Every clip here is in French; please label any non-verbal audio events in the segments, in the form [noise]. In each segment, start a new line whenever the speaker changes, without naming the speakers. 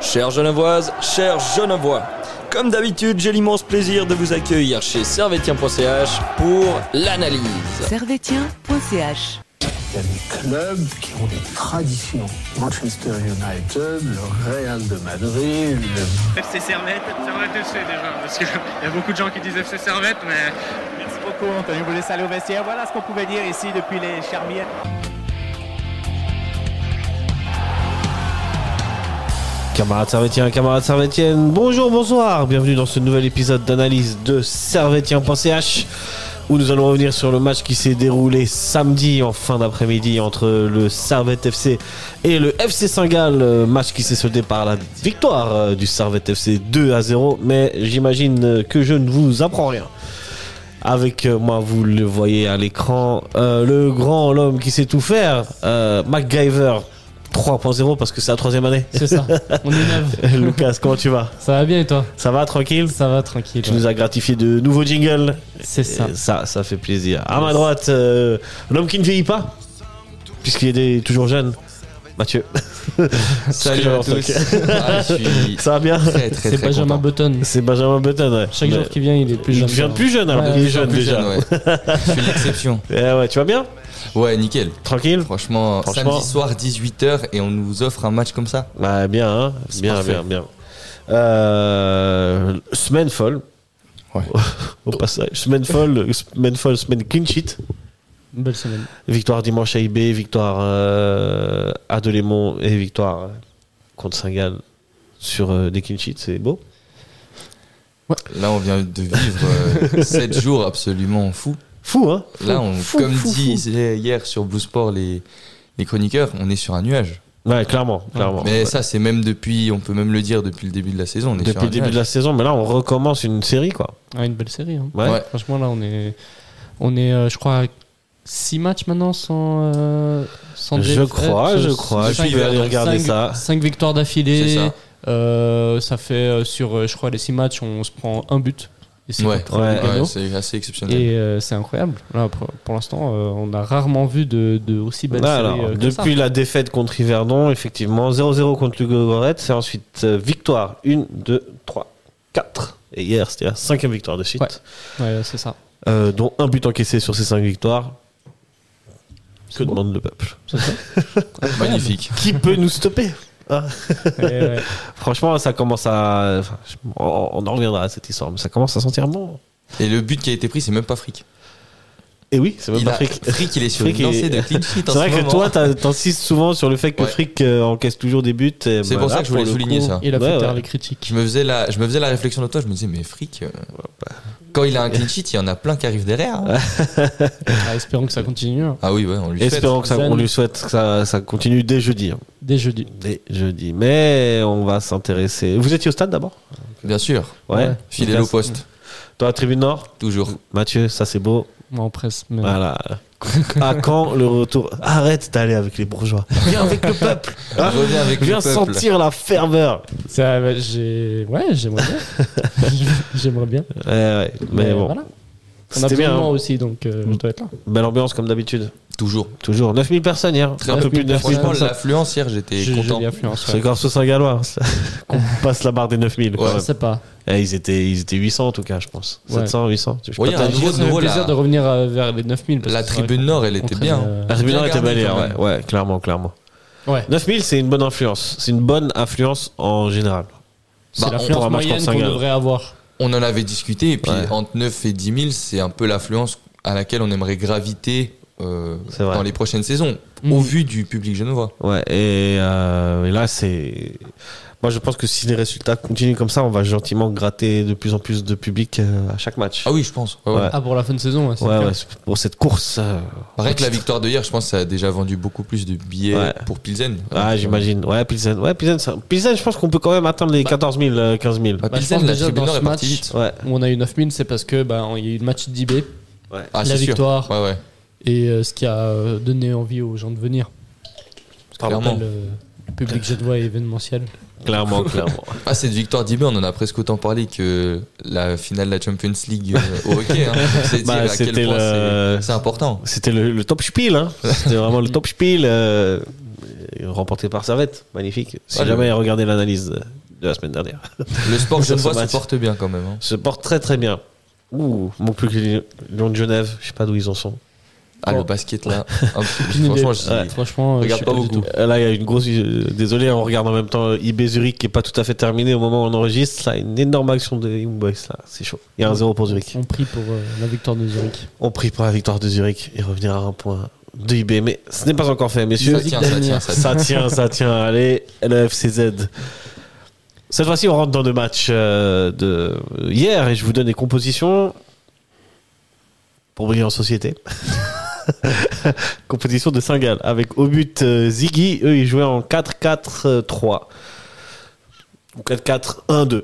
Chères Genevoises, chers Genevois, comme d'habitude, j'ai l'immense plaisir de vous accueillir chez servetien.ch pour l'analyse.
servetien.ch
Il y a des clubs qui ont des traditions. Manchester United, le Real de Madrid, le-
FC Servette. Servette FC déjà, parce qu'il [laughs] y a beaucoup de gens qui disent FC Servette, mais... Merci beaucoup, Anthony Boulet, salut au vestiaire. Voilà ce qu'on pouvait dire ici depuis les Charmières.
Camarades Servetien, camarades Servetienne, bonjour, bonsoir, bienvenue dans ce nouvel épisode d'analyse de Servetien.ch où nous allons revenir sur le match qui s'est déroulé samedi en fin d'après-midi entre le Servette FC et le FC Saint-Gall, euh, match qui s'est soldé par la victoire euh, du Servette FC 2 à 0, mais j'imagine euh, que je ne vous apprends rien. Avec euh, moi, vous le voyez à l'écran, euh, le grand, l'homme qui sait tout faire, euh, MacGyver 3.0 parce que c'est la troisième année.
C'est ça, on est neuf.
[laughs] Lucas, comment tu vas
Ça va bien et toi
Ça va, tranquille
Ça va tranquille.
Tu nous as gratifié de nouveaux jingles.
C'est ça.
Et ça, ça fait plaisir. À ma droite, euh, l'homme qui ne vieillit pas, puisqu'il est des- toujours jeune, Mathieu. [laughs]
Salut à tous. Ah, je suis
[laughs] Ça va bien
très très
C'est
très
Benjamin
content.
Button.
C'est Benjamin Button, ouais.
Chaque
Mais
jour qui vient, il est plus
Il
jeune.
devient plus jeune alors
Ouais,
qu'il est
de
jeune
Plus
déjà. [laughs]
jeune, ouais. Je suis l'exception.
Eh ouais, tu vas bien
Ouais, nickel.
Tranquille
Franchement,
Franchement.
samedi soir 18h et on nous offre un match comme ça.
Bah bien, hein
C'est
bien,
parfait.
bien, bien. Euh, semaine folle.
Ouais.
[laughs] Au passage, semaine folle, semaine folle, semaine clean sheet.
Une belle semaine.
Victoire dimanche à IB, victoire euh, à Delémont et victoire euh, contre Saint-Gall sur euh, des clean sheets, c'est beau.
Là, on vient
[laughs]
de vivre 7 jours absolument fous.
Fou, hein
Là, on,
Fou,
comme
fou, fou.
disaient hier sur Blue Sport les, les chroniqueurs, on est sur un nuage.
Ouais, clairement, clairement.
Mais
Ah Ouais.
ça, c'est même depuis, on peut même le dire depuis le début de la saison. On est sur
Depuis
un
le début de la
nuage.
saison, mais là, on recommence une série, quoi.
Ah, une belle série. hein.
Ouais.
Ouais.
Franchement, là, on est, on est euh, je crois, 6 matchs maintenant sans. euh, sans Euh,
Je crois, je crois.
Je vais aller
regarder ça.
5 victoires d'affilée.
C'est ça.
Euh, ça fait euh, sur, euh, je crois, les 6 matchs, on se prend un but. Et c'est
Ouais,
contre
Ouais,
les Gallo.
ouais, c'est assez exceptionnel.
Et euh, c'est incroyable. Là, pour, pour l'instant, euh, on a rarement vu de, de aussi belles
Là,
séries.
alors,
euh, comme ça.
depuis la défaite contre Yverdon, effectivement, 0-0 contre Lugo Goretz, et ensuite euh, victoire 1, 2, 3, 4. Et hier, c'était la cinquième victoire de suite,
Ouais. Ouais,
[laughs]
c'est ça.
euh, dont un but encaissé sur ces cinq victoires. Que
C'est beau.
demande le peuple
C'est ça.
[laughs] Magnifique.
Qui peut nous stopper
Ouais, ouais.
Franchement, ça commence à. enfin, je- on on en reviendra à cette histoire, mais ça commence à sentir bon.
Et le but qui a été pris, c'est même pas Frick.
Et oui, c'est même
Il
pas
a-
fric.
Frick, il est sur
Frick,
une lancée
il-
de clean sheet en
C'est vrai
ce
que
moment.
toi,
hein.
t'as- t'insistes souvent sur le fait que
Ouais.
Frick euh, encaisse toujours des buts. et
C'est
bah,
pour ça
là,
que je voulais
le
souligner
coup-
ça.
Il a fait
Ouais,
taire
ouais.
les critiques.
je me faisais la, je me faisais la réflexion de toi, je me disais, mais fric, euh, quand il a un clean sheet, il y en a plein qui arrivent derrière. hein.
Ah, espérons que ça continue hein.
Ah oui, ouais, on lui fait.
Espérons que ça,
Zan.
on lui souhaite que ça, ça continue dès jeudi. hein.
dès jeudi.
Dès jeudi. Mais on va s'intéresser. Vous étiez au stade d'abord
Bien sûr.
Ouais.
Fidèle au poste,
Toi, Tribune Nord
toujours.
Mathieu, ça c'est beau.
Moi, en presse. Mais...
Voilà. à quand le retour Arrête d'aller avec les bourgeois. Viens avec le peuple. Hein
Reviens avec
Viens
le peuple.
sentir la ferveur.
Ça, bah, j'ai... Ouais, j'aimerais bien.
[laughs]
j'aimerais bien.
Ouais, ouais. Mais, bon,
voilà. On a
c'était
besoin
bien.
de moi
hein.
aussi, donc euh, je dois être là.
Belle ambiance comme d'habitude.
Toujours.
Toujours. 9000 personnes hier.
Très
un peu
bien.
plus de 9000
Franchement,
personnes.
l'affluence hier, j'étais
J'ai
content.
j'ai l'influence.
C'est
Ouais.
Corso Saint-Gallois.
[laughs]
ça, Qu'on passe la barre des 9000. quand
Ouais.
Je
même.
sais pas.
Eh, ils, étaient, ils étaient 800 en tout cas, je pense.
Ouais.
700, 800. Je sais
Ouais,
pas.
il y a un nouveau, de
J'ai le
nouveau,
plaisir
la,
de revenir euh, vers les 9000. parce
la
que c'est vrai
tribune nord, elle
qu'on
était
traîne,
bien.
euh,
La tribune
bien
nord était
gardé,
belle hier,
quand
ouais.
même.
ouais, clairement, clairement.
Ouais.
Bah,
9000, c'est une bonne influence. C'est une bonne influence en général.
C'est
Bah, on-
pour un match
l'influence moyenne
contre
qu'on
Saint-Gall.
devrait avoir.
On en avait discuté, et puis
Ouais.
entre 9 et 10 000, c'est un peu l'affluence à laquelle on aimerait graviter euh,
C'est vrai.
dans les prochaines saisons,
Mm.
au vu du public genevois.
Ouais, et, euh, et là, c'est. Moi, je pense que si les résultats continuent comme ça, on va gentiment gratter de plus en plus de public euh, à chaque match.
Ah oui, je pense. Ouais, ouais.
Ouais.
Ah, pour la fin de saison, ouais, c'est
ouais,
clair. Bah,
ouais, c'est pour cette course. euh,
Rien que la victoire de hier, je pense que ça a déjà vendu beaucoup plus de billets
Ouais.
pour Pilsen.
Ah, j'imagine. Ouais, Pilsen. Ouais, Pilsen, ça- Pilsen, je pense qu'on peut quand même atteindre les 14 000, euh, 15 000.
Bah,
Bah,
je
Pilsen,
pense
la
déjà
tribune
dans
nord
ce
est partie
match-
vite.
Ouais.
Où on a eu 9000, c'est parce que bah, il y a eu le match d'IB
Ah,
La
c'est sûr.
victoire.
Ouais, ouais.
et euh, ce qui a euh, donné envie aux gens de venir.
Pardon.
Clairement.
Le euh,
[laughs]
public genevois et événementiel.
Clairement, [laughs] clairement.
Ah, cette victoire d'IB, on en a presque autant parlé que la finale de la Champions League euh, au hockey.
[laughs]
hein. C'est
Bah,
dire à quel
c'était
point
le-
c'est- c'est important.
C'était le, le top spiel, hein. C'était vraiment le top spiel. euh, remporté par Servette. Magnifique. Si
Ouais,
jamais regardez l'analyse de la semaine dernière.
Le sport
[laughs] Ça se
genevois se
match.
porte bien quand même. hein.
Se porte très très bien. Ouh, manque plus que les Lions de Genève. Je sais pas d'où ils en sont.
Ah, le
Bon.
basket
[laughs]
là. Ah,
Aucune idée.
franchement, je-
Ouais.
Franchement, euh,
Regarde
je sais
pas
du
beaucoup.
tout.
Euh, Là, il y a une grosse. euh, Désolé, on regarde en même temps euh, IB Zurich qui est pas tout à fait terminé au moment où on enregistre. Là, une énorme action de Young Boys. Là, c'est chaud. Il y a un 0 pour Zurich.
On prie pour euh, la victoire de Zurich.
On prie pour la victoire de Zurich et revenir à un point de IB. Mais ce n'est pas encore fait, messieurs.
Ça tient, ça tient, ça tient.
Ça tient, ça tient. Allez, le FCZ. Cette fois-ci, on rentre dans le match euh, de hier et je vous donne des compositions pour briller en société. [laughs] Composition de Singal avec au but euh, Ziggy. Eux, ils jouaient en 4-4-3 ou 4-4-1-2,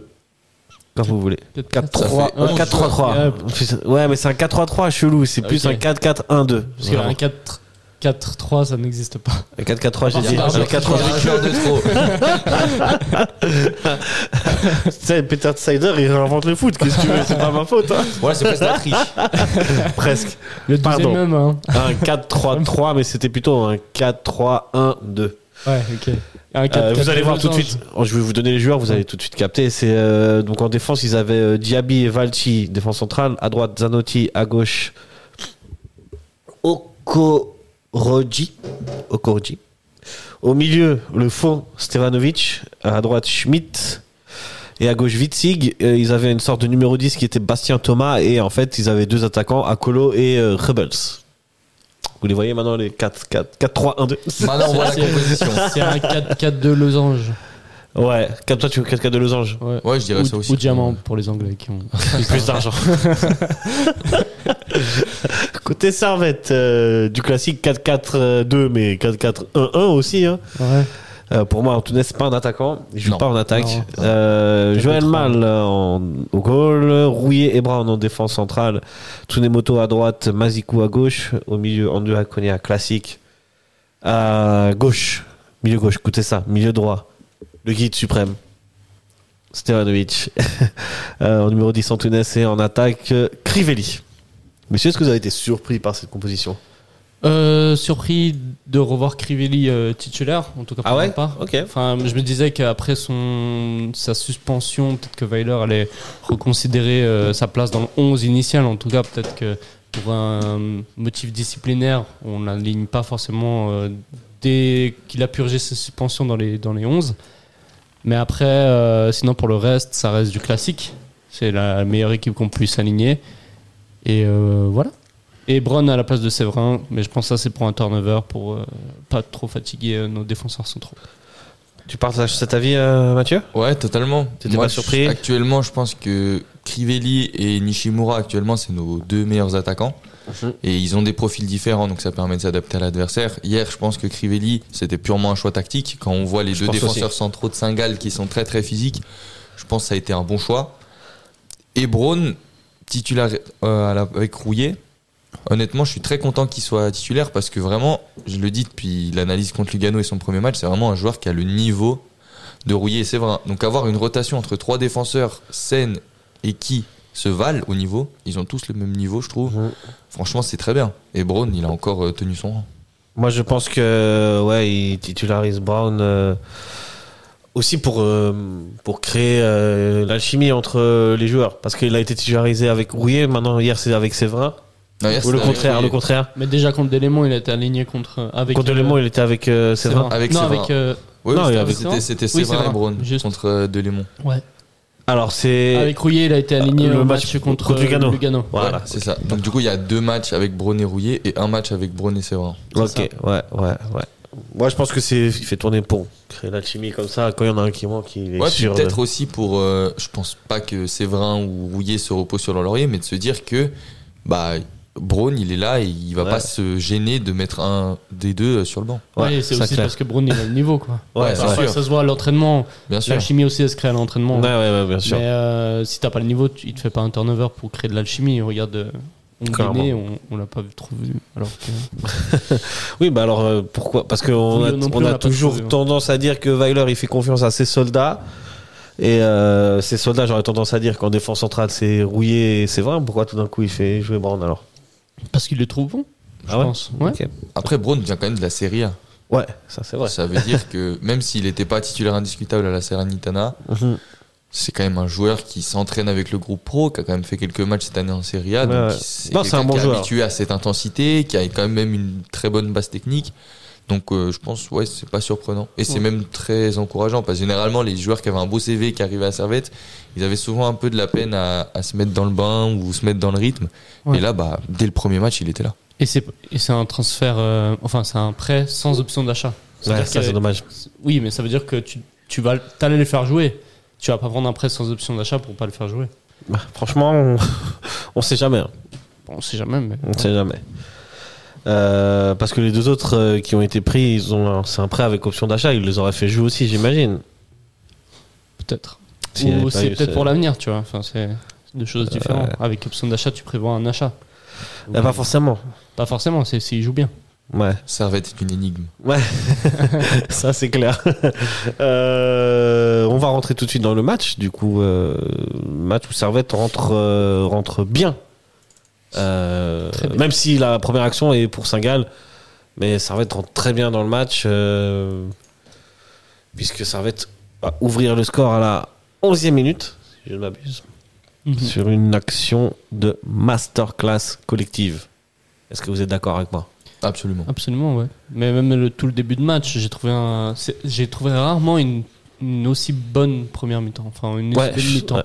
comme vous voulez.
4-3.
4-3.
Ça fait onze.
4-3-3. Ouais, mais c'est un 4-3-3 chelou. C'est plus
Ok.
un 4-4-1-2.
Parce qu'un 4 4-3, ça n'existe pas.
Un 4-4-3, j'ai
Il
dit.
y a
Un
un joueur de
[laughs]
trop.
4-3. Peter Sider, il réinvente le foot. Qu'est-ce que tu veux C'est pas ma faute. hein.
Voilà, c'est presque la triche.
Presque.
Le
Pardon.
deuxième même, hein.
Un 4-3-3, mais c'était plutôt un 4-3-1-2.
Ouais, ok. Un
Euh,
4-4-2,
vous allez voir tout de
anges.
suite. Oh, je vais vous donner les joueurs, vous allez tout de suite capter. C'est euh, donc en défense, ils avaient euh, Diaby et Valchi, défense centrale. À droite, Zanotti. À gauche, Okoroji. Okoroji. Au milieu, le faux Stevanovic. À droite, Schmidt. Et à gauche, Witzig. Euh, ils avaient une sorte de numéro 10 qui était Bastien Thomas. Et en fait, ils avaient deux attaquants, Akolo et euh, Rebels. Vous les voyez maintenant, les 4, 4, 4 3, 1, 2.
Maintenant, on voit la composition.
C'est un 4-4-2 losange.
Ouais, comme toi, tu veux 4 de losange.
Ouais.
Ouais, je dirais
ou,
ça aussi.
ou diamant pour les Anglais
[laughs]
qui ont.
plus d'argent. [laughs] Côté Servette, euh, du classique 4-4-2, mais 4-4-1-1 aussi. hein.
Ouais.
Euh, pour moi, Antunes, c'est pas un attaquant. Il joue
Non.
pas en attaque.
Non.
Euh,
Quatre
Joël
contre
Mal euh, en, au goal, Rouillé et Brown en défense centrale, Tsunemoto à droite, Mazikou à gauche, au milieu, Andu Konya classique. À gauche, milieu gauche, écoutez ça, milieu droit, le guide suprême. Stevanovic. [laughs] Euh, en numéro 10, Antunes et en attaque, euh, Crivelli. Monsieur, est-ce que vous avez été surpris par cette composition
Euh, surpris de revoir Crivelli euh, titulaire, en tout cas
Ah
pour ma part.
Ah Ok.
Enfin, je me disais qu'après son sa suspension, peut-être que Weiler allait reconsidérer euh, sa place dans le 11 initial. En tout cas, peut-être que pour un motif disciplinaire, on l'aligne pas forcément euh, dès qu'il a purgé ses suspensions dans les dans les 11. Mais après, euh, sinon pour le reste, ça reste du classique. C'est la meilleure équipe qu'on puisse aligner. Et euh, voilà. Et Bron à la place de Séverin, mais je pense que ça c'est pour un turnover pour euh, pas trop fatiguer euh, nos défenseurs centraux.
Tu partages cet avis, euh, Mathieu
Ouais, totalement.
T'étais
Moi,
pas
je-
surpris
Actuellement, je pense que Crivelli et Nishimura, actuellement, c'est nos deux meilleurs attaquants. Et ils ont des profils différents, donc ça permet de s'adapter à l'adversaire. Hier, je pense que Crivelli, c'était purement un choix tactique. Quand on voit les deux
pense
défenseurs centraux de Saint-Gall qui sont très très physiques, je pense que ça a été un bon choix. Et Braun, titulaire euh, à la- avec Rouillet, honnêtement, je suis très content qu'il soit titulaire parce que vraiment, je le dis depuis l'analyse contre Lugano et son premier match, c'est vraiment un joueur qui a le niveau de Rouillet et Séverin. Donc avoir une rotation entre trois défenseurs saines et qui se valent au niveau, ils ont tous le même niveau, je trouve.
Mhm.
Franchement, c'est très bien. Et Brown, il a encore euh, tenu son rang.
Moi, je pense que ouais, il titularise Brown euh, aussi pour euh, pour créer euh, l'alchimie entre euh, les joueurs, parce qu'il a été titularisé avec Rouillet, maintenant hier c'est avec Séverin.
Non, hier,
Ou le
c'était
contraire, le
avec-
contraire.
Mais déjà contre Delémont, il a été aligné contre avec
Contre
euh,
Léman, il était avec euh, Séverin.
Avec
non,
Séverin.
avec euh,
Oui,
Non,
c'était-
il y avait-
c'était c'était
Oui,
Séverin
Séverin,
et Braun
juste.
contre euh, Delémont.
ouais.
Alors c'est
avec Rouillet, il a été aligné
Euh, le
au
match
match, contre,
contre Lugano.
Lugano.
voilà.
Ouais, c'est ça. Donc du coup, il y a deux matchs avec Braun et Rouillé et un match avec Braun et Séverin.
ok, ouais, ouais, ouais. Moi, je pense que c'est il fait tourner pour créer l'alchimie comme ça. Quand il y en a un qui manque, il est
Ouais, puis
sûr. de-
peut-être aussi pour, euh, je pense pas que Séverin ou Rouillé se reposent sur leur laurier, mais de se dire que bah Braun, il est là et il va
Ouais.
pas se gêner de mettre un des deux euh, sur le banc.
Ouais,
oui, c'est
ça,
aussi
clair.
parce que Brun il a le
[laughs]
niveau quoi.
Ouais,
Ouais,
c'est
Parfois,
vrai.
sûr.
ça se voit à l'entraînement.
Bien sûr.
L'alchimie aussi, elle se crée à l'entraînement.
Ouais, ouais, ouais, bien sûr.
Mais euh, si t'as pas le niveau, tu, il te fait pas un turnover pour créer de l'alchimie. Regarde, euh, on
Clairement.
Guinée, on, on l'a pas vu- trop vu. Alors que
Oui, bah alors euh, pourquoi Parce qu'on
Oui,
a,
non plus,
on
on
a
l'a pas
toujours
trouvé, hein.
tendance à dire que Weiler il fait confiance à ses soldats. Et euh, ses soldats, j'aurais tendance à dire qu'en défense centrale c'est rouillé et c'est vrai. Pourquoi tout d'un coup il fait jouer Brown alors
parce qu'il le trouve bon, je
Ah ouais
pense. Ouais.
Ok.
Après, Braun vient quand même de la Serie A.
Ouais, ça c'est vrai.
Ça veut dire que même s'il n'était pas titulaire indiscutable à la Serenitana,
Mhm.
c'est quand même un joueur qui s'entraîne avec le groupe pro, qui a quand même fait quelques matchs cette année en Serie
Ouais,
A. donc
ouais.
c'est
Non, c'est
quelqu'un
un bon
qui est
joueur.
habitué à cette intensité, qui a quand même une très bonne base technique. Donc euh, je pense, ouais, c'est pas surprenant. Et c'est même très encourageant, parce que généralement, les joueurs qui avaient un beau CV, qui arrivaient à Servette, ils avaient souvent un peu de la peine à, à se mettre dans le bain ou se mettre dans le rythme.
Ouais.
Et là, bah, dès le premier match, il était là.
Et c'est et c'est un transfert, euh, enfin c'est un prêt sans option d'achat. Ça veut
Ouais,
dire
ça
que-
c'est dommage.
Oui, mais ça veut dire que tu, tu vas t'allais les faire jouer. Tu vas pas prendre un prêt sans option d'achat pour pas le faire jouer.
Bah, franchement, on, [laughs] on sait jamais. hein.
Bon, on sait jamais, mais
On sait jamais. Euh, parce que les deux autres euh, qui ont été pris, ils ont un- c'est un prêt avec option d'achat. Ils les auraient fait jouer aussi, j'imagine.
peut-être.
S'il y avait
Ou
pas
c'est
eu
peut-être
ce- Euh,
pour l'avenir, tu vois. Enfin, c'est deux choses différentes. Avec option d'achat, tu prévois un achat.
Ah, pas forcément.
Pas forcément, c'est s'il joue bien.
Ouais.
Servette est une énigme.
Ouais, ça c'est clair. [laughs] Euh, on va rentrer tout de suite dans le match. Du coup, euh, match où Servette rentre, euh, rentre bien. Euh, Même si la première action est pour Singal, mais Servette rentre très bien dans le match. euh, puisque Servette va ouvrir le score à la 11e minute, si je ne m'abuse,
Mhm.
sur une action de masterclass collective. Est-ce que vous êtes d'accord avec moi
Absolument.
Absolument, ouais. Mais même le, tout le début de match, j'ai trouvé un, c'est- j'ai trouvé rarement une, une aussi bonne première mi-temps. Enfin, une aussi belle mi-temps.
ouais.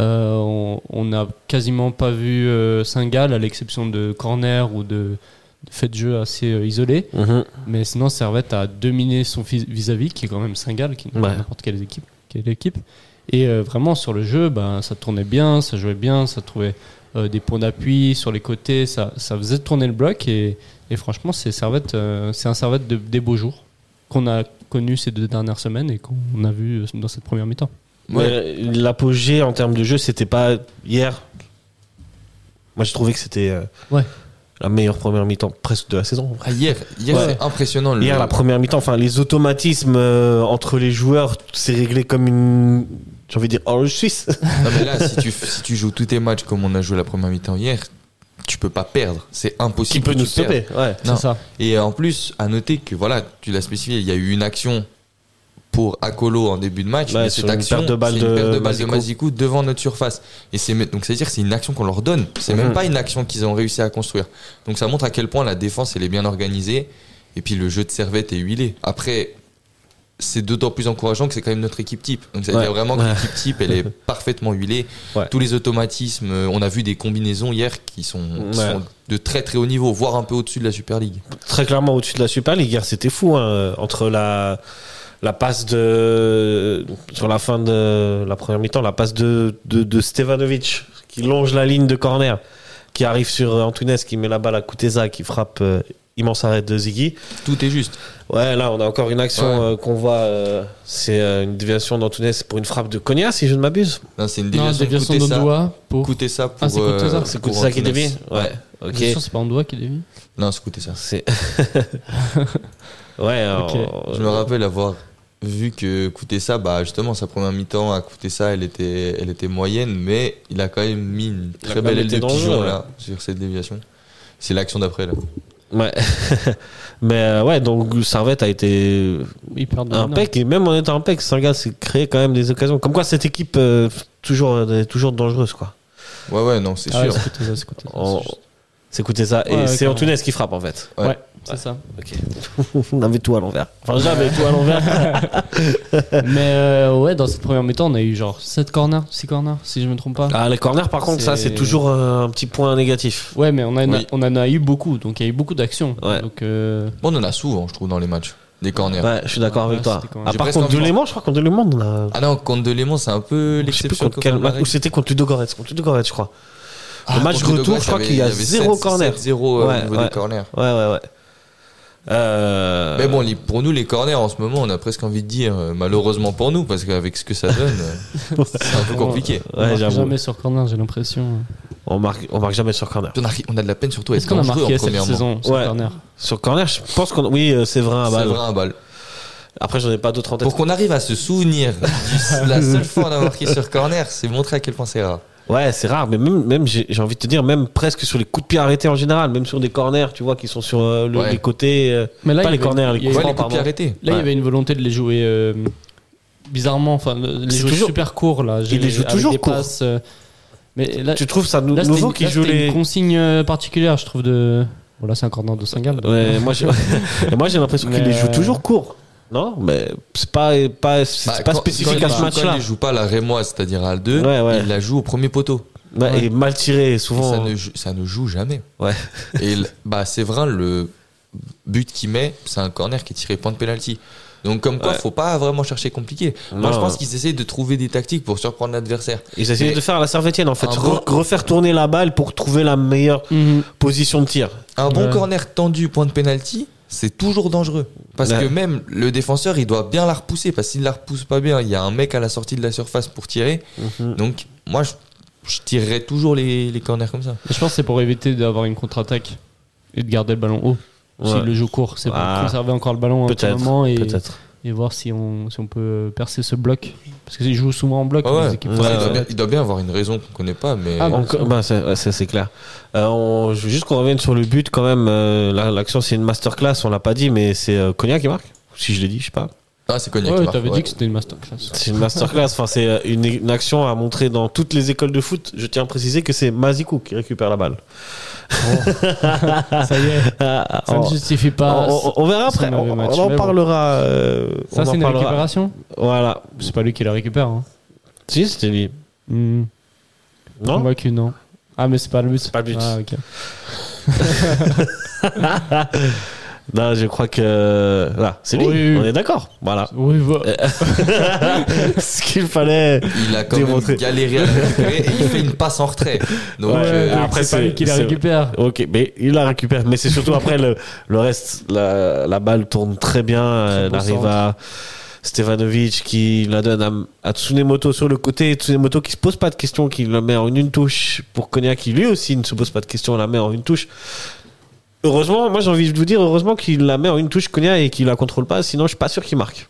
Euh, on- on n'a quasiment pas vu euh, Saint-Gall, à l'exception de corner ou de, de fait de jeu assez euh, isolé.
Mhm.
Mais sinon, Servette a dominé son vis- vis-à-vis, qui est quand même Saint-Gall, qui n'est pas
Ouais.
n'importe quelle équipe. Quelle équipe. Et euh, vraiment, sur le jeu, ben, ça tournait bien, ça jouait bien, ça trouvait euh, des points d'appui sur les côtés, ça, ça faisait tourner le bloc. Et, et franchement, c'est Servette, euh, c'est un Servette de, des beaux jours qu'on a connu ces deux dernières semaines et qu'on a vu euh, dans cette première mi-temps.
Mais euh, L'apogée en termes de jeu, c'était pas hier. Moi, je trouvais que c'était euh,
Ouais.
la meilleure première mi-temps presque de la saison. en vrai.
Ah, hier, hier
Ouais.
c'est impressionnant. le-
Hier, la première mi-temps, enfin, les automatismes euh, entre les joueurs, c'est réglé comme une. J'ai envie de dire horloge suisse.
Non, mais là, si tu, si tu joues tous tes matchs comme on a joué la première mi-temps hier, tu peux pas perdre. C'est
Qui
impossible.
peut
que
nous
tu perdes.
stopper. Ouais.
Non.
C'est ça.
Et euh, en plus, à noter que voilà, tu l'as spécifié, il y a eu une action pour Akolo en début de match.
Ouais,
mais
sur
cette
une
action,
perte de balle
c'est une
de
perte de balle de
Mazikou.
Mazikou devant notre surface. Et c'est donc c'est à dire c'est une action qu'on leur donne. C'est même
Mhm.
pas une action qu'ils ont réussi à construire. Donc ça montre à quel point la défense elle est bien organisée. Et puis le jeu de Servette est huilé. Après. C'est d'autant plus encourageant que c'est quand même notre équipe type. Donc, ça veut
Ouais. [laughs]
dire vraiment que
Ouais.
l'équipe type, elle est parfaitement huilée.
Ouais.
Tous les automatismes, euh, on a vu des combinaisons hier qui sont, qui
Ouais.
sont de très très haut niveau, voire un peu au-dessus de la Super League.
Très clairement, au-dessus de la Super League, hier, c'était fou. hein, Entre la, la passe de. Sur la fin de la première mi-temps, la passe de, de, de Stevanovic, qui longe la ligne de corner, qui arrive sur Antunes, qui met la balle à Kuteza, qui frappe euh, immense arrêt de Ziggy.
Tout est juste.
Ouais, là, on a encore une action
Ouais.
euh, qu'on voit. euh, c'est euh, une déviation d'Antunes pour une frappe de Cogna, si je ne m'abuse.
Non, c'est une
Non,
déviation.
déviation
Coûtez ça.
d'Ondoa pour.
Coûtez ça pour. euh,
Ah, c'est Coûtez ça.
C'est
pour
Kuteza qui
Antunes.
dévie Ouais, ok.
Bien sûr, c'est pas Ondoa qui dévie.
Non, c'est coûtez ça. [laughs]
C'est. [laughs] ouais,
Ok.
on-
Je me rappelle avoir vu que coûtez ça, bah justement, sa première mi-temps à coûter ça, elle était, elle était moyenne, mais il a quand même mis une
Il a
très
quand
belle
même
aile
été
de
dans le
pigeon
jeu,
là sur cette déviation. C'est l'action d'après là.
Ouais. [laughs] Mais euh, ouais, donc Servette a été
Ils perdent de Rennes.
impec et même en étant impec, Saint-Gall s'est créé quand même des occasions. Comme quoi cette équipe euh, toujours euh, toujours dangereuse quoi.
Ouais, ouais, non, c'est
Ah ouais,
sûr.
c'est Couteza, c'est Couteza, c'est
On-
juste.
C'est écouter ça et
Ouais, ouais,
c'est
carrément.
Antunes qui frappe en fait.
Ouais.
Ouais, c'est ça.
OK. [laughs] On avait tout à l'envers. Enfin j'avais tout à l'envers.
Mais euh, ouais, dans cette première mi-temps, on a eu genre 7 corners, 6 corners, si je me trompe pas.
Ah les corners par contre ça
C'est-
c'est toujours euh, un petit point négatif.
Ouais, mais on, a,
Oui.
on en a eu beaucoup, donc il y a eu beaucoup d'actions.
Ouais.
Donc euh,
Bon, on en a souvent, je trouve, dans les matchs. Des corners.
Ouais, je suis d'accord
Ouais,
avec toi.
c'était quand même-
Ah
J'ai
par
presque
contre de
envie de-
Léman, je crois qu'on de Léman on a
Ah non, contre de Léman, c'est un peu
je sais plus
l'exception.
contre quel match- ou c'était contre Ludogorets, contre Ludogorets je crois.
Ah,
match
contre
retour,
Dogret,
je crois
il y
qu'il y a
avait
zéro
7,
corner.
7-0 euh,
Ouais,
au niveau
ouais.
des corners.
Ouais ouais ouais. Euh,
Mais bon, les- pour nous, les corners, en ce moment, on a presque envie de dire, euh, malheureusement pour nous, parce qu'avec ce que ça donne,
[laughs]
euh, c'est un peu compliqué.
on marque
ouais, j'avoue.
jamais sur corner, j'ai l'impression.
On marque, on marque jamais sur corner.
Puis On a, ri- on a de la peine surtout à
Est-ce
être
qu'on a
dangereux
marqué
en
cette
premièrement.
saison sur
Ouais.
corner
Sur corner, je pense qu'on. Oui, euh, c'est vrai, un
C'est
bal.
vrai, un balle.
Après, j'en ai pas d'autres en tête. [laughs]
Pour qu'on arrive à se souvenir du- de la seule fois qu'on a marqué sur corner, c'est montrer à quel point c'est rare.
Ouais, c'est rare, mais même, même j'ai j'ai envie de te dire, même presque sur les coups de pied arrêtés en général, même sur des corners, tu vois, qui sont sur euh, le-
Ouais.
les côtés. euh,
Mais là,
pas
il
les
y avait-
corners, les
il y
coups
avait-
Ouais,
francs,
les
pardon.
coups de pied arrêtés.
Là, il y
Ouais.
avait une volonté de les jouer euh, bizarrement, enfin, de- les
C'est
jouer
toujours-
super courts là. J'ai-
les jouent
avec
toujours
des
courts.
passes, euh, mais là,
Tu trouves ça nou-
là, c'était
nouveau
une-
qu'ils
là,
jouent
c'était
les.
une consigne euh, particulière, je trouve. De bon, là, c'est un corner de Singal.
Ouais, moi
[laughs]
j'ai Et moi, j'ai l'impression qu'ils
Mais,
les jouent
euh,
toujours court. Non, mais c'est pas, pas, c'est
Bah,
pas
quand-
spécifique
quand
à ce
il- Quand
match-là.
il joue pas la rémoise, c'est-à-dire à 2,
Ouais, ouais.
il la joue au premier poteau.
Ouais, Et mal tiré, souvent.
Ça, ne, ju- ça ne joue jamais.
Ouais.
[laughs] Et l- bah, Séverin, le but qu'il met, c'est un corner qui est tiré point de penalty. Donc, comme quoi, faut pas vraiment chercher compliqué. Moi,
Non.
je pense qu'ils essayent de trouver des tactiques pour surprendre l'adversaire.
Ils essayaient
Mais-
de faire la servetienne, en fait.
Un
Re- Mm.
bon-
refaire tourner la balle pour trouver la meilleure
Mhm.
position de tir.
Un bon
Ouais.
corner tendu, point de penalty, c'est toujours dangereux. Parce
Ouais.
que même le défenseur, il doit bien la repousser. Parce qu'il la repousse pas bien, il y a un mec à la sortie de la surface pour tirer.
Mhm.
Donc, moi, je, je tirerais toujours les, les corners comme ça.
Je pense que c'est pour éviter d'avoir une contre-attaque et de garder le ballon haut.
Ouais.
S'il le joue court, c'est pour
Ah.
conserver encore le ballon un petit
Peut-être.
moment et,
Peut-être.
et voir si on, si on peut percer ce bloc. Parce qu'ils jouent souvent en bloc.
Ah ouais.
les équipes
Ouais,
Ouais,
il, doit
ouais.
bien, il doit bien avoir une raison qu'on connaît pas, mais
Ah, bon.
Encore- bah, ça, ouais, ça, c'est clair. Euh, on- je veux juste qu'on revienne sur le but quand même. Euh, la- L'action, c'est une masterclass, on l'a pas dit, mais c'est euh, Konya qui marque Si je l'ai dit, je sais pas.
Ah, c'est Cognac.
Ouais,
qui
t'avais
marque,
dit que c'était
[laughs]
une masterclass.
C'est une masterclass. enfin, c'est euh, une, une action à montrer dans toutes les écoles de foot. Je tiens à préciser que c'est Mazikou qui récupère la balle.
Ça y est,
Ah,
ça
on-
ne justifie pas.
on, on- on verra
c'est
après.
un mauvais
On,
match,
on en
mais bon.
parlera. euh,
Ça,
on
c'est
en
une
parlera.
récupération
Voilà.
C'est pas lui qui la récupère. Hein.
Si, c'était lui.
Hmm.
Non
Convaincu, non. Ah, mais c'est pas le but. C'est
pas le but.
Ah, ok.
Non, je crois que. Là, c'est lui.
Oui, oui, oui.
On est d'accord.
[laughs]
Voilà.
Oui, vo-
Euh, Ce qu'il fallait.
Il a quand
Démontré.
même galéré à le récupérer et il fait une passe en retrait. Donc,
Ouais.
euh,
après,
après, c'est pas
c'est-
lui qui la
c'est-
récupère.
Ok, mais il la récupère. Mais c'est surtout après le, le reste. La, la balle tourne très bien.
Très
Elle
beau
arrive
centre.
à Stevanovic qui la donne à, à Tsunemoto sur le côté. Tsunemoto qui se pose pas de questions, qui le met en une touche pour Konya qui lui aussi ne se pose pas de questions, la met en une touche. Heureusement, moi j'ai envie de vous dire, heureusement qu'il la met en une touche Konya et qu'il la contrôle pas, sinon je suis pas sûr qu'il marque.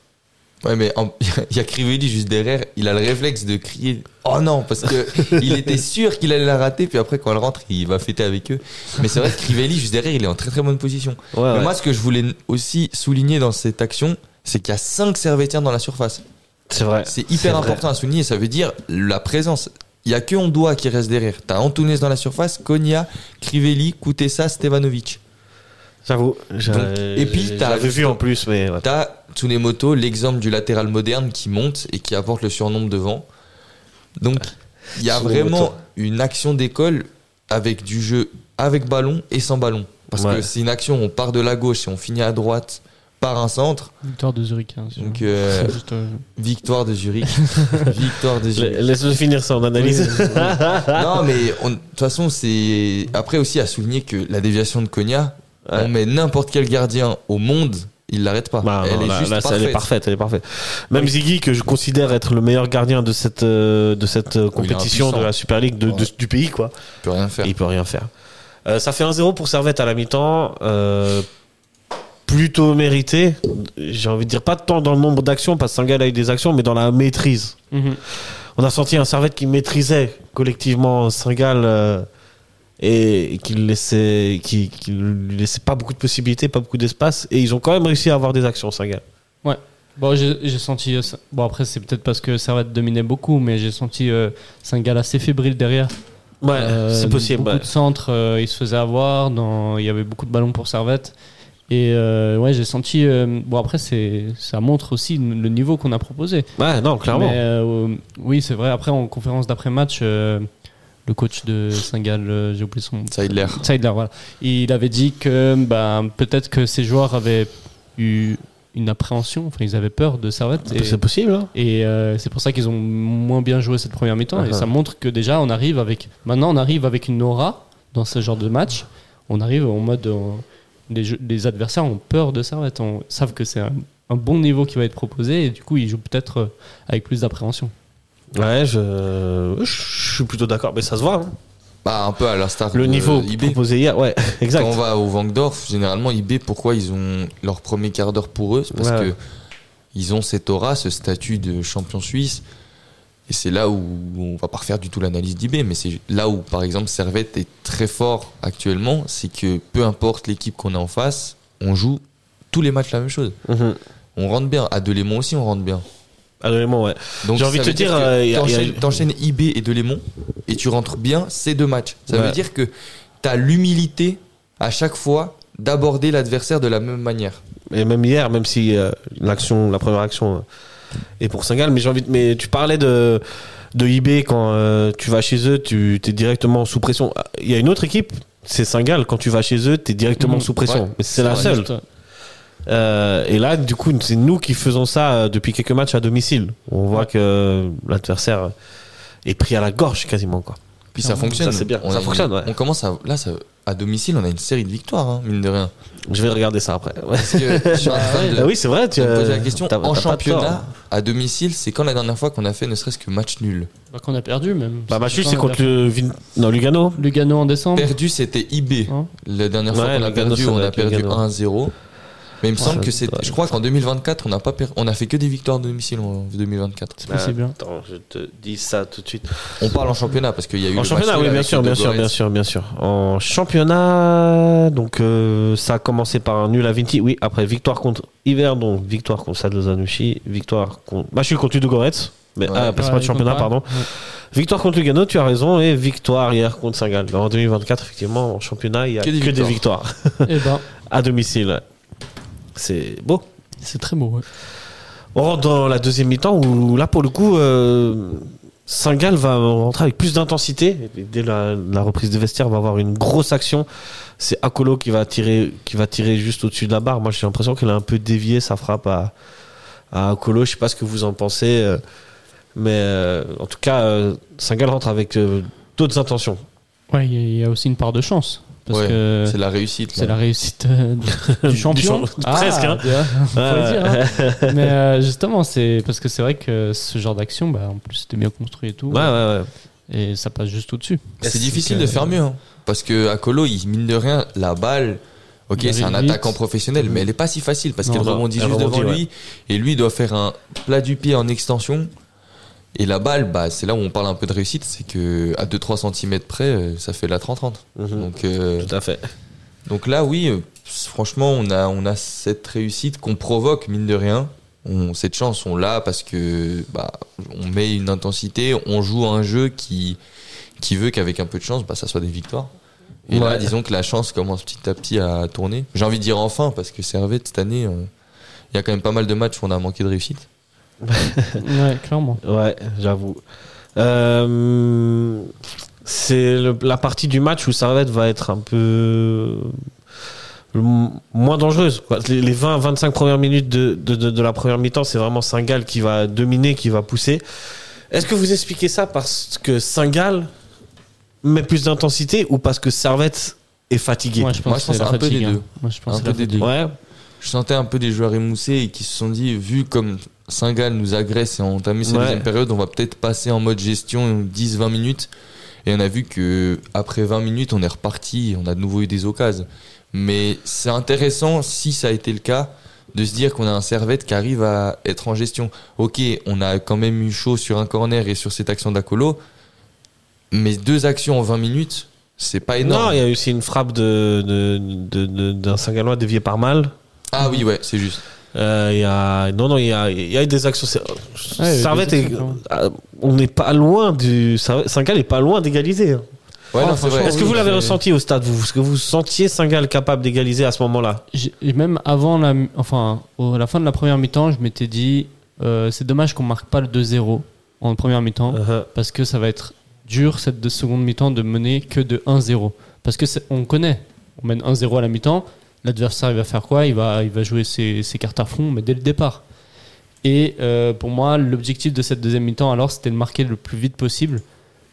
ouais, mais en- [laughs] il y a Crivelli juste derrière. Il a le réflexe de crier Oh non,
[laughs]
parce que il était sûr qu'il allait la rater. Puis après, quand elle rentre, il va fêter avec eux. Mais c'est vrai que Crivelli juste derrière, il est en très très bonne position.
Ouais,
mais
ouais.
moi, ce que je voulais aussi souligner dans cette action, c'est qu'il y a 5 serviettes dans la surface.
c'est vrai.
C'est hyper
vrai.
important à souligner, ça veut dire la présence. Il y a que Ondoa qui reste derrière. T'as Antunes dans la surface, Konya, Crivelli, Kutesa, Stevanovic.
J'avoue. j'a-
Donc, et puis,
j'a-
t'as-
j'avais vu en plus, mais ouais.
T'as Tsunemoto, l'exemple du latéral moderne qui monte et qui apporte le surnombre devant. Donc, il y a
Tsunemoto.
vraiment une action d'école avec du jeu avec ballon et sans ballon. Parce
Ouais.
que c'est une action, on part de la gauche et on finit à droite par un centre.
Victoire de Zurich. hein, c'est-
Donc, euh,
c'est juste, euh,
victoire
[laughs]
de Zurich. victoire de Zurich.
La- Laisse-le finir son analyse. [laughs]
non, mais on- de toute façon, c'est. Après aussi à souligner que la déviation de Konya, on met n'importe quel gardien au monde, il l'arrête pas.
Bah,
elle
non,
est
là-
juste
là, ça,
parfaite.
elle est parfaite, elle est parfaite. Même Ziggy, que je considère être le meilleur gardien de cette, euh, de cette euh, compétition
impuissant.
de la Super League de- de-
Ouais.
du pays, quoi.
Tu peux rien faire.
Et il peut rien faire. Euh, ça fait 1-0 pour Servette à la mi-temps. euh, plutôt mérité. J'ai envie de dire pas tant dans le nombre d'actions, parce que Sengal a eu des actions, mais dans la maîtrise.
mhm.
On a senti un Servette qui maîtrisait collectivement Sengal et qui ne laissait, qui, qui lui laissait pas beaucoup de possibilités, pas beaucoup d'espace. Et ils ont quand même réussi à avoir des actions, Sengal.
Bon, j'ai j'ai senti. euh, ça- Bon, après, c'est peut-être parce que Servette dominait beaucoup, mais j'ai senti euh, Singal assez fébrile derrière.
Ouais,
Euh,
Ah, c'est possible.
Beaucoup
ouais.
de centres, euh, il se faisait avoir. Dans, il y avait beaucoup de ballons pour Servette. Et euh, ouais, j'ai senti. euh, bon, après, c'est, ça montre aussi le niveau qu'on a proposé.
Ouais, non, clairement.
Mais, euh, oui, c'est vrai. Après, en conférence d'après-match, euh, le coach de Saint-Gall, euh, j'ai oublié son.
Ça a l'air.
Seidler, voilà. Il avait dit que bah, peut-être que ces joueurs avaient eu une appréhension, enfin, ils avaient peur de Servette. Et,
C'est possible. hein.
et, euh, c'est pour ça qu'ils ont moins bien joué cette première mi-temps. Et
Uh-huh.
ça montre que déjà, on arrive avec. Maintenant, on arrive avec une aura dans ce genre de match. On arrive en mode. euh, les, jeux- les adversaires ont peur de Servette. On savent que c'est un, un bon niveau qui va être proposé. Et du coup, ils jouent peut-être euh, avec plus d'appréhension.
Ouais, je, je suis plutôt d'accord, mais ça se voit. hein.
Bah, un peu à l'instar
Le
de
niveau
IB.
proposé hier, ouais, [laughs] exact.
Quand on va au Vangdorf, généralement, IB, pourquoi ils ont leur premier quart d'heure pour eux C'est parce
Ouais.
que ils ont cette aura, ce statut de champion suisse. Et c'est là où on va pas refaire du tout l'analyse d'IB, mais c'est là où, par exemple, Servette est très fort actuellement, c'est que peu importe l'équipe qu'on a en face, on joue tous les matchs la même chose.
Mhm.
On rentre bien. À Delémont aussi, on rentre bien.
Absolument, ouais.
Donc,
J'ai envie
ça
de te
veut dire,
dire,
que
euh, y a-
t'enchaînes-
y a-
t'enchaînes IB et Delémont et tu rentres bien ces deux matchs. Ça
Ouais.
veut dire que t'as l'humilité à chaque fois d'aborder l'adversaire de la même manière.
Et même hier, même si euh, l'action, la première action euh, est pour Singal, mais j'ai envie. de- Mais tu parlais de de IB quand euh, tu vas chez eux, tu es directement sous pression. Ah, Il y a une autre équipe, c'est Singal. Quand tu vas chez eux, tu es directement
Mhm,
sous pression.
Mmh, ouais.
mais c'est la
Ouais,
seule.
Bah,
Euh, et là, du coup, c'est nous qui faisons ça euh, depuis quelques matchs à domicile. On voit que euh, l'adversaire est pris à la gorge quasiment. Quoi.
Puis ça fonctionne.
Ah, ça, c'est bien.
On
Ça
a une-
fonctionne, ouais.
On commence à là ça- à domicile, on a une série de victoires hein, mine de rien.
Je vais regarder ça après. [laughs] Ouais.
Parce que je suis en train de-
Ah oui, c'est vrai. Tu
de Ah me
as
poser la question en championnat à domicile, c'est quand la dernière fois qu'on a fait ne serait-ce que match nul
Qu'on a perdu même.
Bah, Machu, c'est
On a
contre le Vin- non, Lugano.
perdu. Lugano en décembre.
Perdu, c'était IB.
Hein
la dernière fois
Ouais,
qu'on a
Lugano,
perdu,
ça
on
doit
a
être
perdu
Lugano.
1-0. Mais il me
Ouais,
semble
Ah, ça
que
doit
c'est.
être-
Je crois qu'en 2024, on n'a pas per- on a fait que des victoires de domicile en 2024.
Bah.
C'est possible. hein.
Ah, Attends, je te dis ça tout de suite.
On parle en championnat parce qu'il y a eu.
En
le
championnat,
match
oui,
nul
bien
avec
sûr,
le
bien sûr,
Goretz.
bien sûr, bien sûr. En championnat, donc euh, ça a commencé par un nul à Vinti, oui. Après victoire contre Hiver, donc victoire contre Stade Lozanouchi, victoire contre bah, Machu contre Ludogorets. Mais
Ouais.
ah, pas ce
Ouais,
match championnat,
ils comprennent.
pardon. Victoire contre Lugano, tu as raison, et victoire hier contre Saint-Gall. En 2024, effectivement, en championnat, il y a que
Que
des
des
victoires,
Eh ben,
à domicile. C'est beau.
[laughs] c'est très beau. ouais.
On rentre dans la deuxième mi-temps où là pour le coup euh, Saint-Gall va rentrer avec plus d'intensité. Et Dès la, la reprise de vestiaire, on va avoir une grosse action. C'est Akolo qui va tirer, qui va tirer juste au-dessus de la barre. Moi, j'ai l'impression qu'il a un peu dévié sa frappe à, à Akolo. Je sais pas ce que vous en pensez, euh, mais euh, en tout cas, euh, Saint-Gall rentre avec euh, d'autres intentions.
Ouais, il y a- il y, a aussi une part de chance. Parce
Ouais,
que
C'est la réussite.
c'est
là.
la réussite
[laughs]
euh, du- du champion. Ah,
champ- presque, hein.
bien, faut le dire, hein.
Ouais.
Mais euh, justement, c'est parce que c'est vrai que ce genre d'action, bah, en plus, c'était bien construit et tout.
Ouais, ouais, ouais.
Et ça passe juste au-dessus.
C'est difficile de faire mieux. hein. Parce que à Colo, il mine de rien, la balle. Ok,
Il
c'est un
arrive vite.
attaquant professionnel, mais elle est pas si facile parce
Non,
qu'elle
non,
rebondit
elle
juste
rebondit,
devant
ouais.
lui et lui doit faire un plat du pied en extension. Et la balle, bah, c'est là où on parle un peu de réussite, c'est que à 2-3 cm près, euh, ça fait de la 30-30.
Mhm.
Donc, euh,
Tout à fait.
donc là, oui, euh, franchement, on a, on a cette réussite qu'on provoque, mine de rien. On, cette chance, on l'a parce que bah, on met une intensité, on joue à un jeu qui, qui veut qu'avec un peu de chance, bah, ça soit des victoires. Et
Ouais.
là, disons que la chance commence petit à petit à tourner. J'ai envie de dire enfin, parce que Servette, cette année, on- il y a quand même pas mal de matchs où on a manqué de réussite.
Ouais, clairement.
Ouais, j'avoue. Euh, c'est le- la partie du match où Servette va être un peu le m- moins dangereuse. quoi. Les, 20-25 premières minutes de, de- de- de la première mi-temps, c'est vraiment Singal qui va dominer, qui va pousser. Est-ce que vous expliquez ça parce que Singal met plus d'intensité ou parce que Servette est fatigué
Moi, je pense,
Moi, je
que
pense
c'est la
un peu
fatigue,
des
hein.
deux.
Moi, je pense
Un
que
peu
c'est la
des deux.
Ouais,
Je sentais un peu des joueurs émoussés et qui se sont dit, vu comme Singal nous agresse et a entamé cette
Ouais.
deuxième période, on va peut-être passer en mode gestion 10-20 minutes. Et on a vu que après 20 minutes, on est reparti, on a de nouveau eu des occasions. Mais c'est intéressant, si ça a été le cas, de se dire qu'on a un Servette qui arrive à être en gestion. Ok, on a quand même eu chaud sur un corner et sur cette action d'Acolo, mais deux actions en 20 minutes, c'est pas énorme.
Non, il y a eu aussi une frappe de, de- de- de- d'un Saint-Gallois dévié par mal.
Ah oui, ouais, c'est juste.
Euh, Il y a... Non, non, il y a, il y a eu des actions. C'est-
il y a eu
Servette
des
est-
actions,
euh, On n'est pas loin du. Servette- Saint-Gall est pas loin d'égaliser. hein.
Ouais,
Ah,
non, c'est
franchement,
vrai.
Est-ce que vous
oui,
l'avez
c'est-
ressenti au stade vous Est-ce que vous sentiez Saint-Gall capable d'égaliser à ce moment-là
J'ai- et même avant la, mi- enfin, au- à la fin de la première mi-temps, je m'étais dit, euh, c'est dommage qu'on marque pas le 2-0 en première mi-temps,
Uh-huh.
parce que ça va être dur cette de- seconde mi-temps de mener que de 1-0. Parce que c'est- on connaît, on mène 1-0 à la mi-temps, l'adversaire il va faire quoi il va, il va jouer ses, ses cartes à fond, mais dès le départ. Et euh, pour moi, l'objectif de cette deuxième mi-temps, alors, c'était de marquer le plus vite possible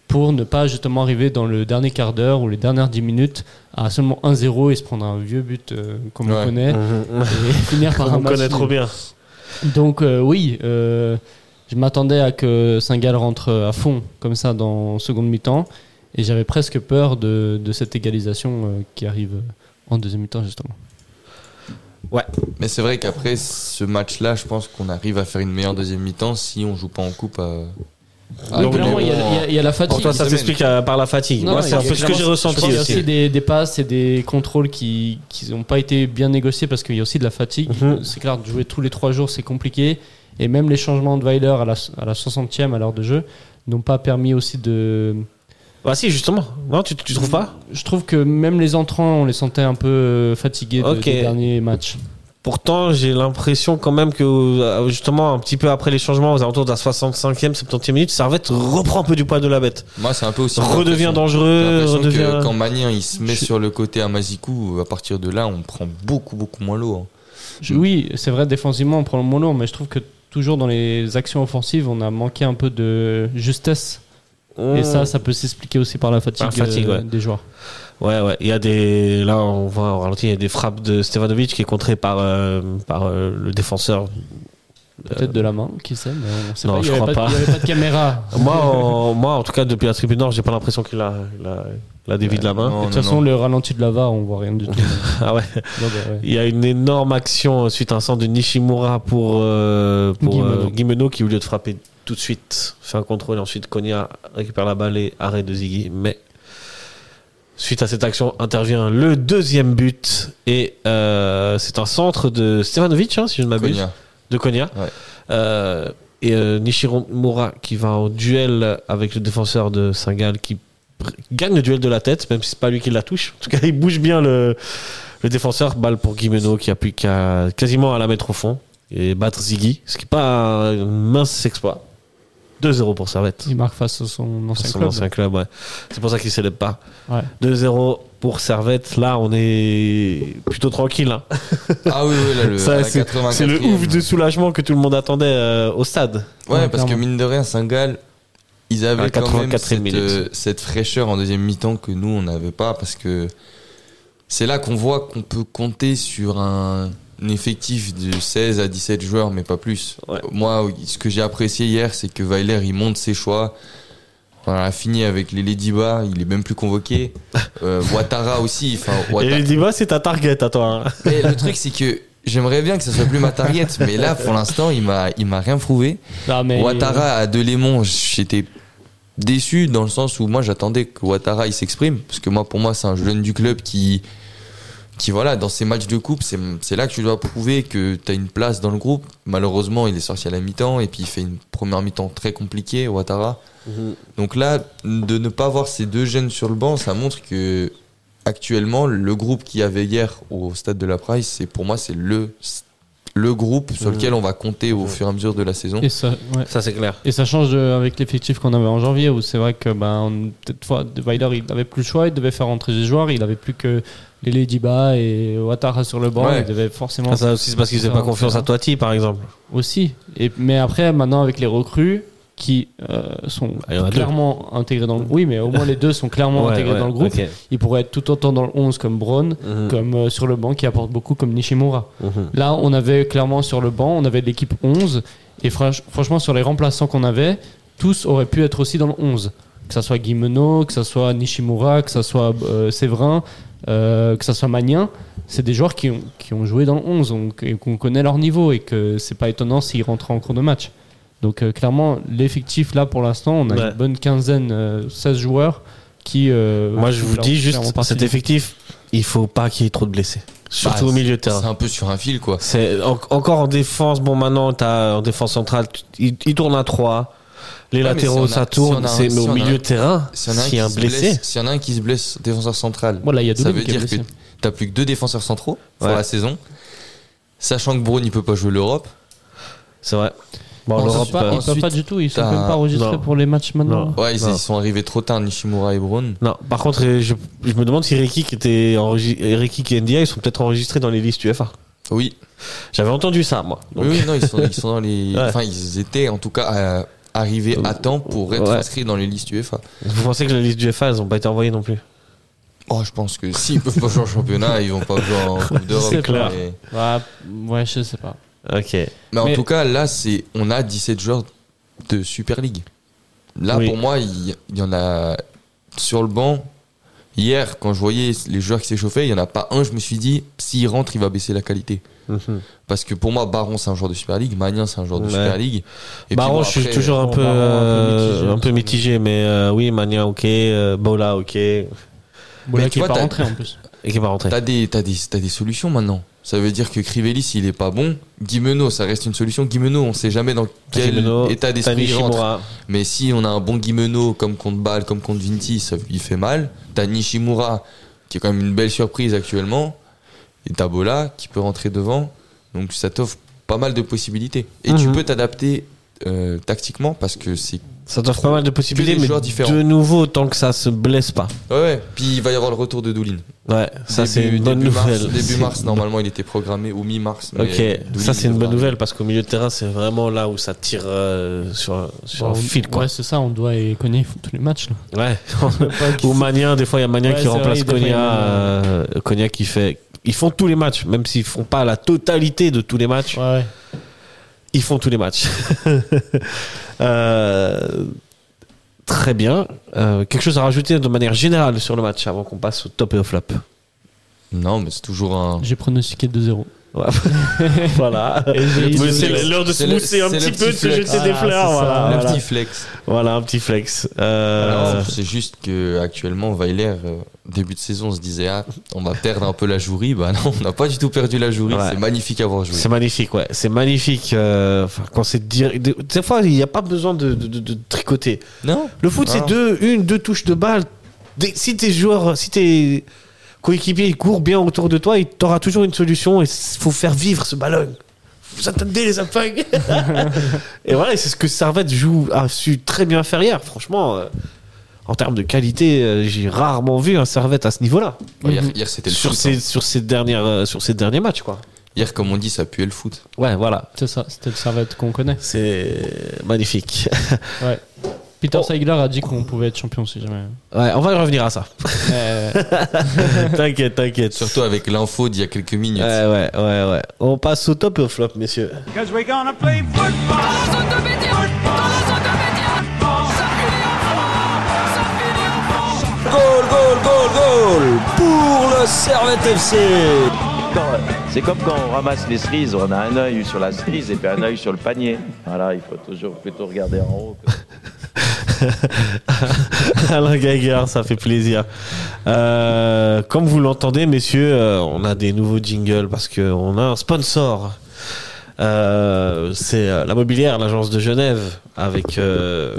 pour ne pas justement arriver dans le dernier quart d'heure ou les dernières 10 minutes à seulement 1-0 et se prendre un vieux but euh, comme on
[laughs]
Ouais.
connaît
Mhm.
et finir par un
On
match
connaît
nul.
trop bien.
Donc euh, oui, euh, je m'attendais à que Saint-Gall rentre à fond comme ça dans seconde mi-temps et j'avais presque peur de, de cette égalisation euh, qui arrive en deuxième mi-temps justement.
Mais c'est vrai qu'après ce match-là, je pense qu'on arrive à faire une meilleure deuxième mi-temps si on joue pas en coupe euh, Ah,
Oui, clairement,
mais
il y, a-
bon,
il y a- il y a la fatigue.
Pour toi, ça
semaine.
s'explique euh, par la fatigue.
Non,
Moi,
non,
c'est un
il y a
peu ce que j'ai
clairement- Je pense
ressenti
qu'il y a aussi
aussi.
des, des passes et des contrôles qui n'ont pas été bien négociés parce qu'il y a aussi de la fatigue.
Mhm.
C'est clair, de jouer tous les trois jours, c'est compliqué. Et même les changements de Weiler à la, à la 60e à l'heure de jeu n'ont pas permis aussi de.
Ah si, justement. Non, tu, tu
Mm.
trouves pas
Je trouve que même les entrants, on les sentait un peu euh, fatigués de-
Ok.
des derniers matchs.
Pourtant, j'ai l'impression quand même que, euh, justement, un petit peu après les changements, aux alentours de la 65e, 70e minute, Servette reprend un peu du poids de la bête.
Moi, c'est un peu aussi.
Redevient
J'ai
dangereux,
l'impression
redevient.
que quand Magnin il se met
Je-
sur le côté à Mazikou, à partir de là, on prend beaucoup, beaucoup moins l'eau. hein.
Je- Oui, c'est vrai, défensivement, on prend le mono, mais je trouve que toujours dans les actions offensives, on a manqué un peu de justesse. Et ça, ça peut s'expliquer aussi par la fatigue,
Ah. Par la fatigue,
euh,
ouais.
des joueurs.
Ouais, ouais. Il y a des. Là, on voit au ralenti, il y a des frappes de Stevanovic qui est contrée par, euh, par euh, le défenseur.
Peut-être de la main, qui sait, mais on sait
Euh, non,
pas. Il
je
n'y avait,
crois
pas
pas.
de- il y avait pas
[laughs]
de caméra.
Moi, en, moi, en tout cas, depuis la tribune nord, j'ai pas l'impression qu'il a, il a, il a dévié de la main.
Non,
de toute
non,
façon,
non.
le ralenti de la VAR, on voit rien
[laughs]
du tout.
Ah ouais.
Donc, ouais.
Il y a une énorme action euh, suite à un centre de Nishimura pour, euh, pour euh,
Guimeno.
Guimeno qui, au lieu de frapper tout de suite, fait un contrôle et ensuite Konya récupère la balle et arrêt de Ziggy. Mais suite à cette action intervient le deuxième but et euh, c'est un centre de Stevanovic, hein, si je ne m'abuse.
Konya.
de Konya.
Ouais.
Euh, et euh, Nishimura qui va en duel avec le défenseur de Singal qui pr- gagne le duel de la tête, même si c'est pas lui qui la touche. En tout cas, [laughs] il bouge bien le, le défenseur. Balle pour Guimeno qui a plus qu'à quasiment à la mettre au fond et battre Ziggy, ce qui n'est pas un mince exploit. 2-0 pour Servette.
Il marque face à son ancien
Son
club.
ancien club, ouais. C'est pour ça qu'il célèbre pas.
Ouais.
2-0 pour Servette. Là, on est plutôt tranquille. hein.
Ah oui, oui, là, le,
Ça,
à la
c'est
84e.
c'est le ouf de soulagement que tout le monde attendait euh, au stade.
Ouais,
Ouais,
parce que
clairement.
mine de rien, Saint-Gall, ils
À la
avaient quand même
84e
cette,
minute.
euh, cette fraîcheur en deuxième mi-temps que nous, on n'avait pas, parce que c'est là qu'on voit qu'on peut compter sur un, un effectif de 16 à 17 joueurs, mais pas plus.
Ouais.
Moi, ce que j'ai apprécié hier, c'est que Weiler, il monte ses choix. On a fini avec les Ladyba, il est même plus convoqué. Euh, Ouattara aussi. enfin,
Et
Ouattara-
il dit bah c'est ta target à toi. hein.
mais le truc, c'est que j'aimerais bien que ça soit plus ma target, mais là, pour l'instant, il m'a il m'a rien prouvé.
Non, mais-
Ouattara à Delémont, j'étais déçu dans le sens où moi j'attendais que Ouattara il s'exprime parce que moi pour moi c'est un jeune du club qui qui voilà dans ces matchs de coupe c'est c'est là que tu dois prouver que tu as une place dans le groupe malheureusement il est sorti à la mi-temps et puis il fait une première mi-temps très compliquée Ouattara donc là de ne pas voir ces deux jeunes sur le banc ça montre que actuellement le groupe qu'il y avait hier au stade de la Price c'est pour moi c'est le le groupe sur lequel on va compter au fur et à mesure de la saison
Et ça, ouais.
Ça c'est clair.
Et ça change de- avec l'effectif qu'on avait en janvier, où c'est vrai que ben, on- peut-être fois, de Weiler, il n'avait plus le choix, il devait faire rentrer des joueurs, il n'avait plus que les Ladyba et Ouattara sur le banc,
Ouais.
il devait forcément.
Ah, [laughs] ça aussi c'est parce qu'ils faisaient pas confiance à Toiti par exemple.
Aussi. Et, mais après, maintenant, avec les recrues qui euh, sont
Ah, il y en a deux.
clairement intégrés dans le groupe, oui, mais au moins les deux sont clairement
Ouais,
intégrés
ouais,
dans le groupe,
ok.
ils pourraient être tout autant dans le 11 comme Braun,
Mm. Mhm.
comme euh, sur le banc qui apporte beaucoup comme Nishimura.
Mm-hmm.
Mhm.
Là, on avait clairement sur le banc, on avait l'équipe 11. Et franch- franchement, sur les remplaçants qu'on avait, tous auraient pu être aussi dans le 11. Que ça soit Guimeno, que ça soit Nishimura, que ça soit euh, Séverin, euh, que ça soit Magnin. C'est des joueurs qui ont, qui ont joué dans le 11, on- et qu'on connaît leur niveau et que c'est pas étonnant s'ils rentrent en cours de match. Donc euh, clairement, l'effectif là pour l'instant, on a
Ouais.
une bonne quinzaine, euh, 16 joueurs qui... euh,
Moi je
font
vous
clairement-
dis
clairement
juste
partie
cet
du-
effectif, il faut pas qu'il y ait trop de blessés. Surtout
Bah,
au milieu de
C'est
terrain.
un peu sur un fil, quoi.
C'est en- encore en défense. Bon maintenant t'as en défense centrale, tu- il, il tourne à 3 les
Ouais, mais
latéraux
si on a-
ça tourne.
si on a un-
c'est mais
si
au
on a
milieu
un-
de terrain.
S'il y en a un
S'il y a
qui
un
se
blessé,
blesse- s'il y en a un qui se blesse, défenseur central,
Voilà, il y a deux
ça veut
qui est
dire que
blessé.
t'as plus que deux défenseurs centraux pour
Ouais.
la saison. Sachant que Braun, il peut pas jouer l'Europe.
c'est vrai. Bon
On
Ils
l'Europe,
peuvent pas,
euh,
ils peuvent
ensuite,
pas du tout, ils sont
t'as-
même pas enregistrés
non.
pour les matchs maintenant.
Non.
Ouais, ils,
Non.
ils sont arrivés trop tard, Nishimura et Braun.
Non, par contre, euh, je, je me demande si Ricky qui était enregistré, Ricky et NDI, ils sont peut-être enregistrés dans les listes UFA.
Oui.
J'avais entendu ça, moi. Donc,
Oui, oui, non, ils sont, ils sont dans les.
[laughs] Ouais.
Enfin, ils étaient en tout cas euh, arrivés à temps pour être
Ouais.
inscrits dans les listes UEFA.
[laughs] Vous pensez que les listes du FA, elles n'ont pas été envoyées non plus
Oh, je pense que s'ils peuvent pas jouer en championnat, ils vont pas jouer en
[laughs]
Coupe d'Europe.
C'est clair.
Mais,
Bah, ouais, je sais pas.
Ok.
mais en
Mais-
tout cas, là, c'est on a 17 joueurs de Super League. Là,
Oui.
pour moi, il il y en a sur le banc. Hier, quand je voyais les joueurs qui s'échauffaient, il n'y en a pas un, je me suis dit, s'il rentre, il va baisser la qualité. Parce que pour moi, Baron, c'est un joueur de Super League. Magnin, c'est un joueur de
Mhm. Ouais.
Super League. puis
Baron,
bon,
je suis
après,
toujours un
bon,
peu,
Baron, un peu
euh,
mitigé,
un peu
parce que-
mitigé, mais euh, oui, Mania, ok, euh, Bola, ok, et
Mais
Voilà,
tu
qui est
vois,
pas
t'as-
rentré en plus.
qui est pas rentré.
T'as des, t'as des, t'as des solutions maintenant. Ça veut dire que Crivelli, s'il est pas bon, Guimeno, ça reste une solution. Guimeno, on sait jamais dans quel
Jimeno,
état d'esprit
Tani
il rentre.
Shimura.
Mais si on a un bon Guimeno, comme contre Bâle, comme contre Vinti, ça, il fait mal. T'as Nishimura, qui est quand même une belle surprise actuellement. Et t'as Bola, qui peut rentrer devant. Donc ça t'offre pas mal de possibilités. Et tu
Mhm.
peux t'adapter euh, tactiquement parce que c'est.
Ça t'offre pas mal de possibilités,
des
mais
joueurs différents.
de nouveau, tant que ça se blesse pas.
Ouais, ouais. Puis il va y avoir le retour de Doulin.
Ouais, ça
Début-
c'est une bonne
début mars-
nouvelle.
début
C'est-
mars, normalement, il était programmé ou mi-mars. mais
Ok,
Doolin
ça c'est une bonne
devra-
nouvelle parce qu'au milieu de terrain, c'est vraiment là où ça tire euh, sur, sur un
Bon,
fil, quoi.
Ouais, c'est ça, on doit et Konya, ils font tous les matchs. Là.
Ouais.
[laughs] Pas qu'ils-
Ou Mania, des fois il y a Mania
Ouais,
qui
c'est
remplace
vrai, des fois, il y a
Konya.
Magnin.
euh, Konya qui fait. Ils font tous les matchs, même s'ils font pas la totalité de tous les matchs,
Ouais, ouais.
ils font tous les matchs. [laughs] Euh, très bien. Euh, quelque chose à rajouter de manière générale sur le match avant qu'on passe au top et au flop.
[laughs]
Non, mais c'est toujours un.
J'ai pronostiqué 2-0.
voilà. [laughs]
Mais
C'est
le-
l'heure de se
c'est le-
mousser un
c'est le
petit
petit
peu, de se
flex.
jeter des
Ah,
fleurs.
c'est ça.
Voilà,
Le
voilà.
petit flex.
Voilà, un petit flex. Euh,
Alors, c'est juste que actuellement Weiler, euh, début de saison, on se disait ah, on va perdre un peu la jouerie. Bah non, on n'a pas du tout perdu la jouerie.
Ouais.
C'est magnifique à voir jouer.
C'est magnifique, ouais. C'est magnifique. euh, enfin, quand c'est direct. Des des fois, il n'y a pas besoin de, de- de- de tricoter.
Non
Le foot, c'est
Ah.
deux, une, deux touches de balle. Des- si tes joueurs, si tes coéquipiers, ils courent bien autour de toi, il t'aura toujours une solution. Il faut faire vivre ce ballon. Vous attendez les
[laughs]
affaires. et voilà, et c'est ce que Servette joue, a su très bien faire hier. Franchement, euh, en termes de qualité, euh, j'ai rarement vu un Servette à ce niveau-là.
Ouais, Hier, hier, c'était le
Mm-hmm. Sur
foot.
ces,
hein.
sur, ces dernières, euh, sur ces derniers matchs, quoi.
Hier, comme on dit, ça puait le foot.
Ouais, voilà.
C'est ça, c'était le servette qu'on connaît.
C'est magnifique.
Ouais. Peter
Oh.
Saigler a dit qu'on pouvait être champion si jamais.
[laughs] Ouais, on va y revenir [laughs] à ça. Euh.
Mais-
t'inquiète, t'inquiète.
Surtout avec l'info d'il y a quelques minutes.
Ouais, ouais, ouais, ouais. On passe au top et au flop, [laughs] messieurs.
Goal, goal, goal, goal pour le Servette FC.
C'est comme quand on ramasse les cerises, on a un œil sur la cerise et puis un œil sur le panier. Voilà, il faut toujours plutôt regarder en haut.
Alain Gaillard, ça fait plaisir. Euh, comme vous l'entendez, messieurs, euh, on a des nouveaux jingles parce qu'on a un sponsor. Euh, c'est euh, la mobilière, l'agence de Genève, avec euh,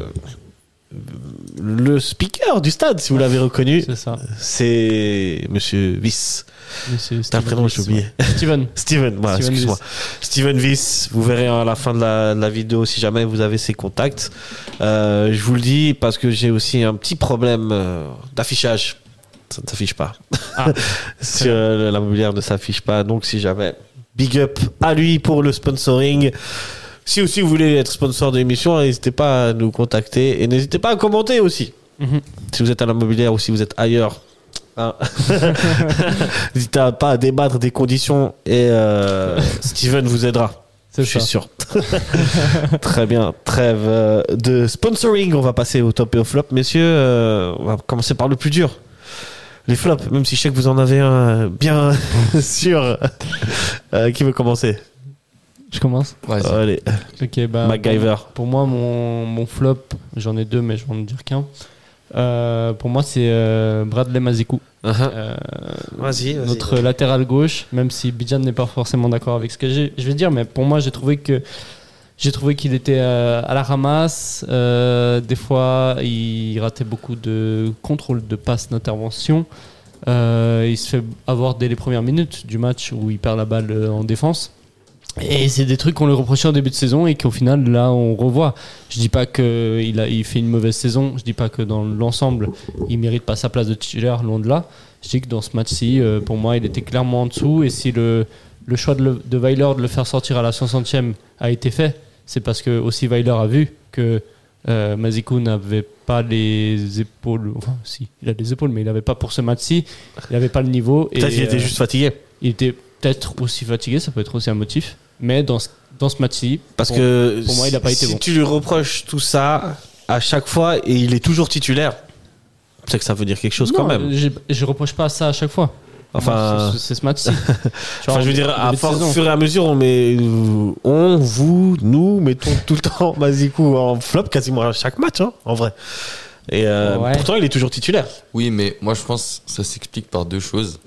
le speaker du stade, si vous l'avez reconnu.
c'est ça.
C'est Monsieur Viss.
Mais C'est
C'est un
Steven
prénom, j'ai
Viss,
oublié.
ouais. Steven.
Steven, voilà,
Steven
excuse-moi. Steven Viss, vous verrez à la fin de la, de la vidéo si jamais vous avez ses contacts. Euh, je vous le dis parce que j'ai aussi un petit problème euh, d'affichage. Ça ne s'affiche pas.
Ah.
[laughs] Sur euh, la mobilière ne s'affiche pas. Donc si jamais, big up à lui pour le sponsoring. Si aussi vous voulez être sponsor de l'émission, n'hésitez pas à nous contacter et n'hésitez pas à commenter aussi.
Mhm.
Si vous êtes à la mobilière ou si vous êtes ailleurs. hein. N'hésitez à pas à débattre des conditions et euh,
[laughs]
Steven vous aidera. Je
C'est
suis
ça.
sûr. [laughs] très bien. Trêve euh, de sponsoring. On va passer au top et au flop. Messieurs, euh, on va commencer par le plus dur. Les flops, même si je sais que vous en avez un euh, bien [laughs] sûr. Euh, qui veut commencer Oh,
Je commence.
Vas-y.
Allez,
Ok, bah.
MacGyver.
Pour moi, mon, mon flop, j'en ai deux, mais je vais en dire qu'un. Euh, pour moi, c'est euh, Bradley Mazikou.
Uh-huh.
Euh,
Vas-y, vas-y.
notre latéral gauche, même si Bidjan n'est pas forcément d'accord avec ce que j'ai- je vais dire, mais pour moi, j'ai trouvé que j'ai trouvé qu'il était euh, à la ramasse. euh, des fois, il ratait beaucoup de contrôles de passes d'intervention. Euh, il se fait avoir dès les premières minutes du match où il perd la balle euh, en défense. Et c'est des trucs qu'on lui reprochait en début de saison et qu'au final, là, on revoit. Je dis pas qu'il a, il fait une mauvaise saison. Je dis pas que dans l'ensemble, il mérite pas sa place de titulaire, loin de là. Je dis que dans ce match-ci, euh, pour moi, il était clairement en dessous. Et si le, le choix de, le- de Weiler de le faire sortir à la 60e a été fait, c'est parce que aussi Weiler a vu que euh, Mazikou n'avait pas les épaules. Enfin, si, il a les épaules, mais il n'avait pas pour ce match-ci. Il n'avait pas le niveau. et,
Peut-être qu'il était
euh,
juste fatigué.
il était peut-être aussi fatigué, ça peut être aussi un motif. Mais dans ce, dans ce match-ci,
Parce
bon,
que
pour moi, il a pas
si-
été
si
bon.
tu lui reproches tout ça à chaque fois et il est toujours titulaire, c'est que ça veut dire quelque chose
Non,
quand même.
j'ai- Je, reproche pas ça à chaque fois.
Enfin,
C'est- c'est
[laughs]
ce match-ci.
enfin, je veux dire, à force, au fur et à mesure, on met, on, vous, nous, mettons tout le temps [laughs] Mazikou en flop quasiment à chaque match, hein, en vrai. Et euh,
Ouais.
pourtant, il est toujours titulaire.
Oui, mais moi je pense que ça s'explique par deux choses.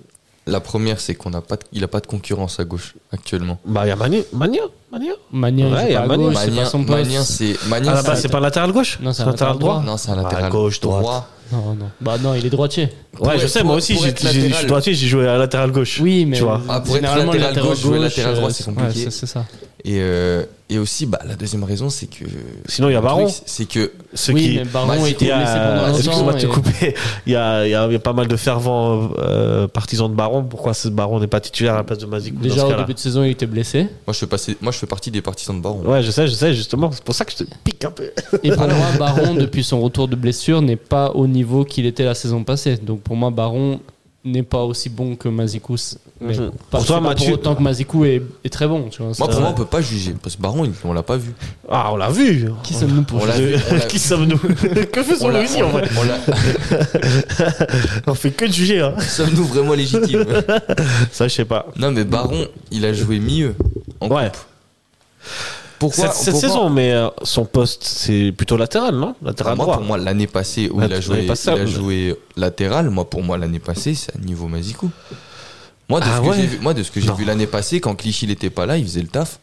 La première, c'est qu'on n'a pas, de- il a pas de concurrence à gauche actuellement.
Bah, il y a Mania. Mania, Mania.
Mania,
Ouais,
il joue
il y a
pas à
Mania.
gauche, c'est
Magnin,
pas son
Magnin,
poste.
c'est Magnin,
à la base,
c'est-
c'est pas un latéral gauche
Non, c'est un latéral
Non, c'est un
Ah,
latéral
gauche, droite.
droit.
Non, non. Bah non, il est droitier.
Ouais,
Pour
je
être-
sais,
pour-
moi aussi,
pour
j'ai-
être
j'ai- je suis
latéral.
droitier, j'ai joué à latéral gauche.
Oui, mais
Tu vois.
Ah, pour être
généralement, le
latéral gauche, jouer latéral droit,
euh,
c'est compliqué.
ouais, c'est ça.
Et, euh, et aussi, bah, la deuxième raison, c'est que.
Sinon, il y a
Le truc,
Baron.
C'est que.
Ceux
oui,
qui.
mais Baron
Bah,
a
Il
été
y
blessé pendant
a,
longtemps.
excuse-moi de te
et-
couper, il y a, il y a- il y a pas mal de fervents euh, partisans de Baron. Pourquoi ce Baron n'est pas titulaire à la place de Mazikou dans
Déjà
ce
au
cas-là
début de saison, il était blessé.
Moi, je fais, passer- moi, je fais partie des partisans de Baron.
Ouais, je sais, je sais, justement. C'est pour ça que je te pique un peu.
Et pour moi, Baron, depuis son retour de blessure, n'est pas au niveau qu'il était la saison passée. Donc pour moi, Baron n'est pas aussi bon que Mazikou. Mais
Mhm.
pas,
Pour toi,
c'est pas
Mathieu-
pour autant que Mazikou est, est très bon. Tu vois,
Moi,
Ça-
pour moi, on peut pas juger. Parce que Baron, il- on l'a pas vu.
Ah,
[laughs]
on l'a vu
qui sommes-nous pour
On l'a
juger
vu. on l'a-
Qui
[laughs]
sommes-nous Que
on
faisons-nous
l'a-
ici, en vrai
on l'a-
On fait que de juger, hein.
Sommes-nous
[laughs]
vraiment légitimes
Ça, je sais pas.
Non, mais Baron, il a joué mieux. En
Ouais.
coupe. Pourquoi
Cette, cette
pourquoi-
saison, mais euh, son poste, c'est plutôt latéral, non Latéral
Ah, moi,
droit.
pour moi, l'année passée où il
L'année
a, joué,
passée,
il a
mais-
joué latéral, moi, pour moi, l'année passée, c'est à niveau Mazikou. Moi, de
Ah
ce que
ouais.
j'ai vu- moi, de ce que j'ai
Non.
vu l'année passée, quand Clichy n'était pas là, il faisait le taf.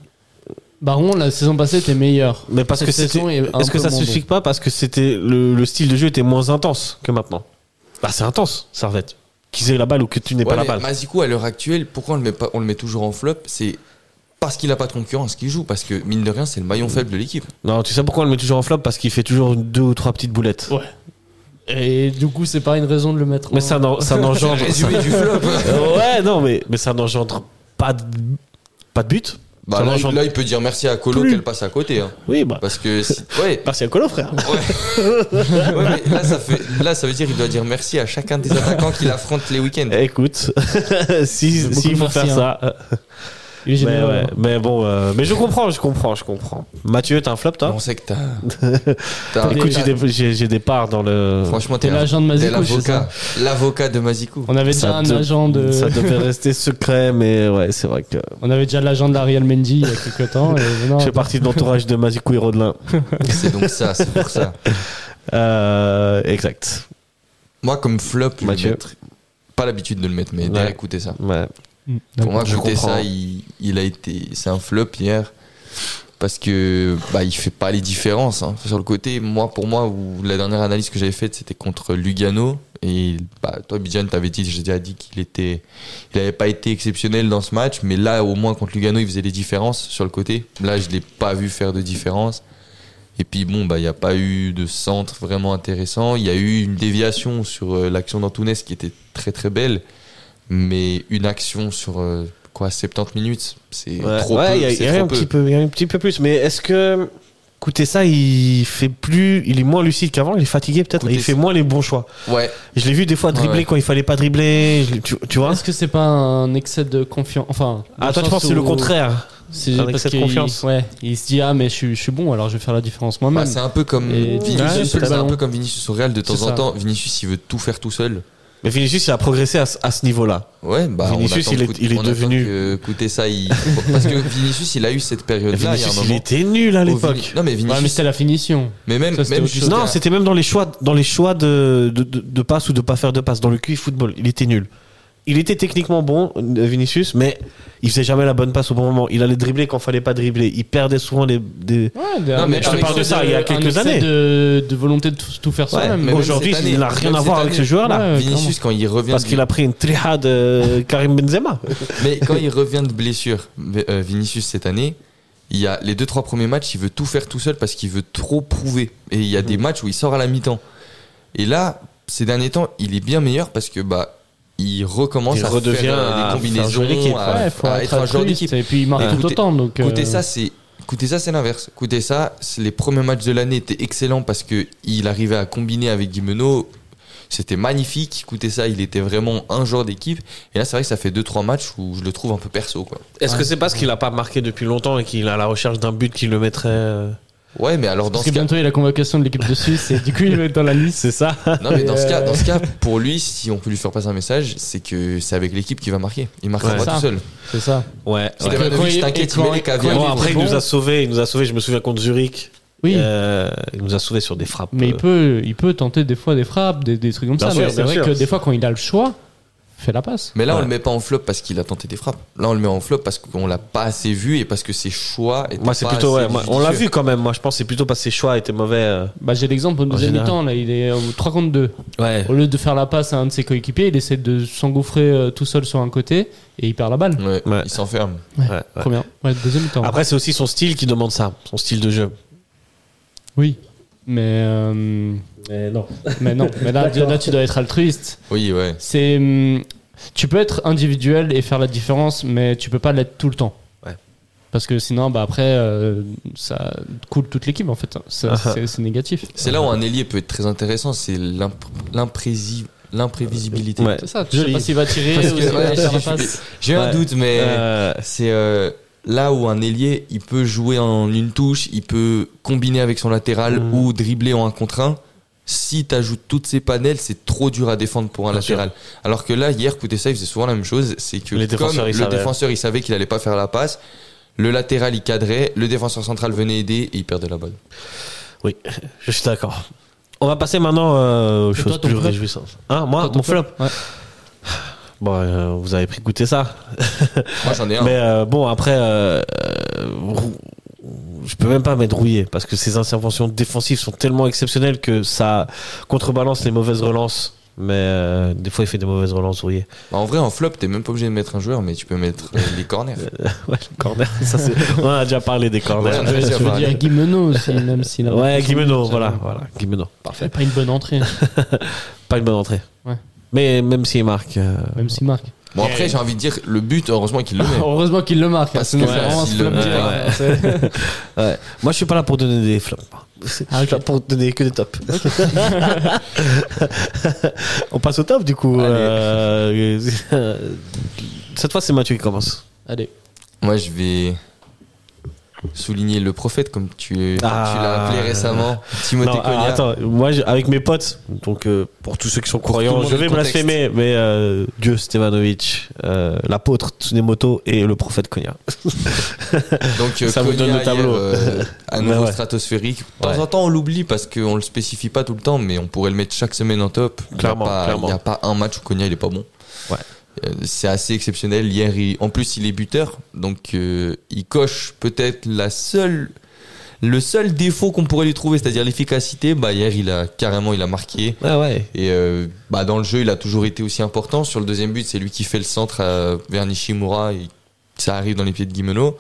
Baron, la saison passée, était meilleur.
Mais parce
Cette
que c'était.
saison est un
Est-ce que
peu
ça
moins
suffit pas Parce que c'était le, le style de jeu était moins intense que maintenant. Bah, c'est intense, Servette. Qu'ils aient la balle ou que tu n'aies
Ouais,
pas la
mais
balle.
Mazikou, à l'heure actuelle, pourquoi on le met, pas, on le met toujours en flop C'est parce qu'il n'a pas de concurrence qu'il joue. Parce que, mine de rien, c'est le maillon faible de l'équipe.
Non, tu sais pourquoi on le met toujours en flop Parce qu'il fait toujours deux ou trois petites boulettes.
Ouais. bon. Et du coup, c'est pas une raison de le mettre.
Mais
en-
ça n'en- ça
Le
n'engendre.
Résumé
[laughs]
du flop.
ouais, non, mais, mais ça n'engendre pas de, pas de but.
Bah,
ça
là,
n'engendre.
il- là, il peut dire merci à Colo
Plus.
qu'elle passe à côté. hein.
Oui, bah.
Parce que, si- ouais,
Merci à Colo, frère.
ouais, mais là, ça fait, là, ça veut dire qu'il doit dire merci à chacun des attaquants qu'il affronte les week-ends.
Eh, Écoute, [laughs] si,
beaucoup
si faut
merci,
faire
hein.
ça. euh,
Il est
Mais,
généreux,
ouais,
hein.
mais bon, euh, mais je comprends, je comprends, je comprends. Mathieu, t'es un flop,
Hein
toi
On sait que t'as.
[laughs]
t'as-
Écoute, j'ai des, j'ai- j'ai des parts dans le.
Franchement, t'es
T'es
la-
l'agent de
t'es
Mazikou, c'est
l'avocat. L'avocat de Mazikou.
On avait déjà
Ça
un
te-
agent de.
Ça devait rester secret, mais ouais, c'est vrai que.
[laughs] On avait déjà l'agent de l'Ariel Mendy il y a quelques temps. et
[laughs]
maintenant,
Je fais partie de l'entourage de Mazikou et Rodelin.
C'est donc ça, c'est
[laughs]
pour ça.
Euh, exact.
Moi, comme flop, je vais
Mathieu.
mettre- pas l'habitude de le mettre, mais
Ouais.
écoutez ça.
Ouais.
Pour moi,
je
écoutez
comprends.
ça, il, il a été, c'est un flop hier parce que bah il fait pas les différences hein. sur le côté. Moi, pour moi, où la dernière analyse que j'avais faite, c'était contre Lugano et bah toi, Bijan, t'avais dit, j'ai déjà dit qu'il était, il avait pas été exceptionnel dans ce match, mais là, au moins contre Lugano, il faisait les différences sur le côté. Là, je l'ai pas vu faire de différence. Et puis bon, bah il n'y a pas eu de centre vraiment intéressant. Il y a eu une déviation sur euh, l'action d'Antunes qui était très très belle, mais une action sur euh, quoi 70 minutes, c'est
Ouais,
trop
ouais,
peu.
il y a- il
c'est
y a
trop
un
peu.
petit peu, il y a un petit peu plus. Mais est-ce que écoutez ça, il fait plus, il est moins lucide qu'avant, il est fatigué peut-être, et il
Koutessa-
fait moins les bons choix.
Ouais,
Je l'ai vu des fois dribbler
Ouais.
quand il fallait pas dribbler, je l'ai- tu, tu vois.
Est-ce que c'est pas un excès de confiance Enfin. dans
Ah toi tu
le sens
penses que c'est le
où-
contraire
C'est
Un
parce
excès de
qu'il-
confiance.
Ouais, il se dit ah mais je, suis- je suis bon alors je vais faire la différence
Bah,
moi-même.
c'est un peu comme
Et Vinicius,
Vinicius,
c'est le
c'est un
ballon.
peu comme Vinicius au Real de temps
C'est
en
ça.
temps. Vinicius, il veut tout faire tout seul.
Mais Vinicius il a progressé à, ce- à ce niveau-là.
Ouais, bah on
Vinicius,
attend
il est-
que-
il est
on attend
devenu-
que Kutesa, il- [laughs] parce que Vinicius, il a eu cette
Et
période-là. il y a un
Vinicius il
moment.
était nul à
Au
l'époque.
Vini- Non mais
Ouais, mais
Vinicius,
c'était la finition.
mais même
Ça, c'était
même
autre chose.
juste
Non
à-
c'était même dans les choix, dans les choix de, de, de- de passe ou de pas faire de passe, dans le QI football, il était nul. Il était techniquement bon euh, Vinicius, mais il faisait jamais la bonne passe au bon moment. Il allait dribbler quand fallait pas dribbler. Il perdait souvent les des
Non, mais je te
parle de ça, il y a quelques
un excès
années.
De, de volonté de tout, tout faire soi-même.
mais même
Aujourd'hui,
cette
il n'a
année,
rien
même
à voir
cette
avec ce
année.
joueur-là.
Ouais,
Vinicius quand il revient
euh, Parce
de-
qu'il a pris une tréha de Karim Benzema.
mais quand il revient de blessure mais, euh, Vinicius cette année il y a les deux trois premiers matchs il veut tout faire tout seul parce qu'il veut trop prouver et il y a des
Mm.
matchs où il sort à la mi-temps et là ces derniers temps il est bien meilleur parce que bah il recommence
Il
à
redevient
faire euh,
à
des combinaisons
faire jouer l'équipe,
à,
Ouais, faut
à être un joueur
altruiste,
d'équipe
Et puis il marque
Et
tout
écoutez-
autant. Donc, euh,
Écoutez ça, c'est écoutez ça, c'est l'inverse. Écoutez ça, c'est- les premiers matchs de l'année étaient excellents parce que il arrivait à combiner avec Guimeno. C'était magnifique. Écoutez ça, il était vraiment un joueur d'équipe. Et là, c'est vrai que ça fait 2-3 matchs où je le trouve un peu perso. Quoi.
Est-ce que c'est parce qu'il n'a pas marqué depuis longtemps et qu'il est à la recherche d'un but qui le mettrait euh,
Ouais, mais alors dans
Parce
ce
que
cas,
bientôt, il y a la convocation de l'équipe de Suisse et du coup, il va être dans la liste.
C'est ça
non, mais dans ce
[laughs] Euh,
cas, dans ce cas, pour lui, si on peut lui faire passer un message, c'est que c'est avec l'équipe qui va marquer. Il marquera
Ouais.
pas
Ça.
tout seul.
C'est ça.
Ouais.
Si Stevanovic,
il-
t'inquiète,
et
il
quand-
met les
quand
caviars.
Bon,
est
après, il
bon,
nous a sauvés. Il nous a sauvés, je me souviens, contre Zurich.
Oui.
Euh, il nous a sauvés sur des frappes. euh,
Mais il peut, il peut tenter des fois des frappes, des, des trucs comme
Bien
ça.
sûr,
mais c'est
bien
vrai
sûr.
que des fois, quand il a le choix, il fait la passe.
Mais là, on
Ouais.
le met pas en flop parce qu'il a tenté des frappes. Là, on le met en flop parce qu'on l'a pas assez vu et parce que ses choix étaient
Moi, c'est
pas
plutôt.
assez
Ouais, moi, on l'a
judicieux.
vu quand même. Moi, je pense que c'est plutôt parce que ses choix étaient mauvais. euh.
Bah, j'ai l'exemple au deuxième
général.
mi-temps, là, il est au 3 contre 2.
Ouais.
Au lieu de faire la passe à un de ses coéquipiers, il essaie de s'engouffrer euh, tout seul sur un côté et il perd la balle.
Ouais,
Ouais.
Il s'enferme.
ouais.
Trop bien. Ouais, deuxième mi-temps.
Après, c'est aussi son style qui demande ça, son style de jeu.
Oui. Mais, euh,
Mais non.
mais non, mais là, là, tu dois être altruiste.
Oui, ouais.
C'est hum, tu peux être individuel et faire la différence, mais tu peux pas l'être tout le temps.
Ouais.
Parce que sinon, bah après, euh, ça coule toute l'équipe en fait. hein. Ça,
Ah.
c'est c'est négatif.
C'est là où un ailier peut être très intéressant, c'est l'impr- l'imprési- l'imprévisibilité.
Ouais.
C'est ça. Je sais
Joli.
pas s'il va tirer
Parce
ou
que-
s'il va
ouais,
faire la
j'ai-
passe.
J'ai un
Ouais.
doute, mais
Euh,
c'est euh, là où un ailier, il peut jouer en une touche, il peut combiner avec son latéral
Mhm.
ou dribbler en un contre un. Si tu ajoutes toutes ces panels, c'est trop dur à défendre pour un
Bien
latéral. Alors que là, hier, Koutessa, il faisait souvent la même chose. C'est que
Les
comme
défenseurs, ils
le
savaient.
défenseur, il savait qu'il allait pas faire la passe, le latéral, il cadrait, le défenseur central venait aider et il perdait la balle.
oui, je suis d'accord. On va passer maintenant euh, aux
Et toi,
choses
ton
plus
flop
réjouissantes. Hein, moi, mon flop.
Ouais.
Bon, euh, vous avez pris goûter ça.
Moi, j'en ai un.
Mais euh, bon, après, euh, euh, Rou- je peux même pas mettre rouillé parce que ses interventions défensives sont tellement exceptionnelles que ça contrebalance les mauvaises relances. Mais euh, des fois, il fait des mauvaises relances rouillé.
Bah, en vrai, en flop, t'es même pas obligé de mettre un joueur, mais tu peux mettre euh, les corners.
[laughs] Ouais, le corner, ça c'est. On en a déjà parlé des
Ouais,
corners.
on a déjà
Je veux
parlé.
dire Guimeno aussi, même s'il a-
Ouais, Guimeno,
ça-
voilà, voilà, Guimeno.
C'est pas une bonne entrée, hein,
Pas une bonne entrée.
Ouais.
Mais même s'il marque. euh,
même s'il marque.
Bon, après, j'ai envie de dire, le but, heureusement qu'il le met.
Ah.
Heureusement qu'il le marque.
Parce
sinon,
que
c'est
là,
vraiment
s'il
flop
le met,
direct.
ouais.
C'est-
[laughs]
ouais. Moi, je suis pas là pour donner des flops. Je suis là pour donner que des tops. On passe au top, du coup.
Allez.
Euh, [laughs] Cette fois, c'est Mathieu qui commence.
Allez.
Moi, je vais souligner le prophète, comme tu,
Ah.
tu l'as appelé récemment, Timothée
Non, alors,
Cogna.
attends, moi, je- avec mes potes, donc euh, pour tous ceux qui sont
tout le
croyants,
monde
je
le
vais
contexte.
blasphémer, mais euh, Dieu Stevanovic, euh, l'apôtre Tsunemoto et le prophète Konya.
Donc, euh,
Ça vous
Cogna,
donne le tableau.
hier, euh,
[laughs]
à
Mais
nouveau
ouais.
stratosphérique. De temps
Ouais.
en temps, on l'oublie parce qu'on le spécifie pas tout le temps, mais on pourrait le mettre chaque semaine en top. Il y a
Clairement,
pas-
clairement.
Il n'y a pas un match où Cogna, il est pas bon.
Ouais.
Euh, C'est assez exceptionnel. Hier, il- en plus, il est buteur, donc euh, il coche peut-être la seule, le seul défaut qu'on pourrait lui trouver, c'est-à-dire l'efficacité. Bah hier, il a carrément, il a marqué.
Ouais, Ah ouais.
Et euh, bah, dans le jeu, il a toujours été aussi important. Sur le deuxième but, c'est lui qui fait le centre à- vers Nishimura et ça arrive dans les pieds de Guimeno.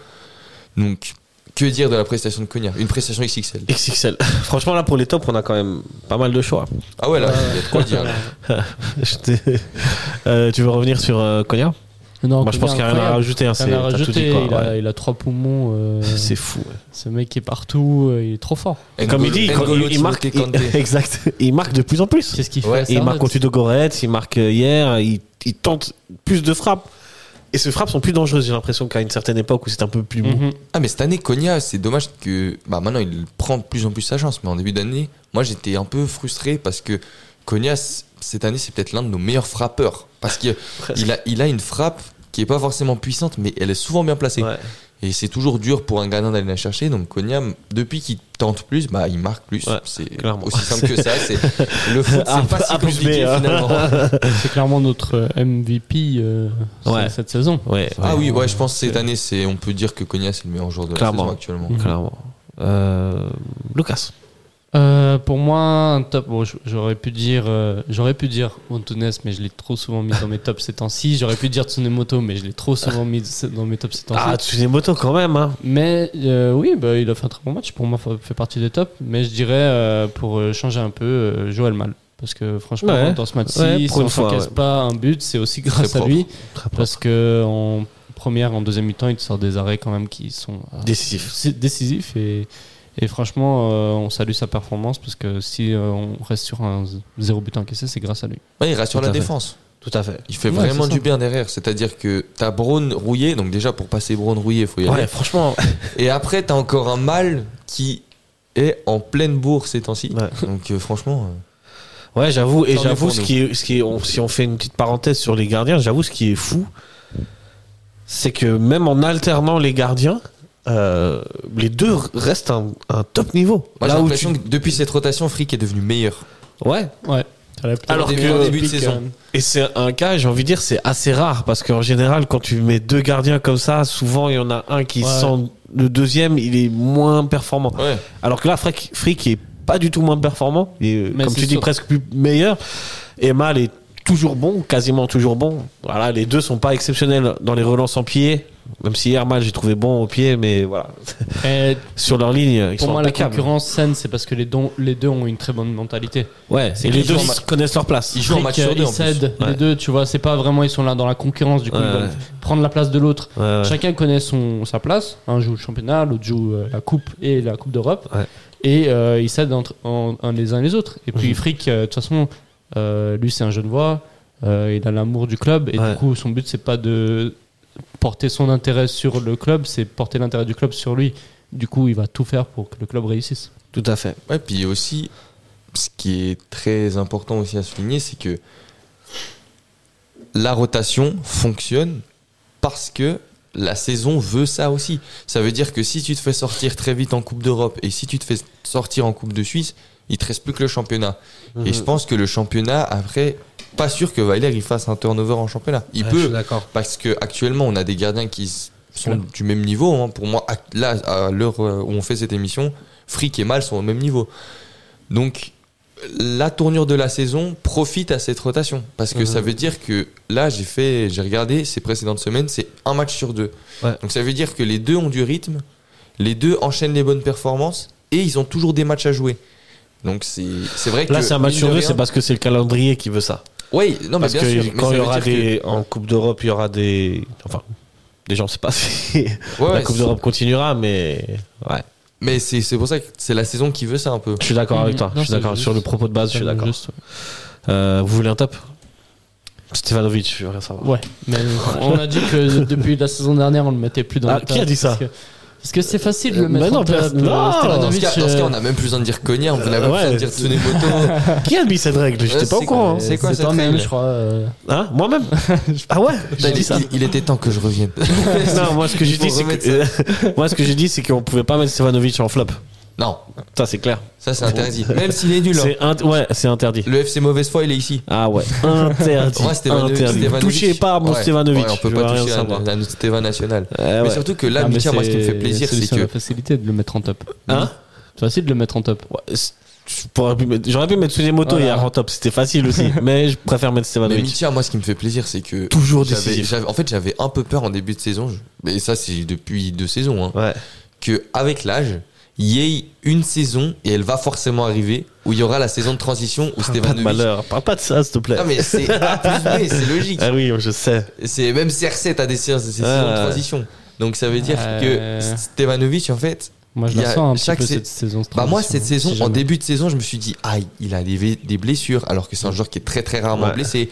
Donc, que dire de la prestation de Cogna Une prestation XXL.
XXL. [laughs] Franchement, là, pour les tops, on a quand même pas mal de choix.
Ah ouais, là, il y a de quoi dire. là.
[laughs] Je t'ai- Euh, tu veux revenir sur euh, Konya
Non,
Moi, je pense qu'il y en a à
incroyable.
rajouter. hein,
Il y en
c'est-
a
t'as tout dit,
rajouté,
quoi,
il, a,
ouais.
il a trois poumons. euh,
C'est fou. ouais.
ce mec est partout, euh, il est trop fort.
Comme il dit,
N'Golo-
quand il-
N'Golo
il, marque.
Timothé Kanté.
il- [laughs] exact. Il marque de plus en plus.
Qu'est-ce qu'il fait
Ouais,
à
il
Servette
marque contre Goretz, il marque euh, hier, il, il tente plus de frappes. Et ces frappes sont plus dangereuses, j'ai l'impression qu'à une certaine époque où c'était un peu plus mou.
Mhm.
Ah, mais cette année, Cogna, c'est dommage que. Bah, maintenant, il prend de plus en plus sa chance. Mais en début d'année, moi, j'étais un peu frustré parce que Cogna, c- cette année, c'est peut-être l'un de nos meilleurs frappeurs.
[laughs]
Parce qu'il a, il a une frappe qui est pas forcément puissante, mais elle est souvent bien placée.
Ouais.
Et c'est toujours dur pour un Ghanéen d'aller la chercher. Donc Konya, depuis qu'il tente plus, bah, il marque plus.
Ouais,
c'est
clairement.
aussi simple que ça.
[laughs]
C'est le foot,
A-
c'est pas si
A plus B,
compliqué
hein. [laughs]
finalement.
C'est clairement notre euh, MVP euh,
Ouais.
cette saison.
Ouais,
Ah
ouais,
oui, ouais, je pense que cette année, c'est, on peut dire que Konya c'est le meilleur joueur de
Clairement. Mm.
la saison actuellement.
clairement. Euh, Lucas.
Euh, pour moi, un top. bon, j- j'aurais pu dire, euh, j'aurais pu dire Antunes, mais je l'ai trop souvent mis dans mes tops ces temps-ci. J'aurais pu dire Tsunemoto, mais je l'ai trop souvent mis dans mes tops ces temps-ci.
Ah, Tsunemoto quand même. Hein.
Mais euh, oui, bah, il a fait un très bon match. Pour moi, fa- fait partie des tops. Mais je dirais, euh, pour euh, changer un peu, euh, Joël Mal. Parce que franchement,
Ouais.
dans ce match-ci,
Ouais,
si
pour
on
une fois,
ne casse
ouais.
pas un but, c'est aussi grâce à
propre.
lui.
Très
Parce que en première, en deuxième mi-temps, il te sort des arrêts quand même qui sont euh,
Décisif.
c'est décisif et, et franchement, euh, on salue sa performance parce que si euh, on reste sur un z- zéro but encaissé, c'est grâce à lui.
Ouais, il rassure
Tout
la
à fait.
défense.
Tout à fait.
Il fait
Ouais,
vraiment
c'est ça.
du bien derrière. C'est-à-dire que t'as Braun rouillé. Donc déjà, pour passer Braun rouillé, il faut y aller.
Ouais, franchement.
Et après, t'as encore un mal qui est en pleine bourre ces temps-ci.
Ouais.
Donc euh, franchement, euh,
Ouais, j'avoue. Et
Tant mieux
j'avoue,
pour
ce
nous.
qui est, ce qui est, on- si on fait une petite parenthèse sur les gardiens, j'avoue, ce qui est fou, c'est que même en alternant les gardiens, euh, les deux restent un, un top niveau.
moi, j'ai
Là où
l'impression que depuis cette rotation, Frick est devenu meilleur.
tu- Ouais.
Ouais.
Alors
Au début-
que-
au début de saison.
Et c'est un cas, j'ai envie de dire, c'est assez rare parce qu'en général, quand tu mets deux gardiens comme ça, souvent il y en a un qui
Ouais.
sent le deuxième, il est moins performant.
Ouais.
Alors que là, Frick, Frick est pas du tout moins performant. Il est,
Mais
comme
c'est
tu dis,
sûr-
presque plus meilleur. Et Mal est toujours bon, quasiment toujours bon. Voilà, les deux sont pas exceptionnels dans les relances en pied. Même si hier, Mal, j'ai trouvé bon au pied, mais voilà. [laughs]
Et
Sur leur ligne, ils
pour
sont
moi, la
impeccables.
concurrence saine, c'est parce que les, dons- les deux ont une très bonne mentalité.
Ouais,
c'est
et les
qu'ils
deux
jouent en ma-
connaissent leur place.
Ils jouent en match
Frick,
sur
euh,
deux,
ils
en plus.
s'aident,
Ouais.
les deux, tu vois. C'est pas vraiment, ils sont là dans la concurrence, du coup,
Ouais,
ils vont
ouais.
prendre la place de l'autre.
Ouais, euh, ouais.
Chacun connaît son, sa place. Un joue le championnat, l'autre joue euh, la Coupe et la Coupe d'Europe.
Ouais.
Et euh, ils s'aident entre, en- en les uns les autres. Et
Mhm.
puis Frick, euh, de toute façon, euh, lui, c'est un Genevois. euh, il a l'amour du club. Et
Ouais.
du coup, son but, c'est pas de porter son intérêt sur le club, c'est porter l'intérêt du club sur lui. Du coup, il va tout faire pour que le club réussisse.
Tout à fait.
Ouais, puis aussi, ce qui est très important aussi à souligner, c'est que la rotation fonctionne parce que la saison veut ça aussi. Ça veut dire que si tu te fais sortir très vite en Coupe d'Europe et si tu te fais sortir en Coupe de Suisse, il te reste plus que le championnat.
Mhm.
Et je pense que le championnat, après, pas sûr que Weiler il fasse un turnover en championnat. Il
Ouais, je suis
peut,
D'accord.
parce que actuellement on a des gardiens qui s- sont du même niveau. hein. Pour moi, act- là, à l'heure euh, où on fait cette émission, Frick et Mal sont au même niveau. Donc, la tournure de la saison profite à cette rotation. Parce que
Mhm.
ça veut dire que là, j'ai fait, j'ai regardé ces précédentes semaines, c'est un match sur deux.
Ouais.
Donc, ça veut dire que les deux ont du rythme, les deux enchaînent les bonnes performances et ils ont toujours des matchs à jouer. Donc, c'est c'est vrai que.
Là, c'est un match
mine
sur
de
deux,
rien-
c'est parce que c'est le calendrier qui veut ça.
Oui, non, mais
Parce
bien
que
sûr. mais
quand
ça
il y
veut
aura
dire que-
des. En Coupe d'Europe, il y aura des. Enfin, des gens, c'est pas si. [laughs]
Ouais,
la
ouais,
Coupe
c'est-
d'Europe continuera, mais. Ouais.
Mais c'est c'est pour ça que c'est la saison qui veut ça un peu.
Je suis d'accord avec
Mhm.
toi.
Non,
je suis
c'est
d'accord.
juste.
Sur le propos de base, je suis d'accord.
Juste,
Euh, vous voulez un top Stefanovic, je veux rien savoir.
Ouais, mais on a dit [laughs] que depuis la saison dernière, on le mettait plus dans
Ah,
le top,
qui a dit ça
parce que- Parce que c'est facile de le
Mais
mettre
non,
en top,
personne-
euh,
non.
Dans ce
Stevanovic,
cas, dans ce cas, on
euh,
n'a même plus besoin de dire Cognard, on n'a
Euh,
même plus besoin
Ah, ouais,
de dire
c'est- [laughs]
Tsunemoto.
Qui a mis cette règle J'étais
Ouais,
pas au
c'est
courant.
quoi, c'est quoi cette
toi-même,
règle
je crois. euh,
hein. Hein [laughs] Moi-même Ah ouais J'ai
Il-
dit ça.
il, il était temps que je revienne.
Non, moi ce
[laughs]
que
Il
j'ai
faut
dit, c'est
remettre
que. [laughs] Moi ce que j'ai dit, c'est qu'on pouvait pas mettre Stefanovic en flop.
Non,
Ça, c'est clair.
ça c'est interdit. Même s'il est nul. hein.
C'est int- Ouais, c'est interdit.
Le FC Mauvaise Foi, il est ici.
Ah [laughs] ouais, interdit.
Moi, Stevanovic-
interdit.
Stevanovic-
Touchez pas à mon
Ouais,
Stevanovic.
ouais, on
je
peut
veux
pas
rien
toucher à,
savoir.
à notre Stevan national.
Eh
mais
ouais.
surtout que
ah,
là,
mais
tiens, moi, ce qui me
c'est-
fait plaisir, c'est
la
que.
facilité de le mettre en top.
Hein
C'est facile de le mettre en top.
Ouais, c'est- je pourrais pu mettre- J'aurais pu mettre Tsunemoto
Voilà.
hier en top, c'était facile [laughs] aussi. mais je préfère mettre
Mais
Stefanovic.
Mitya, moi, ce qui me fait plaisir, c'est que.
Toujours
j'avais-
décisif.
j'avais- En fait, j'avais un peu peur en début de saison. je- Et ça, c'est depuis deux saisons. hein.
Ouais.
que avec l'âge, il y ait une saison et elle va forcément arriver où il y aura la saison de transition
Parle Ah,
où
pas de
Stevanovic.
malheur, parle pas de ça, s'il te plaît.
Non Ah, mais c'est
[laughs]
A plus B, c'est logique.
Ah oui, je sais.
C'est même CR7 a des séances des
Ouais,
saisons de
ouais.
transition. Donc ça veut dire
Euh.
que Stevanovic en fait,
Moi, je
Il y
la
a
sens un petit
chaque
peu
sa-
cette saison. cette
bah moi
transition,
cette saison
si
en
jamais.
début de saison, je me suis dit ah il a des, des blessures alors que c'est un joueur qui est très très rarement
Ouais.
blessé.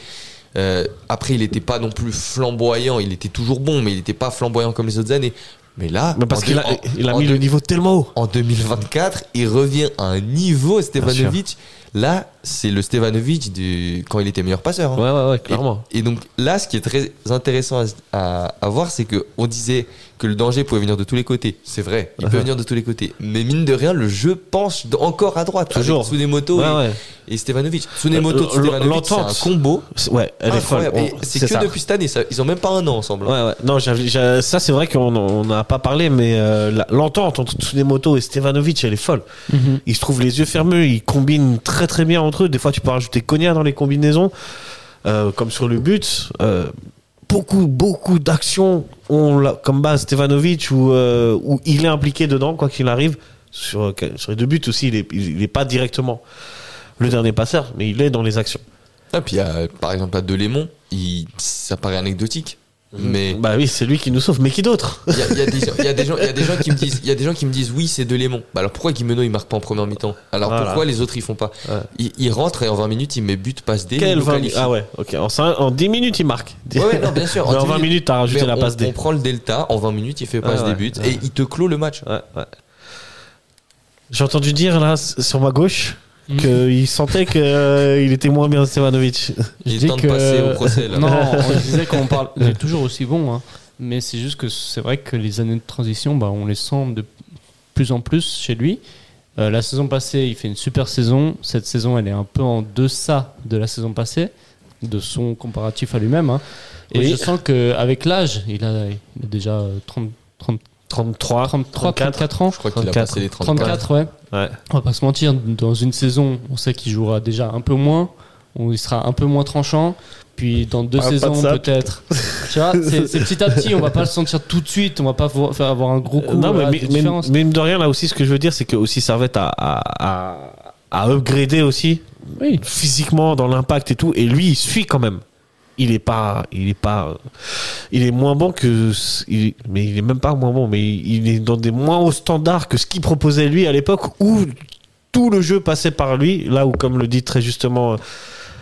Euh, après il n'était pas non plus flamboyant, il était toujours bon mais il n'était pas flamboyant comme les autres années. Mais là,
Mais Bah, parce
en
qu'il
deux-
a,
en-
il a
en
mis
deux-
le niveau tellement haut.
en 2024, il revient à un niveau Stevanovic. Là, c'est le Stevanovic du... quand il était meilleur passeur. hein.
Ouais, ouais, ouais,
Et-
clairement.
Et, donc là, ce qui est très intéressant à, à- à voir, c'est que on disait que le danger pouvait venir de tous les côtés. C'est vrai, il
Uh-huh.
peut venir de tous les côtés. Mais mine de rien, le jeu penche d- encore à droite.
Toujours.
Avec Tsunemoto
ouais,
et,
ouais.
et Stevanovic. Tsunemoto,
L-
Stevanovic, c'est un
l'entente.
combo.
C'est- ouais, elle est folle.
incroyable. Et
On-
Ah, C'est que
ça.
depuis cette année, ça- ils ont même pas un an ensemble.
Ouais, ouais. Non, j'avais- j'a- ça, c'est vrai qu'on on n'a pas parlé, mais euh, la- l'entente entre Tsunemoto et Stevanovic, elle est folle.
Mhm.
Ils se trouvent les yeux fermés, ils combinent très très bien entre eux. Des fois, tu peux rajouter Konya dans les combinaisons, euh, comme sur le but. Euh, beaucoup, beaucoup d'actions ont la- comme base Stevanovic où, euh, où il est impliqué dedans, quoi qu'il arrive. Sur, sur les deux buts aussi, il est- il n'est pas directement le dernier passeur, mais il est dans les actions.
Ah, puis il y a, par exemple à Delémont, il- ça paraît anecdotique. Mais
Bah oui, c'est lui qui nous sauve, mais qui d'autre
Il y a, il y a des gens- il y a des gens, il y a des gens qui me disent, il y a des gens qui me disent oui c'est de l'aimant. Bah alors pourquoi Guimeno il marque pas en première mi-temps Alors
Voilà.
pourquoi les autres ils font pas
Ouais.
il, il rentre et en 20 minutes il met but passe D. il
Quel
nous
20
qualifie.
Ah ouais, ok. En, cinq- en 10 minutes, il marque.
Ouais, ouais, non, bien sûr.
[laughs] Mais en
10
20 minutes, t'as rajouté
mais
la
on-
passe D.
On prend le delta en 20 minutes il fait passe
Ouais, ouais,
des buts
ouais.
et il te clôt le match.
Ouais, ouais. J'ai entendu dire là s- sur ma gauche qu'il sentait qu'il était moins bien Stevanovic.
Je
Il
dis
est temps de
que-
passer au procès. Là.
Non, on disait qu'on parle. Il est toujours aussi bon, hein. mais c'est juste que c'est vrai que les années de transition, bah, on les sent de plus en plus chez lui. Euh, la saison passée, il fait une super saison. Cette saison, elle est un peu en deçà de la saison passée, de son comparatif à lui-même. hein. Et
Oui.
je sens qu'avec l'âge, il a, il a déjà euh, 30, 30,
33,
33,
34.
34 ans.
Je crois qu'il a
34.
passé les 34.
34, ouais.
Ouais.
On va pas se mentir, dans une saison, on sait qu'il jouera déjà un peu moins, où il sera un peu moins tranchant, puis dans deux
Parle Ah, pas de
saisons
ça, [laughs]
peut-être. tu vois, c'est c'est petit à petit, on va pas le sentir tout de suite, on va pas vo- faire avoir un gros coup
non, mais,
à
mais,
de
mais-
différence.
mais mine de rien, là aussi, ce que je veux dire, c'est que aussi Servette a, a, a, a upgradé aussi
Oui.
physiquement dans l'impact et tout. Et lui, il suit quand même. Il est pas, il est pas, il est moins bon que, ce- il, mais il est même pas moins bon. Mais il il est dans des moins hauts standards que ce qu'il proposait lui à l'époque où tout le jeu passait par lui. Là où, comme le dit très justement. euh,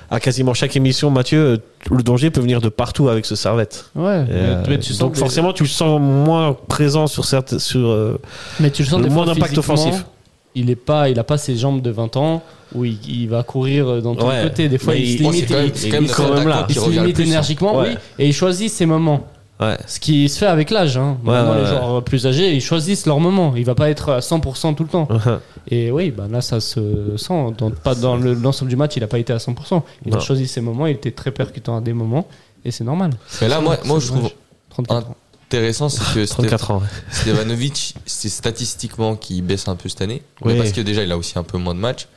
À quasiment chaque émission, Mathieu, euh, le danger peut venir de partout avec ce servette.
Ouais,
Et,
mais,
euh,
mais tu sens
donc
des-
forcément, tu le sens moins présent sur certains, sur euh,
mais tu le sens
le
des
moins
fois
d'impact
physiquement,
offensif.
Il est pas, il a pas ses jambes de 20 ans où il, il va courir euh, dans tous
Ouais.
les côtés. Des fois,
Mais
il, se
Oh, c'est
limite,
quand même,
il-
c'est quand même
il-
notre
quand même là.
attaquant
il
qui
se
revient le
limite
plus, hein.
énergiquement,
Ouais.
oui, et il choisit ses moments.
Ouais.
Ce qui se fait avec l'âge. Hein.
Ouais,
Maintenant,
ouais,
les
ouais.
joueurs plus âgés, ils choisissent leur moment. Il va pas être euh, à 100% tout le temps.
[laughs]
Et oui, ben là, ça se sent. Dans, pas dans le- l'ensemble du match, il a pas été à 100%. Il
Non.
a choisi ses moments. Il était très percutant à des moments. Et c'est normal.
Mais là, moi,
C'est
moi je trouve
dommage. 34
Ah.
un-
ans.
intéressant, c'est que Sté-
34 ans.
Stevanovic, c'est statistiquement qui baisse un peu cette année.
Oui. Mm.
Mais parce que déjà, il a aussi un peu moins de matchs.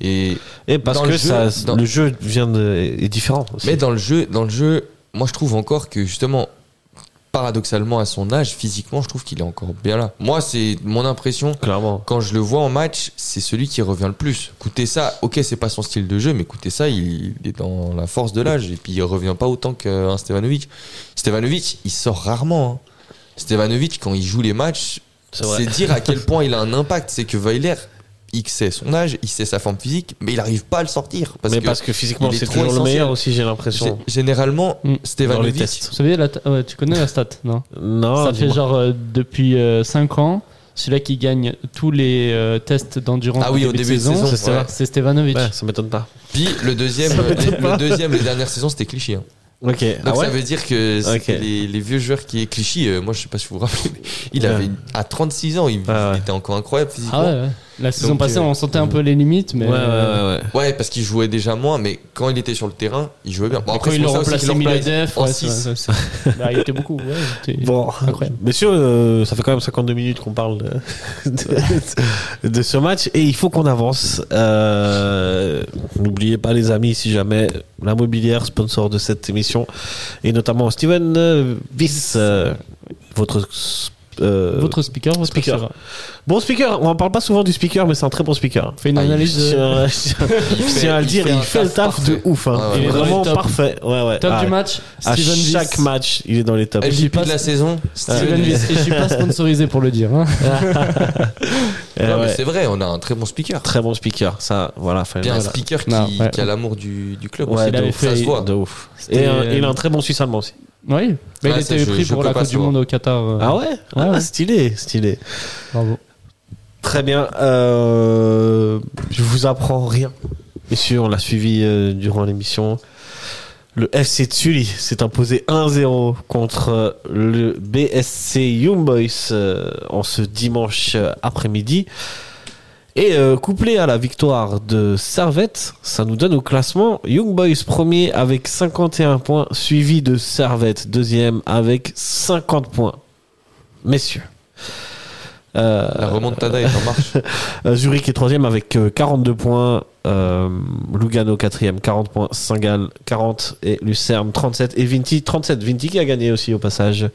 Et
Et parce
Dans
que
le jeu,
ça,
dans-
le jeu vient de, est différent. Aussi.
Mais dans le jeu, dans le jeu, moi je trouve encore que justement, paradoxalement à son âge, physiquement, je trouve qu'il est encore bien là. Moi, c'est mon impression.
clairement.
Quand je le vois en match, c'est celui qui revient le plus. Coûter ça, ok, c'est pas son style de jeu, mais coûter ça, il, il est dans la force de l'âge. Et puis il revient pas autant qu'un Stevanovic. Stevanovic, il sort rarement. hein. Stevanovic, quand il joue les matchs,
C'est vrai.
c'est dire à quel point il a un impact. C'est que Weiler, il sait son âge, il sait sa forme physique, mais il arrive pas à le sortir. Parce
mais
que
parce que physiquement,
il est
c'est
trop
toujours le
essentiel.
meilleur aussi, j'ai
G-
l'impression.
Généralement,
Mm.
Dans les
Stevanovic,
tests.
Vous savez, la ta- ouais, tu connais la stat, non
Non,
Ça fait
Ah, dis-moi.
genre euh, depuis 5 ans, celui-là qui gagne tous les euh, tests d'endurance
Ah oui, au début de saison,
c'est
ouais.
c'est Stevanovic.
Ouais, ça m'étonne pas.
Puis le deuxième,
Ça m'étonne
les,
pas.
le deuxième, les dernières saisons, c'était Clichy. hein.
Ok.
Donc ça veut dire que c'était
Ok.
les, les vieux joueurs qui est Clichy. euh, moi, je sais pas si vous vous rappelez, mais il
Ouais. Ah
avait une- à 36 ans, il, il
ouais.
était encore incroyable physiquement.
Ah ouais, ouais. La saison
Donc,
passée,
euh,
on sentait un peu les limites, mais
Ouais, ouais, ouais, ouais.
Ouais, parce qu'il jouait déjà moins, mais quand il était sur le terrain, il jouait bien. Bon,
Quand
c'est
ils l'ont
pour ça aussi
remplacé
qu'il le remplace
Miladef,
en
ouais,
six.
c'est- c'est-
[laughs]
bah, il était beaucoup. Ouais, il était-
Bon,
Incroyable.
messieurs, euh, ça fait quand même 52 minutes qu'on parle de, [laughs] de- de ce match et il faut qu'on avance. Euh, N'oubliez pas les amis, si jamais la mobilière, sponsor de cette émission, et notamment Steven euh, Viss, euh, votre, euh,
Votre speaker, votre
Speaker.
speaker.
bon speaker. On en parle pas souvent du speaker, mais c'est un très bon speaker.
Fait une
Ah, il-
analyse
Si
de-
on- si on-
Il
si on
fait-
a le
il
dire,
fait
il
un
fait le taf de
parfait.
ouf. hein.
Ah ouais,
Il est
ouais.
vraiment
Top.
parfait. Ouais, ouais.
Top
Ah,
du match,
À
Steven
chaque
Viss.
match, il est dans les tops.
MVP de la saison,
Steven
Steven Viss.
Viss. Et je
[laughs]
suis pas sponsorisé pour le dire. hein.
Euh,
Non, mais
ouais.
C'est vrai, on a un très bon speaker.
Très bon speaker. Ça, voilà. fallait-
Bien un
voilà.
speaker qui,
Non, ouais.
qui a l'amour du, du club.
Ouais,
aussi,
de
donc
ouf.
ça se voit.
De ouf.
C'était,
Et un-
euh,
il a un très bon Suisse allemand aussi.
Oui, mais
Ah,
il
ça,
était
je-
pris
je
pour
peux
la
pas
Coupe du
savoir.
Monde au Qatar. euh,
Ah ouais, Ah,
ouais.
Stylé, stylé.
Bravo.
Très bien. Euh, je vous apprends rien. Messieurs, on l'a suivi euh, durant l'émission. Le FC Tsuli s'est imposé 1-0 contre euh, le BSC Young Boys euh, en ce dimanche euh, après-midi. Et euh, couplé à la victoire de Servette, ça nous donne au classement Young Boys premier avec 51 points, suivi de Servette deuxième avec 50 points. Messieurs. Euh,
La remontada est en marche.
[laughs] euh, Zurich est troisième avec euh, 42 points. Euh, Lugano quatrième, 40 points. Saint-Gall 40 et Lucerne 37 et Vinti 37. Vinti qui a gagné aussi au passage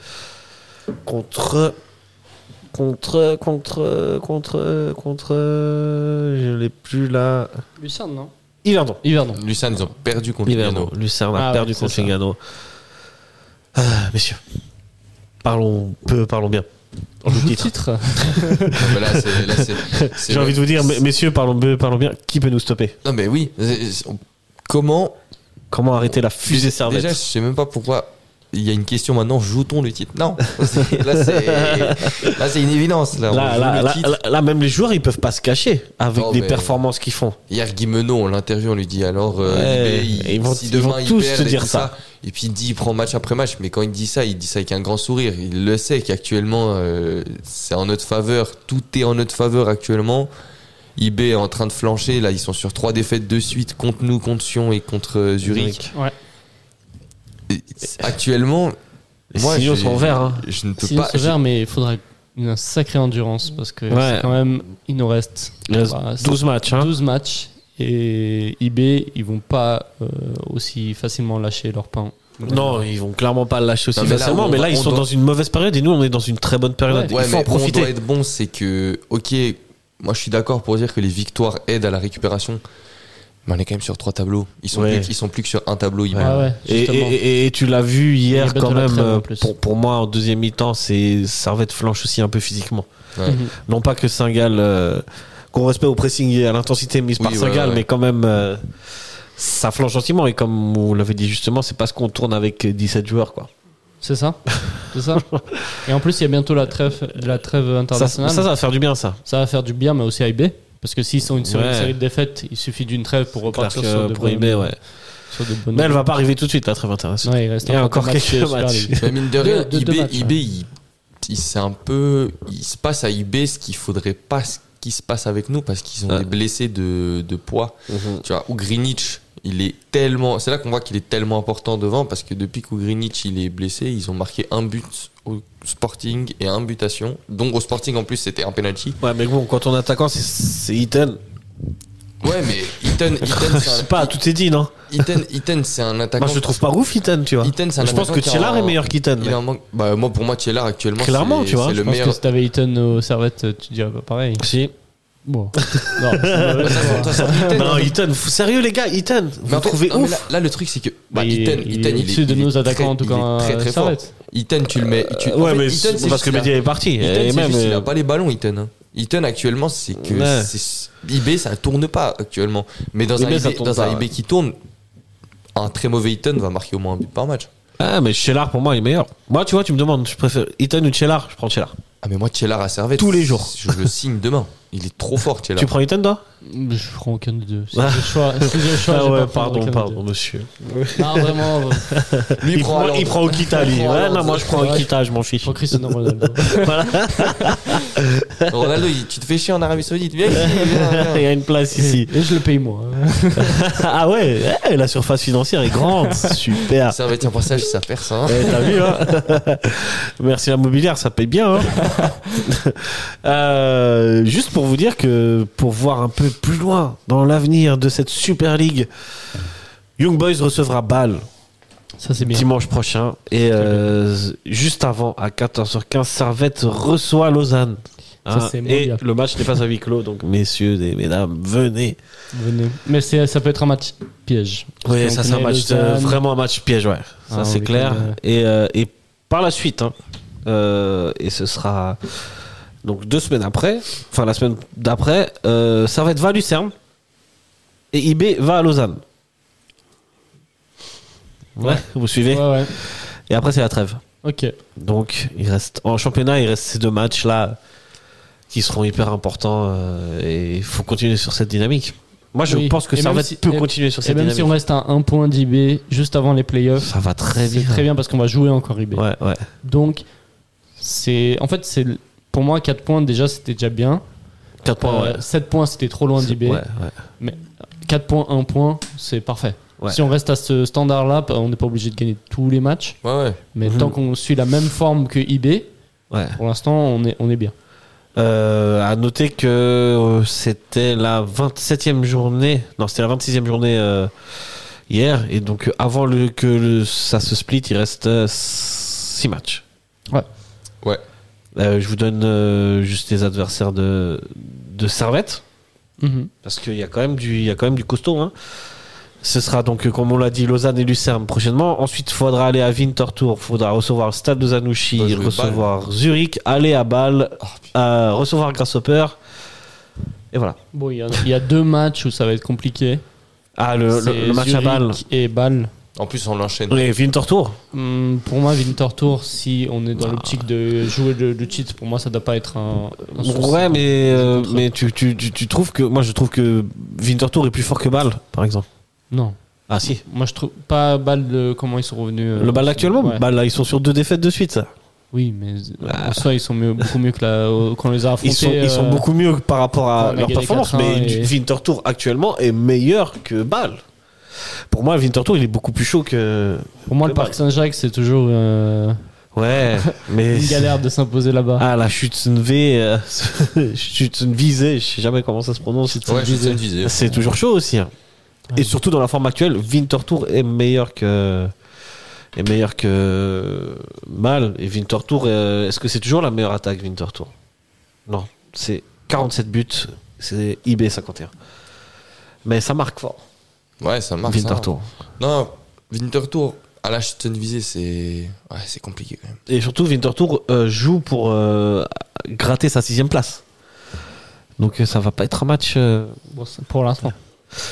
contre contre contre contre contre je l'ai plus là.
Lucerne, non
Yverdon.
Yverdon.
Lucerne, ils ont perdu contre
Yverdon.
Lugano.
Lucerne a
Ah
perdu
ouais,
contre
c'est ça.
Lugano. Ah, messieurs, parlons peu, parlons bien.
On
joue
joue [laughs]
titre.
titre.
Ah, mais là, c'est- là, c'est-
[laughs]
c'est
J'ai
le-
envie de vous dire, mes- messieurs, parlons peu, parlons bien. Qui peut nous stopper
Non mais oui. C'est- c'est- Comment
Comment arrêter la fusée
Déjà,
Servette
je sais même pas pourquoi il y a une question maintenant, joue-t-on le titre Non, [laughs] C'est- là c'est là, c'est une évidence. Là, on
Là,
joue
là,
le
là,
titre.
là- là, même les joueurs, ils peuvent pas se cacher avec
Non,
les
mais-
performances qu'ils font.
Hier, Guimeneau, on l'interview, on lui dit alors, euh,
Ouais,
il-
ils vont-
si
ils
demain
vont
il
tous
perd
te
et
dire
tout
ça.
et puis il dit, il prend match après match, mais quand il dit ça, il dit ça avec un grand sourire. Il le sait qu'actuellement, euh, c'est en notre faveur, tout est en notre faveur actuellement. IB est en train de flancher, là, ils sont sur trois défaites de suite contre nous, contre Sion et contre euh, Zurich.
Ouais.
Et actuellement,
Les
Moi,
signaux
j'ai-
sont verts. hein.
je ne peux
Sinon,
pas.
c'est vert, mais il faudra une sacrée endurance parce que
Ouais.
c'est quand même, il nous reste
Il reste
bah, c'est
12 matchs. hein.
12 matchs et IB, ils vont pas euh, aussi facilement lâcher leur pain.
Non, ils vont clairement pas le lâcher aussi
Non, mais là,
facilement,
on-
mais là, ils
on
sont
doit-
dans une mauvaise période et nous, on est dans une très bonne période.
Ouais,
il faut en
mais où on doit
profiter.
être bon, c'est que, ok, moi je suis d'accord pour dire que les victoires aident à la récupération, mais on est quand même sur trois tableaux. Ils sont,
Ouais.
plus, ils sont plus que sur un tableau. Ils
Ouais.
vont-
Ah ouais,
Et,
justement.
et- et- et tu l'as vu hier
Ils battent
quand
la
même.
crème, en
euh,
plus.
Pour, pour moi, en deuxième mi-temps, c'est Servette flanche aussi un peu physiquement.
Ouais.
Mhm.
Non pas que Singal, euh, qu'on respect au pressing et à l'intensité mise
Oui,
par
ouais,
Singal,
ouais.
mais quand même, euh, ça flanche gentiment. Et comme on l'avait dit justement, c'est parce qu'on tourne avec 17 joueurs. Quoi.
C'est ça,
[laughs]
c'est ça. Et en plus, il y a bientôt la trêve, la trêve
Ça, ça,
internationale.
ça va faire du bien, ça.
Ça va faire du bien, mais aussi à IB. Parce que s'ils sont une série,
Ouais.
une série de défaites, il suffit d'une trêve pour
Parce
repartir sur
que
de,
pour
bonnes,
IB, ouais.
sur de bonnes
Mais elle va pas arriver tout de suite, hein, la trêve internationale.
Ouais, il reste
Il y a
encore,
encore
quelques
quelques
matchs. de Super
matchs.
League.
Mais mine de rien,
Deux- deux-
IB,
deux matchs,
IB,
ouais.
il, il- c'est un peu. Il se passe à IB ce qu'il faudrait pas ce qui se passe avec nous parce qu'ils ont
Ouais. Mhm.
des blessés de, de poids. Tu vois, ou Greenwich, il est tellement. C'est là qu'on voit qu'il est tellement important devant parce que depuis que Greenwich il est blessé, ils ont marqué un but au Sporting et un butation. Donc au Sporting en plus c'était un penalty.
Ouais, mais bon, quand on est attaquant, c'est- c'est Iten.
Ouais, mais Iten, Iten,
[laughs] Je
c'est un-
sais pas, tout est dit, non
Iten, Iten, c'est un attaquant.
Moi, je le trouve pas ouf, Iten, tu vois.
Iten, c'est un
Je pense
attaquant
que
qui a
Tchellar
un-
est meilleur qu'Iten.
Il a un manque- bah, moi, pour moi, Tchellar actuellement,
Clairement,
c'est-
tu vois,
c'est
je
le
Je pense que
meilleur.
si t'avais Eaton au Servette, euh, tu dirais pas
[laughs]
pareil.
Si.
Bon. Non, c'est mauvais.
[laughs]
hein.
Non, Iten, fou- sérieux les gars, Iten,
Mais
vous
en fait,
trouvez
non, mais
ouf
là, là, le truc, c'est que bah,
Mais il-
Iten,
il
Iten,
est
il est
au-dessus de
il est
nos
très-
attaquants, en tout
il
cas.
est très
euh,
très
ça va
fort.
être.
Iten, tu le mets. Tu... en fait, Iten, c'est
parce que
juste qu'il a-
Mehdi est parti.
Iten,
et
c'est
même,
juste, il
euh,
a pas les ballons, Iten. hein. Iten, actuellement, c'est que
Ouais.
c'est- IB, ça tourne pas actuellement. Mais dans un
IB, ça
IB
tourne
dans un
pas,
IB qui tourne, un très mauvais Iten va marquer au moins un but par match.
Ah, mais Chellar pour moi il est meilleur. Moi, tu vois, tu me demandes, je préfère Iten ou Chellar Je prends Chellar.
Ah, mais moi, Tchellar à Servette.
Tous les jours.
Je le signe demain. Il est trop fort, Tchellar.
Tu prends Iten toi
Je prends aucun des deux.
[laughs]
Si j'ai
Ah.
le choix, si j'ai le choix, j'ai
Ah ouais,
pas prendre
pardon,
aucun des
pardon,
deux.
monsieur.
Non, vraiment. euh,
Lui,
Il prend,
Haaland.
il prend Okita lui.
[laughs] Il prend
Ouais,
Haaland.
non, moi je prends
Ouais.
Okita, je m'en fiche.
Pour Cristiano Ronaldo.
Voilà.
Ronaldo, il- tu te fais chier en Arabie Saoudite. Viens ici,
[laughs]
viens,
[laughs] Il y
viens.
a une place ici.
Et je le paye moi. hein.
Ah ouais, eh, la surface financière est
[laughs]
grande. Super.
Ça va être un passage, ça perd ça. hein.
Eh, T'as vu, hein [laughs] Merci la mobilière, ça paye bien. hein [laughs] Euh, juste pour vous dire que pour voir un peu plus loin dans l'avenir de cette Super League, Young Boys recevra Bâle
Ça, c'est bien.
dimanche prochain. Et euh, juste avant, à 14h15, Servette reçoit Lausanne.
Ça,
Hein,
c'est moins
et
bien.
le match n'est pas à huis clos, donc messieurs et mesdames, venez.
Venez. Mais c'est- ça peut être un match piège. Parce
Oui,
qu'on
ça c'est un
connaît
match,
Lausanne.
euh, vraiment un match piège, ouais. Ça
Ah,
c'est
oui,
clair.
comme, euh,
Et, euh, et par la suite, hein, euh, et ce sera donc deux semaines après, enfin la semaine d'après, euh, Servette va à Lucerne et IB va à Lausanne. Ouais,
Ouais.
vous suivez
Ouais, ouais.
Et après c'est la trêve.
Ok.
Donc il reste en championnat, il reste ces deux matchs là qui seront hyper importants euh, et il faut continuer sur cette dynamique. Moi je
Oui.
pense que
Et même
Servette
si-
peut
et-
continuer sur
Et
cette
même
dynamique.
si on reste à 1 point d'IB juste avant les playoffs,
Ça va très
c'est
vite. hein.
très bien parce qu'on va jouer encore IB.
Ouais, ouais.
Donc, c'est en fait, c'est pour moi 4 points déjà, c'était déjà bien.
4 points, ouais.
7 points, c'était trop loin d'IB.
Ouais, ouais.
4 points, 1 point, c'est parfait.
Ouais.
Si on reste à ce standard-là, bah, on n'est pas obligé de gagner tous les matchs.
Ouais, ouais.
Mais
Mhm.
tant qu'on suit la même forme que IB,
ouais.
pour l'instant, on est, on est bien.
Euh, à noter que euh, c'était la 27e journée, non, c'était la 26e journée euh, hier, et donc euh, avant le, que le- ça se split, il reste 6 matchs.
Ouais.
Ouais.
Euh, je vous donne euh, juste les adversaires de, de Servette,
Mhm.
parce qu'il y, a quand même du- il y a quand même du costaud. hein. Ce sera donc, euh, comme on l'a dit, Lausanne et Lucerne prochainement. Ensuite, il faudra aller à Winterthur, il faudra recevoir le stade de
Bah,
Faut
Zanouchi,
jouer
recevoir Zurich, aller à Bâle,
Ah,
euh, recevoir Grasshopper. Et voilà.
Bon, il y, a- il y a deux matchs où ça va être compliqué.
Ah, le, le-
C'est
le match à
Zurich
Bâle.
et Bâle.
En plus, on l'enchaîne.
Et Vintor Tour
Hum, pour moi, Vintor Tour, si on est dans
Bah.
l'optique de jouer le, le cheat, pour moi, ça doit pas être un. un souci.
Ouais, mais, euh, mais tu, tu, tu, tu trouves que. Moi, je trouve que Winter Tour est plus fort que Bâle, par exemple.
Non.
Ah, si.
Moi, je trouve pas balle de comment ils sont revenus. euh,
Le Bâle actuellement
ouais.
Bâle, là, ils sont sur deux défaites de suite, ça.
Oui, mais euh, en soi, ils sont mieux- beaucoup mieux que la, euh, quand on les a affrontés.
Ils sont,
euh,
ils sont beaucoup mieux par rapport
on
à
a
leur
gagné
performance,
4-1
mais
et-
Winter Tour actuellement est meilleur que Bâle. Pour moi, Winter Tour, il est beaucoup plus chaud que.
Pour moi, le
que Bâle.
Parc Saint-Jacques, c'est toujours euh, [laughs]
Ouais, mais.
une galère de s'imposer là-bas.
Ah, la Schützenve, euh, [laughs] Schützenwiese, je sais jamais comment ça se prononce.
Ouais, je sais viser.
C'est toujours chaud aussi. hein.
Ouais.
Et surtout dans la forme actuelle, Winter Tour est meilleur que est meilleur que Mal et Winter Tour. euh, Est-ce que c'est toujours la meilleure attaque Winter Tour Non, c'est 47 buts, c'est IB 51. Mais ça marque fort.
Ouais, ça marche.
Winter
ça.
Tour.
Non, Winter Tour à la Chuten visée, c'est ouais, c'est compliqué quand même.
Et surtout Winter Tour euh, joue pour euh, gratter sa sixième place. Donc euh, ça va pas être un match. euh,
Bon, c'est- pour l'instant.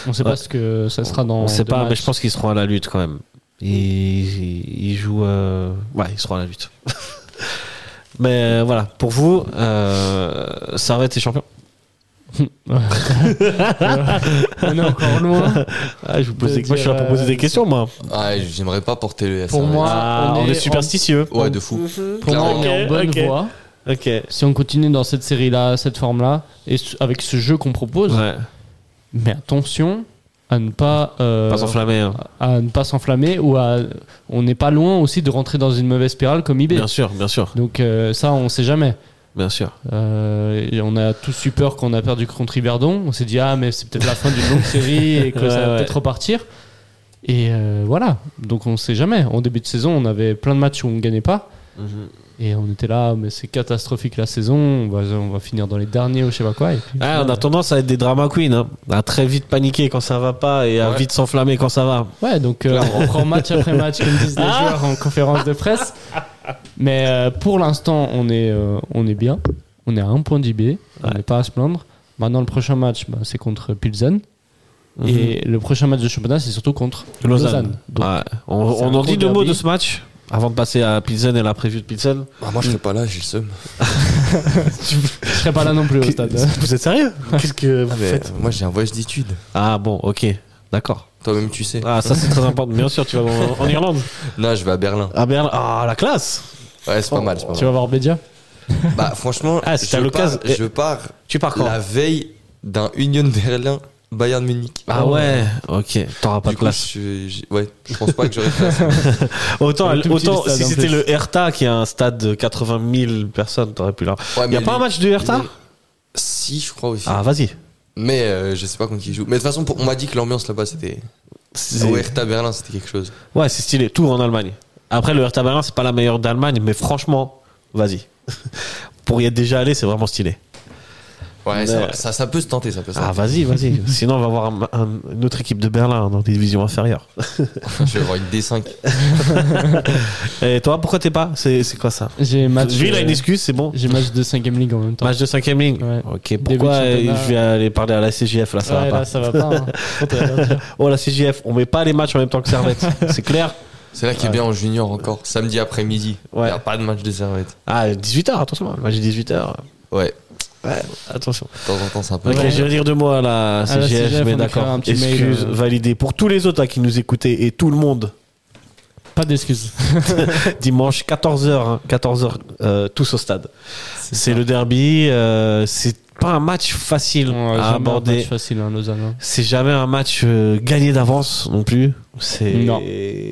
On sait
Ouais.
pas ce que ça sera dans.
On sait
deux
pas, mais
matchs.
je pense qu'ils seront à la lutte quand même. Ils, ils- ils jouent. euh, Ouais, ils seront à la lutte. [laughs] mais euh, voilà, pour vous, euh, Servette est champion.
On est encore
[laughs]
loin.
Ah, je vous
pose des- moi, je suis là pour poser des
questions, moi.
Ah, j'aimerais pas porter le
Pour
SRV.
moi,
Ah, on, est superstitieux.
Ouais, de fou.
en- Pour moi, on est en
Ok,
bonne
ok.
voie.
Ok. Ouais.
Si on continue dans cette série-là, cette forme-là, et ce- avec ce jeu qu'on propose, mais attention à ne pas. euh,
Pas s'enflammer, hein.
à ne pas s'enflammer ou à on n'est pas loin aussi de rentrer dans une mauvaise spirale comme eBay.
Bien sûr, bien sûr,
Donc euh, ça on sait jamais.
bien sûr.
Euh, et on a tous eu peur qu'on a perdu contre Iberdon. On s'est dit ah mais c'est peut-être la fin d'une longue série et
[laughs]
que
Ouais,
ça va
ouais.
peut-être repartir. Et euh, voilà. Donc on sait jamais. En début de saison on avait plein de matchs où on ne gagnait pas.
Mhm.
Et on était là, mais c'est catastrophique la saison, on va, on va finir dans les derniers ou je sais pas quoi. Et puis,
Ah, on a tendance à être des drama queens, hein. à très vite paniquer quand ça va pas et à
Ouais.
vite s'enflammer quand ça va.
Ouais, donc euh, on prend match après match, comme disent les
Ah
joueurs en conférence de presse. Mais euh, pour l'instant, on est, euh, on est bien. On est à un point d'IB. On n'est pas à se plaindre. Maintenant, le prochain match, bah, c'est contre Pilsen.
Mhm.
Et le prochain match de championnat, c'est surtout contre Lausanne. Donc,
Ouais. On,
c'est
on
un
en dit
gros
deux mots
derby.
de ce match avant de passer à Pilsen et la preview de Pilsen.
Ah, moi, je serais pas là, j'ai le seum.
je serai pas là non
[laughs]
plus au stade.
Vous êtes sérieux Qu'est-ce que vous
Mais moi, j'ai un voyage d'études.
Ah bon, ok, d'accord.
Toi-même, tu sais.
Ah ça c'est très important. Bien sûr, tu vas en, en Irlande.
Non, je vais à Berlin.
Ah Berlin. Ah la classe.
Ouais, c'est pas mal. c'est pas
[laughs] Tu
mal.
vas voir Bédia
Bah, franchement,
Oh. Ah, si t'as
je, pars,
l'occasion-
je pars
Tu pars quand
la veille d'un Union Berlin Bayern Munich.
Ah ouais, ok. T'auras pas
Du
de
coup,
classe.
je, je- ouais, je pense pas que j'aurais
[laughs]
classe.
Autant,
Un tout petit
autant
stade,
si
en
c'était
plus.
le Hertha qui a un stade de 80 000 personnes, t'aurais pu là.
Ouais,
Y a
Ah, mais
pas
les-
un match du Hertha
les- Si, je crois aussi.
Ah vas-y.
Mais euh, je sais pas contre qui ils jouent. Mais de toute façon, pour- on m'a dit que l'ambiance là-bas, c'était.
C'est-
Au Hertha Berlin, c'était quelque chose.
Ouais, c'est stylé. Tour en Allemagne. Après le Hertha Berlin, c'est pas la meilleure d'Allemagne, mais franchement, vas-y. [laughs] Pour y être déjà allé, c'est vraiment stylé.
Ouais, ça,
Mais-
ça, ça peut se tenter, ça peut se
Ah vas-y,
tenter.
[laughs] vas-y. Sinon, on va voir un- un- une autre équipe de Berlin dans des divisions inférieures.
je vais avoir une D5.
Et toi, pourquoi t'es pas C'est c'est quoi ça
J'ai match,
Lui, il a
euh,
une excuse, c'est bon.
j'ai match de 5ème ligue en même temps.
Match de cinquième ligne.
Ouais.
Ok,
de
pourquoi euh,
championnat.
je vais aller parler à la CGF là, ça
Ouais,
va pas.
là, ça va pas. hein. Par contre, euh,
[laughs] Oh la CGF, on met pas les matchs en même temps que
[laughs]
Servette, c'est clair
C'est là qui est bien en junior encore. Samedi après-midi. Il
Ouais.
a pas de match de servette.
Ah 18h, attention, le match est 18h.
Ouais,
Attention.
de temps en temps, c'est un peu.
Ok,
Ouais.
je vais dire deux mots à la
la
CGF,
CGF, on
mais
écrira un
d'accord.
petit mail,
Excuse,
euh.
validée. Pour tous les autres là, qui nous écoutaient et tout le
[laughs]
monde, [laughs]
pas d'excuses.
dimanche hein, 14h, 14h euh, tous au stade. C'est le derby, euh, c'est pas un match facile
On
à
a euh, jamais un match
aborder.
facile, hein, Lausanne. hein.
C'est jamais un match euh, gagné d'avance non plus. C'est
Non.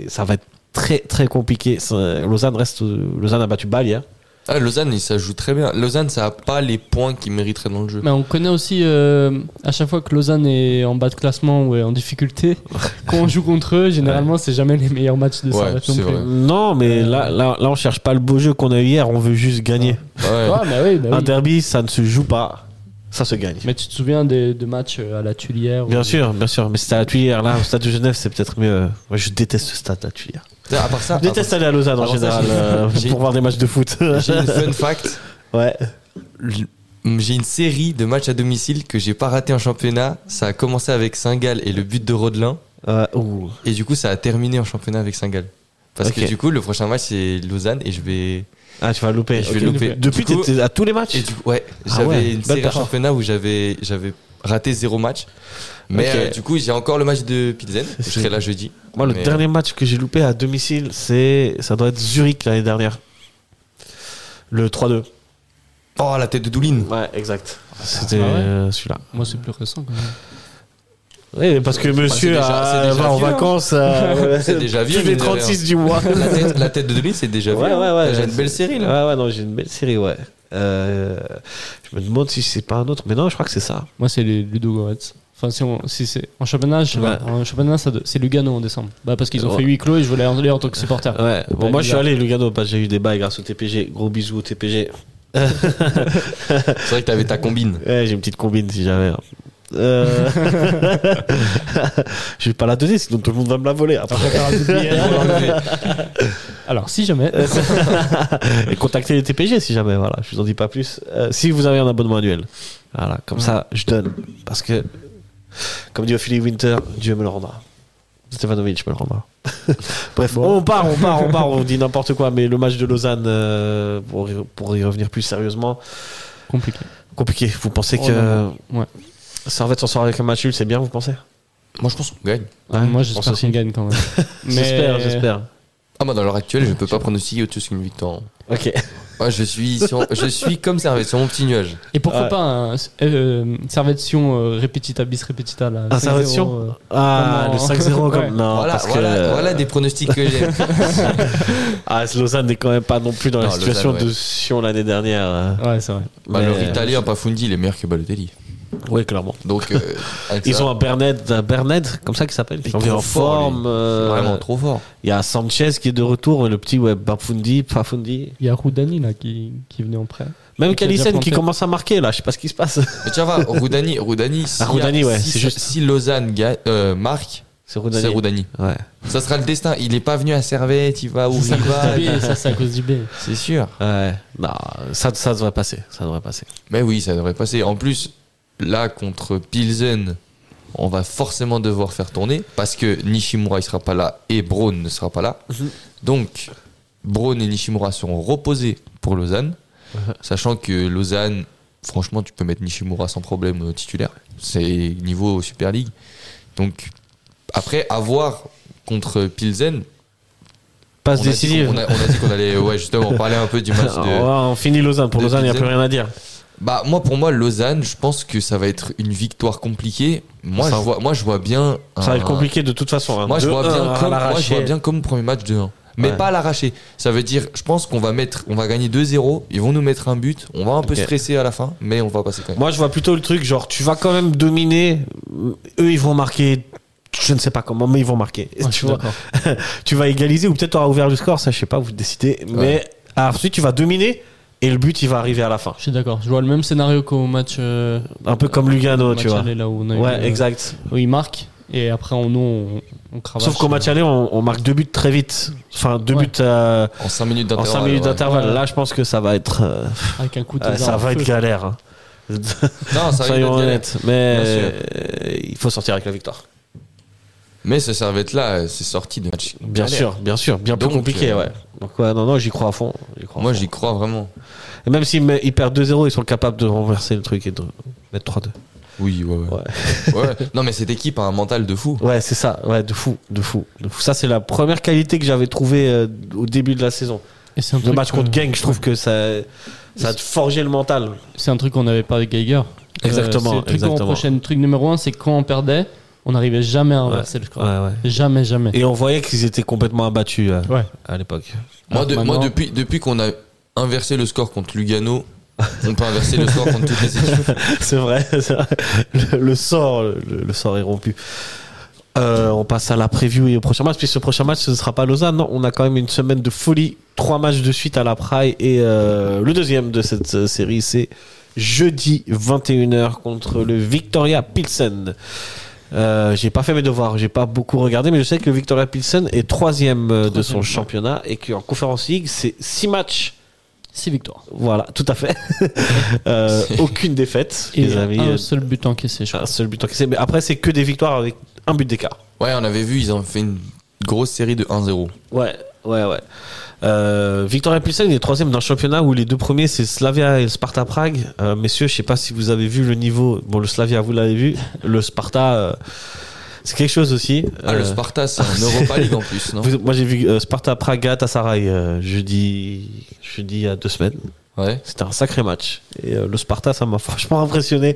ça va être très très compliqué. Ça- Lausanne reste euh, Lausanne a battu Bâle hier.
Ah, Lausanne, il- ça joue très bien. Lausanne, ça a pas les points qu'il mériterait dans le jeu.
Mais on connaît aussi, euh, à chaque fois que Lausanne est en bas de classement ou est en difficulté,
[laughs]
quand on joue contre eux, généralement, c'est jamais les meilleurs matchs de
Ouais,
Servette non
c'est
plus.
vrai.
Non,
Euh.
mais là, là là on cherche pas le beau jeu qu'on a eu hier, on veut juste gagner.
Ouais.
Ouais, bah
Ah,
oui, bah oui.
Un derby, ça ne se joue pas, ça se gagne.
Mais tu te souviens des, de matchs euh, à la Tuilière
Bien
où-
sûr, bien sûr, mais c'était à la Tuilière là, au stade de Genève, c'est peut-être mieux. Moi je déteste ce stade la Tuilière.
Tiens, À part ça, à
Je déteste aller à Lausanne en
Avant Ah, ça,
général
j'ai-
euh,
[laughs] j'ai-
pour voir des matchs de foot.
part- j'ai une fun fact.
[laughs] ouais.
L- J'ai une série de matchs à domicile que j'ai pas raté en championnat. Ça a commencé avec Saint-Gall et le but de Rodelin.
Euh, ouh.
Et du coup, ça a terminé en championnat avec saint Parce
Ok.
que du coup, le prochain match, c'est Lausanne et je vais.
Ah, tu vas louper.
Je vais
Ok.
louper.
Depuis,
Du coup-
t'étais à tous les matchs
Et du coup, ouais,
Ah
j'avais
ouais,
une
belle
série en
performance.
championnat où j'avais j'avais raté zéro match. Mais
Ok.
euh, du coup, j'ai encore le match de
[laughs]
Pilsen. Je
C'est-
serai là jeudi.
Moi, le
Mais- euh,
dernier match que j'ai loupé à domicile, c'est ça doit être Zurich l'année dernière. Le 3-2.
Oh, la tête de Doulin.
[laughs] Ouais, exact. C'était
Ah ouais
euh, celui-là.
Moi, c'est plus récent quand même.
Oui, parce que monsieur
déjà-
a-
c'est déjà
va en
vieux, hein. [laughs]
vacances euh,
C'est déjà vieux,
tous les
mine de rien.
36 du
[laughs]
mois.
La tête, la tête de Doulin, c'est déjà vu.
Ouais, ouais, ouais.
J'ai une
c'est-
belle série là.
Ouais, ouais, non, j'ai une belle série, ouais. Euh, je me demande si c'est pas un autre, mais non, je crois que c'est ça.
Moi, c'est les Ludo Goretz. Enfin, si, on- si c'est en championnat, je sais pas.
Ouais.
en championnat, ça doit- c'est Lugano en décembre. Bah, parce qu'ils ont
Ouais.
fait huis clos et je voulais aller en
[laughs]
tant que supporter.
Ouais, bon,
Ouais,
moi je suis
bizarre.
allé, Lugano, parce que j'ai eu des bails grâce au TPG. Gros bisous au TPG.
C'est vrai que t'avais ta combine.
Ouais, j'ai une petite combine si jamais. hein. Euh, [laughs] je vais pas la donner, sinon tout le monde va me la voler hein.
[laughs]
après.
Alors, si jamais.
Et contactez les TPG si jamais, voilà, je vous en dis pas plus. Euh, si vous avez un abonnement annuel, voilà, comme ça, je donne. Parce que, comme dit Ophélie Winter, Dieu me le rendra. Stefanovic me le rendra. [laughs] Bref, on part, on part, on part, on dit n'importe quoi, mais le match de Lausanne, euh, pour, y- pour y revenir plus sérieusement,
Compliqué.
compliqué. Vous pensez
Oh
que.
là là, ouais.
Servette s'en sort avec un match nul, c'est bien, vous pensez
Moi, je pense qu'on gagne.
Moi,
je pense
j'espère
aussi.
qu'on gagne quand même. Mais-
[laughs] J'espère, j'espère.
Ah, moi, dans l'heure actuelle, je peux pas pronostiquer au-dessus d'une victoire.
Ok.
Moi, je suis, sur- je suis comme Servet, sur mon petit nuage.
Et pourquoi
Ouais.
pas un euh, Servetion euh, repetita bis repetita là
Un
5-0,
Servetion
euh,
Ah,
Comment
le 5-0 comme.
Ouais.
Non,
voilà,
Ah, parce que. euh,
voilà, voilà des pronostics que
[laughs]
j'aime.
Ah, Lausanne n'est quand même pas non plus dans la
Non,
situation
Lausanne,
de
ouais.
Sion l'année dernière. euh,
Ouais, c'est vrai.
Bah,
mais-
leur italien, Pafundi, il est meilleur que Balotelli.
Oui, clairement.
Donc, euh, avec
Ils
ça,
ont un Bernet, un Bernet, comme ça qu'il s'appelle.
Il
Ils
est
sont
trop
en
fort,
forme. euh,
vraiment trop fort.
Il y a Sanchez qui est de retour, et le petit ouais, Bafundi, Pafundi.
Il y a Roudani là qui, qui est venu en prêt.
Même
Qui a déjà
Kalisen qui
planté.
commence à marquer là, je sais pas ce qui se passe.
Mais tiens, va, Roudani, Roudani, si,
Ah, Roudani, ouais,
si,
c'est juste.
si Lausanne gagne- euh, marque,
C'est
c'est
Roudani.
Roudani.
Ouais.
Ça sera le destin. Il est pas venu à Servette, il va où il
Ça,
va.
c'est à cause du B, ça, c'est à cause du B. Ah,
C'est sûr.
Ouais. Non, ça, ça devrait passer. Ça devrait passer.
Mais oui, ça devrait passer. En plus, là, contre Pilsen, on va forcément devoir faire tourner parce que Nishimura, il sera pas là et Braun ne sera pas là. Donc, Braun et Nishimura seront reposés pour Lausanne, sachant que Lausanne, franchement, tu peux mettre Nishimura sans problème euh, titulaire. C'est niveau Super League. Donc, après, avoir contre Pilsen,
Passe
on a, dit
décisive.
qu'on- on a- on a dit qu'on allait ouais, justement parler un peu du
[laughs]
match
Ah,
de,
ouais, on finit Lausanne. Pour
de
Lausanne, il n'y a plus
Pilsen.
rien à dire.
Bah moi pour moi Lausanne, je pense que ça va être une victoire compliquée. Moi
Ça
je
va.
vois moi je vois bien
Ça va
un-
être compliqué de toute façon. hein.
Ah. Moi je
De
vois
un,
bien
à
comme moi, je
l'arraché.
vois bien comme premier match de 1. Mais
Ouais.
pas à l'arraché. Ça veut dire je pense qu'on va mettre on va gagner 2-0, ils vont nous mettre un but, on va un peu
Ok.
stresser à la fin mais on va passer quand même.
Moi, je vois plutôt le truc genre, tu vas quand même dominer. Eux, ils vont marquer. Je ne sais pas comment, mais ils vont marquer.
Ouais, je
tu,
suis
vois,
d'accord.
tu vas égaliser ou peut-être tu auras ouvert le score, ça, je sais pas, vous décidez. Mais ah, ensuite, tu vas dominer et le but, il va arriver à la fin.
Je suis d'accord. Je vois le même scénario qu'au match. euh,
Un peu comme Lugano,
match
Ah, tu vois.
aller, là où on a eu,
Ouais,
euh,
exact.
Où il marque et après on nous on, on cravache.
Sauf qu'au match aller, on, on marque deux buts très vite. Enfin, deux
Ouais.
buts euh,
En 5 minutes
en
d'intervalle.
5 minutes
ouais.
d'intervalle.
Ouais.
Là, je pense que ça va être, euh,
avec un coup de
euh, ça
hasard
va
au
être
feu.
galère. hein.
Non,
[laughs]
ça
Soyons
va être
honnêtes. Mais
Bien sûr.
euh, il faut sortir avec la victoire.
Mais ce servette là, c'est sorti de match.
Bien
galère.
sûr, bien sûr, bien plus
Donc,
compliqué,
euh,
ouais. Donc ouais, non, non, j'y crois à fond. j'y crois à
Moi
fond.
j'y crois vraiment.
Et même s'ils me- ils perdent 2-0, ils sont capables de renverser le truc et de mettre 3-2.
Oui, ouais ouais. Ouais. Non mais cette équipe a un mental de fou.
Ouais, c'est ça, ouais, de fou, de fou, de fou. Ça, c'est la première qualité que j'avais trouvée euh, au début de la saison.
Et c'est un
Le
truc,
match
euh,
contre Gang, je trouve que ça, ça a forgé le mental.
C'est un truc qu'on avait pas avec Geiger.
Exactement,
Euh, c'est le truc qu'on
exactement.
reprochait. Le truc numéro un, c'est quand on perdait, on n'arrivait jamais à inverser le
Ouais,
score.
ouais.
Jamais, jamais.
Et on voyait qu'ils étaient complètement abattus euh,
Ouais.
à l'époque.
Moi,
Alors
de- moi
maintenant-
depuis, depuis qu'on a inversé le score contre Lugano, on peut inverser le score contre toutes
[laughs]
les équipes.
c'est vrai, c'est vrai. Le, le sort, le, le sort est rompu. Euh, on passe à la preview et au prochain match. Puis ce prochain match, ce ne sera pas Lausanne. Non, on a quand même une semaine de folie. Trois matchs de suite à la Praille. Et euh, le deuxième de cette euh, série, c'est jeudi 21h contre le Victoria Pilsen. Euh, j'ai pas fait mes devoirs, j'ai pas beaucoup regardé, mais je sais que le Victoria Pilsen est troisième euh, de son championnat et qu'en Conférence League, c'est six matchs.
Six victoires.
Voilà, tout à fait. [laughs] Euh, aucune défaite,
Et
les amis. euh,
un seul but encaissé, je
Un
crois.
seul but encaissé. Mais après, c'est que des victoires avec un but d'écart.
Ouais, on avait vu, ils ont fait une grosse série de 1-0.
Ouais, ouais, ouais. Euh, Victoria Pilsen est troisième dans le championnat où les deux premiers c'est Slavia et le Sparta Prague. Euh, messieurs, je sais pas si vous avez vu le niveau. Bon, le Slavia, vous l'avez
[laughs]
vu. Le Sparta, euh, c'est quelque chose aussi.
Ah,
Euh,
le Sparta, c'est en Europa League en plus,
[laughs]
non
vous- moi j'ai vu euh, Sparta Prague à Tassaray euh, jeudi, jeudi il y a deux semaines.
Ouais.
C'était un sacré match. Et euh, le Sparta, ça m'a [laughs] franchement impressionné.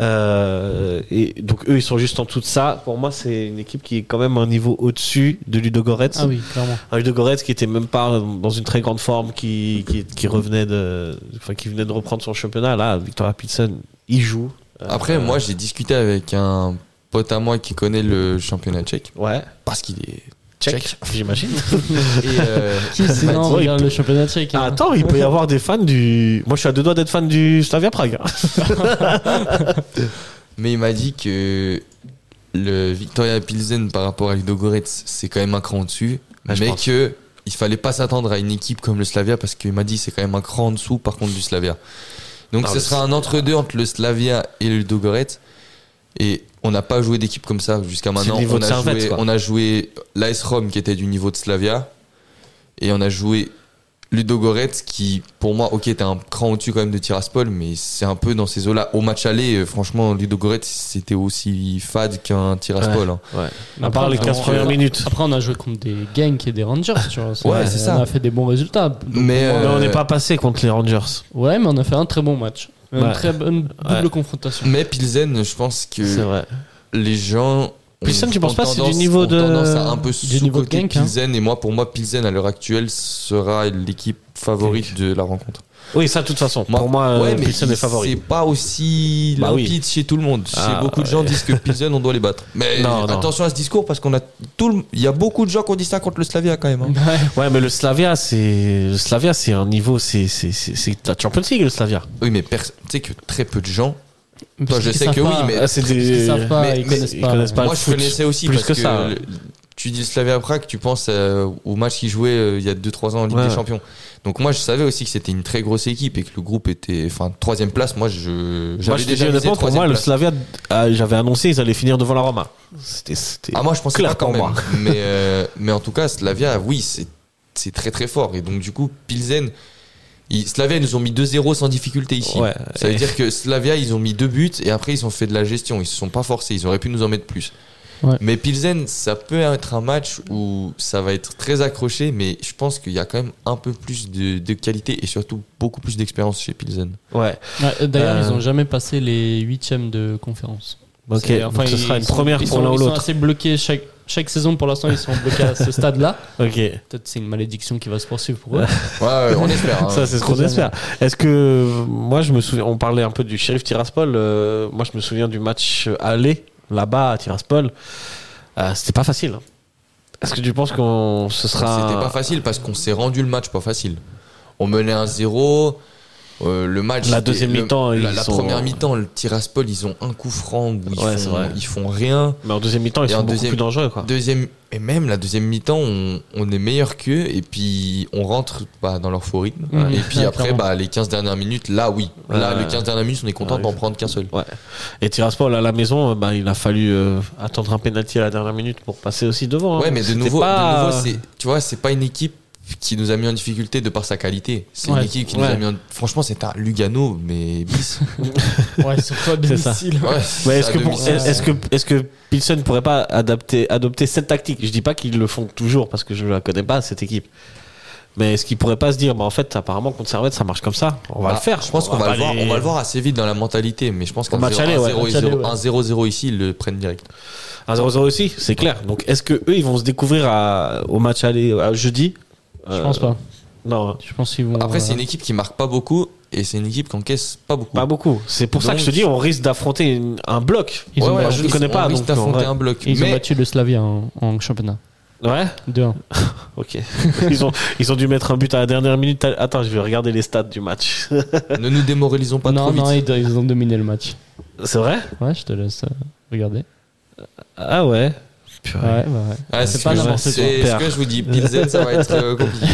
Euh, et donc eux, ils sont juste en dessous de ça. Pour moi, c'est une équipe qui est quand même un niveau au-dessus de Ludogorets.
Ah oui, clairement.
Un Ludogorets qui était même pas dans une très grande forme, qui, qui, qui revenait de, enfin, qui venait de reprendre son championnat. Là, Victoria Pilsen, il joue. Euh,
Après, moi, j'ai discuté avec un pote à moi qui connaît le championnat tchèque,
ouais,
parce qu'il est
check,
tchèque. [laughs]
j'imagine.
Et,
[laughs]
euh,
Qui
[laughs]
sinon
Bah, dis-
regarde le championnat tchèque
Ah,
hein.
attends, il peut y avoir des fans du. Moi, je suis à deux doigts d'être fan du Slavia Prague. hein.
mais il m'a dit que le Victoria Pilsen par rapport à Ludogorets, c'est quand même un cran au-dessus,
Ouais, je
mais
pense.
que il fallait pas s'attendre à une équipe comme le Slavia, parce qu'il m'a dit c'est quand même un cran en dessous par contre du Slavia. Donc
Ah,
ce
le
sera un entre-deux entre le Slavia et le Ludogorets. Et on n'a pas joué d'équipe comme ça jusqu'à
le
maintenant.
niveau
On
de
a,
Servette,
joué,
quoi.
on a joué l'AS Rome qui était du niveau de Slavia. Et on a joué Ludogorets qui, pour moi, ok, était un cran au-dessus quand même de Tiraspol, mais c'est un peu dans ces eaux-là. Au match aller, euh, franchement, Ludogorets, c'était aussi fade qu'un Tiraspol. hein.
Ouais.
Mais
À part
après,
les
on a
15
joué-
premières minutes.
Après, on a joué contre des gangs et des Rangers, tu vois.
Ouais, c'est ça.
On a fait des bons résultats. Donc,
[laughs] Mais,
pour moi,
Mais on
Euh,
n'est pas passé contre les Rangers.
Ouais, mais on a fait un très bon match. Une
Ouais.
très bonne double
Ouais.
confrontation.
Mais Pilsen, je pense
C'est
que
vrai.
les gens.
Pilsen,
ont-
tu penses
ont
pas, c'est du
tendance-
niveau
ont
de-
tendance à un peu
du niveau de
sous-côté
Genk, hein.
Pilsen, et moi, pour moi, Pilsen, à l'heure actuelle, sera l'équipe favorite de la rencontre.
Oui, ça, de toute façon. Pour moi,
ouais,
euh,
mais
Pilsen est
il- C'est
favori.
pas aussi
Bah oui.
limpide chez tout le monde.
Ah,
Chez beaucoup de gens disent que Pilsen, on doit les battre. Mais
Non, non.
attention à ce discours parce qu'on a tout le- Il y a beaucoup de gens qui ont dit ça contre le Slavia quand même.
Mm.
[laughs]
hein.
Ouais, mais le Slavia, c'est le Slavia, c'est un niveau, c'est c'est c'est- c'est la Champions League, le Slavia.
Oui, mais pers- tu sais que très peu de gens.
Parce
je
qu'ils
sais
savent
que oui,
pas-
mais-
Ah, c'est
parce qu'ils savent pas,
mais-
ils
mais
connaissent
ils
pas.
connaissent pas.
Moi,
le
je
foot,
connaissais aussi
plus
parce
que
que,
ça.
le- tu dis le Slavia Prague, tu penses euh, au match qu'ils jouaient euh, il y a 2-3 ans en Ligue
Ouais.
des Champions. Donc moi, je savais aussi que c'était une très grosse équipe et que le groupe était, enfin, troisième place. Moi, je
Moi,
j'avais
je te
déjà
dis
visé
honnêtement, pour
troisième
moi, le
place.
Slavia, ah, j'avais annoncé, ils allaient finir devant la Roma. C'était c'était.
Ah moi je pensais
clair
pas quand
pour moi.
même. [laughs] Mais euh, mais en tout cas Slavia oui c'est c'est très très fort et donc du coup Pilsen ils, Slavia ils nous ont mis 2-0 sans difficulté ici.
Ouais.
Ça veut
Et-
dire que Slavia ils ont mis deux buts et après ils ont fait de la gestion, ils se sont pas forcés, ils auraient pu nous en mettre plus.
Ouais.
Mais Pilsen ça peut être un match où ça va être très accroché mais je pense qu'il y a quand même un peu plus de, de qualité et surtout beaucoup plus d'expérience chez Pilsen.
Ouais.
Ouais, euh, D'ailleurs,
Euh,
ils n'ont jamais passé les huitièmes de conférence.
Ok.
C'est-
Donc ce
ils
sera une
sont-
première
ils
pour
sont-
l'un ou
Ils sont
l'autre.
assez bloqués chaque, chaque saison. Pour l'instant, ils sont bloqués à ce stade-là.
Ok.
Peut-être c'est une malédiction qui va se poursuivre pour eux.
Ouais, ouais, on espère. hein.
[laughs] Ça, c'est ce qu'on espère. Est-ce que euh, moi, je me souviens, on parlait un peu du shérif Tiraspol. euh, moi, je me souviens du match aller là-bas à Tiraspol. Euh, C'était pas facile. hein. Est-ce que tu penses qu'on ce sera
C'était pas facile parce qu'on s'est rendu le match pas facile. On menait un 0 euh, le match.
La
c'était-
deuxième
le-
mi-temps,
La,
ils
la
sont-
première mi-temps, le Tiraspol, ils ont un coup franc où ils,
Ouais, c'est
font,
vrai.
ils font rien.
Mais en deuxième mi-temps, ils
Et en
sont beaucoup
deuxième-
plus dangereux, quoi.
Deuxième, et même la deuxième mi-temps, on, on est meilleur qu'eux et puis on rentre bah, dans leur faux rythme.
Mmh.
Et puis
Ouais,
après,
clairement.
bah, les 15 dernières minutes, là oui. Là,
Ouais.
les 15 dernières minutes, on est content
Ouais,
d'en
je-
prendre qu'un seul.
Ouais. Et Tiraspol à la maison, euh, bah, il a fallu euh, attendre un penalty à la dernière minute pour passer aussi devant. hein.
Ouais, mais de
C'était
nouveau,
pas-
de nouveau c'est, tu vois, c'est pas une équipe qui nous a mis en difficulté de par sa qualité. C'est
Ouais.
une équipe qui nous
Ouais.
a mis en... Franchement, c'est un Lugano,
[laughs]
mais bis.
Ouais, surtout à
C'est ça.
domicile.
Ouais,
Ouais,
ça,
est-ce que, pour-
domicile.
est-ce que est-ce que Pilsen pourrait pas adapter adopter cette tactique Je dis pas qu'ils le font toujours parce que je la connais pas cette équipe. Mais est-ce qu'ils pourraient pas se dire, bah en fait, apparemment contre Servette, ça marche comme ça, on va
Bah,
le faire.
Je pense qu'on va,
pas
le voir,
les-
on va le voir assez vite dans la mentalité, mais je pense qu'un
match aller, ouais,
0-0
match aller, ouais.
un 0-0 ici, ils le prennent direct.
Un 0-0 aussi, c'est clair. Donc est-ce que eux, ils vont se découvrir à- au match aller à jeudi
Je pense pas.
Non, hein.
Je pense qu'ils vont.
Après,
euh,
c'est une équipe qui marque pas beaucoup et c'est une équipe qui encaisse pas beaucoup.
pas beaucoup. C'est pour ça que
Donc-
je te dis, on risque d'affronter une- un bloc.
Ils ont-
Ouais, ouais,
moi, je ne
ils-
connais
on
pas.
risque
donc,
d'affronter
ouais.
un bloc.
Ils ont
mais
battu le Slavia en, en championnat.
Ouais.
2-1.
Ok. [laughs] Ils ont, ils ont dû mettre un but à la dernière minute. Attends, je vais regarder les stats du match. [laughs]
ne nous démoralisons pas
non,
trop
non,
vite.
ils, ils ont dominé le match.
C'est vrai
Ouais, je te laisse euh, regarder.
Ah ouais. Purée.
Ouais, bah ouais.
Ah,
c'est
ce
pas
que-
n'importe
c'est
quoi.
ce que je vous dis. Pilsen, ça va être euh, compliqué.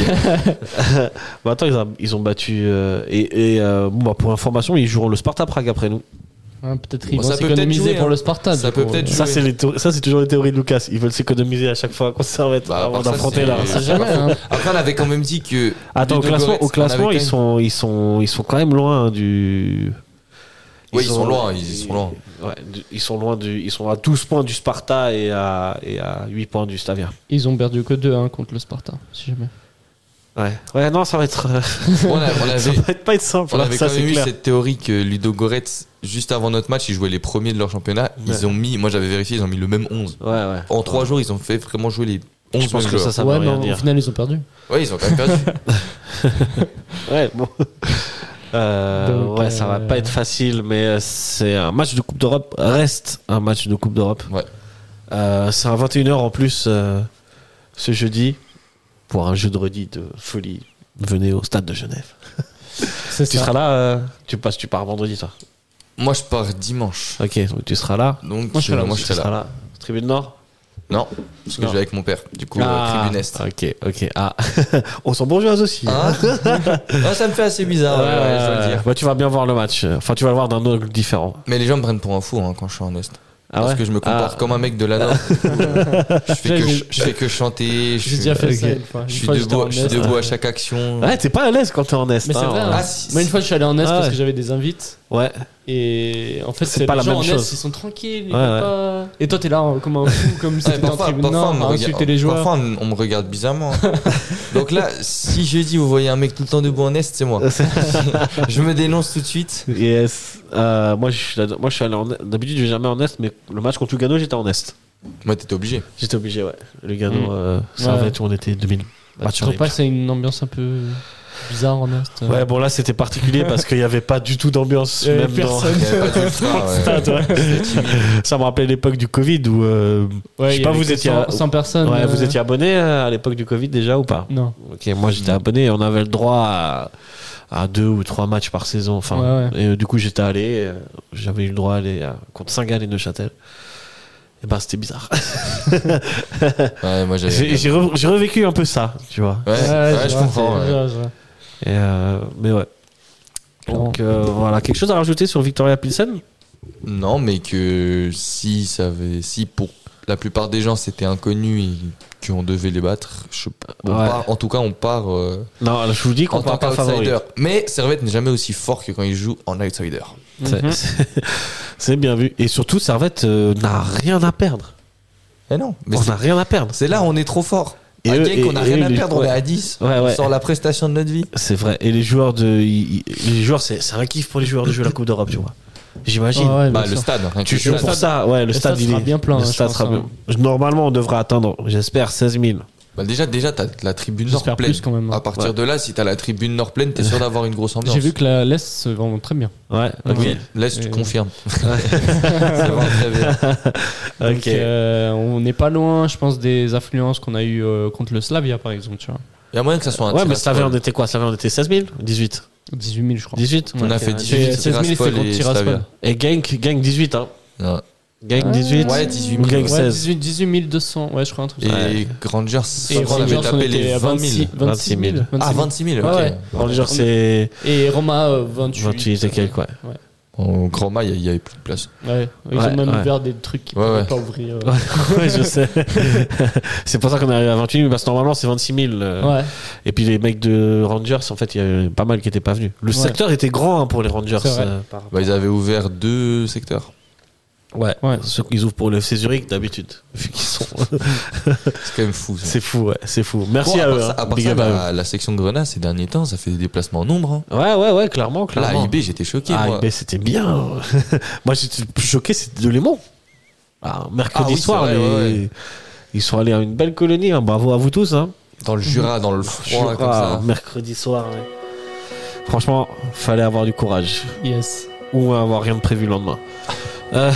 Bah attends, ils, ont- ils ont battu. euh, et et, euh, bon, bah, pour information, ils joueront le Sparta Prague après nous.
Hein, peut-être
Bon,
ils vont
ça peut peut-être
s'économiser
jouer,
pour
hein.
le Sparta.
Ça
du
peut
coup.
peut-être
Ça,
jouer.
c'est les théo- ça, c'est toujours les théories de Lucas. Ils veulent s'économiser à chaque fois qu'on s'arrête
Bah, à
avant
part ça,
d'affronter
c'est-
là.
On sait jamais. hein.
Après, on avait quand même dit que.
Attends, au
Ludogorets,
classement,
on
au
avait
classement
quand
ils,
même-
sont, ils, sont, ils sont quand même loin hein, du.
Oui, ils sont loin, ils sont loin.
Ouais, du- ils, sont loin du, ils sont à 12 points du Sparta et à, et à 8 points du Slavia.
Ils ont perdu que 2-1 contre le Sparta, si jamais.
Ouais. ouais, non, ça va être. euh,
[laughs] On
[laughs]
a- on
ça
avait,
va être pas être simple.
on
hein,
avait
ça,
quand même
c'est
eu
clair.
cette théorie que Ludo Goretz, juste avant notre match, ils jouaient les premiers de leur championnat.
Ouais.
Ils ont mis, moi j'avais vérifié, ils ont mis le même 11.
Ouais, ouais.
En 3 jours, ils ont fait vraiment jouer les 11
Je pense
mêmes
que ça,
joueurs.
ça
ouais,
veut rien
mais au
dire.
final, ils ont perdu.
Ouais, ils ont quand même perdu.
[laughs]
[laughs]
Ouais, bon. Euh,
Donc,
ouais, ça va
euh,
pas être facile, mais euh, c'est un match de Coupe d'Europe. Reste un match de Coupe d'Europe.
Ouais.
Euh, c'est à 21h en plus euh, ce jeudi pour un jeu de redit de folie. Venez au stade de Genève.
C'est
Tu
ça.
seras là euh, Tu passes, tu pars vendredi, toi.
moi je pars dimanche.
Ok, donc tu seras là.
Donc
Moi, je serai là
euh, moi
aussi,
je serai
tu
là.
seras là. Tribune Nord
Non, parce que
Non. Ah,
je vais avec mon père. Du coup, euh, tribune Est.
Ok, ok. Ah. [laughs] On sent bourgeois aussi. [laughs]
Hein Ouais, ça me fait assez bizarre, ouais, ouais, je dois le dire.
Bah, tu vas bien voir le match. Enfin, tu vas le voir d'un angle différent.
Mais les gens me prennent pour un fou hein, quand je suis en Est.
Ah
parce
ouais
que je me comporte
Ah.
comme un mec de la
[laughs]
Nord. je, fais que, je, je fais que chanter. Je
J'ai
suis,
déjà fait
ok.
ça une fois. Une
je suis
fois, j'étais
debout,
en
je suis
Est.
debout à chaque action.
Ouais, t'es pas à l'aise quand t'es en Est.
Mais c'est
hein.
vrai. hein.
Ah, si,
Moi, une fois, je suis allé en Est
Ah,
parce
ouais.
que j'avais des invites.
Ouais.
Et en fait,
C'est
c'est
pas
les
la
gens
même
en Est,
chose.
ils sont tranquilles. ils
Ouais,
font
ouais.
pas- Et toi, t'es là euh, comme un fou, comme si
Ouais,
t'étais en tribune
on
nord,
me
à
regarde-
insulter les joueurs.
parfois, on, on me regarde bizarrement.
[laughs]
Donc là, si je dis vous voyez un mec tout le temps debout en Est, c'est moi. je me dénonce tout de suite.
[laughs] Yes. Euh, moi, je suis, là- moi, je suis allé en D'habitude, je vais jamais en Est, mais le match contre Lugano, j'étais en Est.
Moi, t'étais obligé.
J'étais obligé, ouais. Lugano,
Mm.
euh, Servette,
Ouais.
où on était 2000.
Bah,
Match
tu trouves
horrible.
pas que c'est une ambiance un peu bizarre en Est euh
Ouais, bon, là, c'était
[laughs]
particulier parce qu'il n'y avait pas du tout d'ambiance.
Il y avait
Même dans...
personne.
Il y avait pas
[laughs]
d'ultra, ouais.
Stade, ouais. [laughs] Ça me rappelait l'époque du Covid où. euh, je
Ouais,
sais
il y
pas,
avait
vous
que
étiez
100
à-
100 personnes.
ouais,
euh,
vous étiez abonné euh, à l'époque du Covid déjà ou pas
Non.
Ok, moi j'étais abonné et on avait le droit à, à deux ou trois matchs par saison. Enfin,
Ouais,
Et euh, du coup, j'étais allé, euh, j'avais eu le droit à aller à- contre Saint-Gall et Neuchâtel. Et ben, c'était bizarre.
Ouais, moi,
[laughs]
j'avais-
J'ai j'ai re- j'ai revécu un peu ça, tu vois.
Ouais, ouais, je comprends. ouais.
Et, euh, mais ouais. Donc euh, voilà, quelque chose à rajouter sur Victoria Pilsen
Non, mais que si ça avait, si pour la plupart des gens c'était inconnu et qu'on devait les battre, je, on
Ouais.
part- en tout cas on part euh,
Non, je vous dis qu'on
en tant
part pas favori.
qu'outsider. Mais Servette n'est jamais aussi fort que quand il joue en outsider.
C'est- c'est- C'est bien vu. Et surtout, Servette euh, n'a rien à perdre.
Eh non, mais
on
c'est-
n'a rien à perdre.
c'est là on est trop fort.
Et
à
eux-
Genk, on
et-
n'a
et
rien
eux,
à
les-
perdre, on
ouais.
est à 10.
Ouais, ouais.
On sort la prestation de notre vie.
C'est vrai. Et les joueurs de, ils- ils- les joueurs, c'est c'est un kiff pour les joueurs de jouer la Coupe d'Europe, tu vois. J'imagine.
Bah, le stade, rien que
Tu
le
joues
stade.
pour ça, ouais. Le, stade,
stade
il
sera
est
bien plein,
le
hein, je
stade
pense,
sera
hein.
bien- Normalement, on devrait atteindre, j'espère, 16 000.
Bah, déjà, déjà t'as la tribune nord
J'espère
pleine.
plus, quand même, hein.
À partir
Ouais.
de là, si t'as la tribune nord
[laughs]
pleine, t'es sûr d'avoir une grosse ambiance.
J'ai vu que la l'Est se vend très bien.
Ouais. Ok.
Oui, laisse, tu
Et-
confirmes. C'est vraiment très
[laughs]
bien.
Donc,
Ok.
euh, on n'est pas loin, je pense, des affluences qu'on a eues euh, contre le Slavia, par exemple. Tu vois.
Il y a moyen que ça soit un
Ouais, mais
Tiraspol.
Slavia, on était quoi Slavia, on était 16 000 18
18 000, je crois.
18
On a
Ok,
fait
ouais.
18
16 000, c'est
Tiraspol
contre
et
Tiraspol.
Slavia.
Et Gank, Gank 18, hein.
Ouais.
Gank 18.
Ouais, 18
Ou
000.
Gank
Ouais,
16.
18, 18 200, ouais, je crois, un truc.
Et
comme ça.
Rangers,
Et
je crois qu'on avait
Rangers, on
tapé
était
les
à
20 000.
26 000.
26 000.
Ah, 26 000, ok.
Ah ouais.
Bon, genre, c'est
Et Roma, euh, 28.
28 et quelques, ouais.
En grand mail, il n'y avait plus de place.
Ouais, ils
Ouais,
ont même
ouais.
ouvert des trucs qu'ils ne
Ouais,
pouvaient
ouais.
pas ouvrir.
[laughs]
euh.
ouais, je sais. [laughs] c'est pour ça qu'on est arrivé à 28 000, parce que normalement, c'est 26 000. euh,
Ouais,
Et puis les mecs de Rangers, en fait, il y avait pas mal qui étaient pas venus. Le
Ouais.
secteur était grand hein, pour les Rangers.
C'est vrai.
euh,
Bah, ils avaient ouvert deux secteurs.
ouais.
ouais.
Ceux qu'ils ouvrent pour le FC Zurich d'habitude. Vu qu'ils sont.
[laughs] C'est quand même fou.
[laughs]
Ça.
c'est fou, ouais, c'est fou. Merci
Bon, à
à
part
eux.
ça,
hein.
à part
Big
ça, bah,
up à eux.
la, la section de Grenade, ces derniers temps, ça fait des déplacements en nombre. hein.
Ouais, ouais, ouais, clairement,
Là,
clairement.
à IB, j'étais choqué.
Ah,
moi.
IB, c'était bien. [laughs] moi, j'étais le plus choqué, c'était de Léman. Ah, mercredi
Ah oui,
soir,
c'est vrai,
les-
ouais,
ils sont allés à une belle colonie. hein. Bravo à vous tous. Hein.
Dans le Jura, dans le froid,
Jura,
comme ça.
mercredi soir. ouais. Franchement, fallait avoir du courage.
Yes.
ou avoir rien de prévu le lendemain. Euh,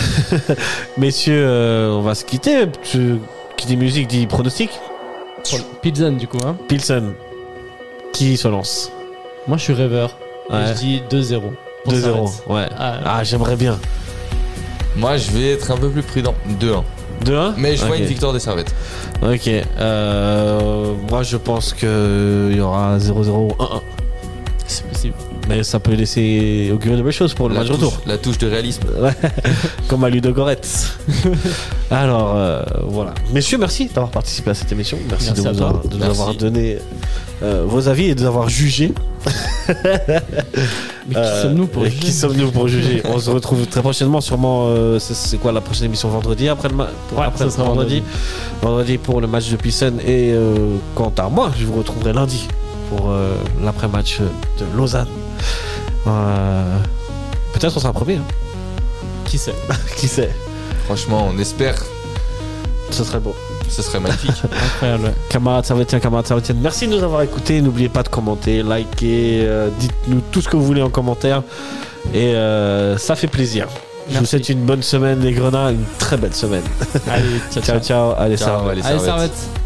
[laughs] messieurs, euh, on va se quitter. Tu- qui dit musique dit pronostic.
Pour le- Pizzan, du coup. Hein.
Pilsen, qui se lance
Moi, je suis rêveur. Et
Ouais.
je dis 2-0. pour
2-0.
Sarrette.
Ouais.
Ah,
Ah, j'aimerais bien.
Moi, je vais être un peu plus prudent. 2-1.
2-1
Mais je vois
Ok.
une victoire des servettes.
Ok. Euh, moi, je pense que il y aura 0-0 ou 1-1.
c'est- dépressif.
Mais ça peut laisser augurer de belles choses pour le
la,
match
touche,
retour.
la touche de réalisme.
Comme à Ludo Goretz. [laughs] Alors, euh, voilà. Messieurs, merci d'avoir participé à cette émission. Merci,
Merci
de,
à
vous
toi.
avoir, de nous
Merci.
avoir donné euh, vos avis et de nous avoir jugé.
Mais qui
Euh,
sommes-nous pour
et
juger
Qui sommes-nous pour
[laughs]
juger On se retrouve très prochainement, sûrement. euh, c'est- c'est quoi la prochaine émission vendredi après le ma- pour-
Ouais,
après
ça sera
vendredi.
vendredi.
Vendredi pour le match de Pisson et euh, quant à moi, je vous retrouverai lundi pour euh, l'après-match de Lausanne. Euh, Peut-être on sera premier. hein.
Qui sait
[laughs] Qui sait
Franchement, on espère.
Ce serait beau.
Ce serait
[laughs]
magnifique.
Incroyable. ouais.
Camarades Servetien, camarades Servetien, merci de nous avoir écoutés. N'oubliez pas de commenter, liker, euh, dites-nous tout ce que vous voulez en commentaire. Et euh, ça fait plaisir. Je vous
Merci.
souhaite une bonne semaine, les grenats, une très belle semaine.
Allez, ciao, ciao.
Ciao, ciao, allez, ça
Ciao, allez,
Allez,
Servette.
servette.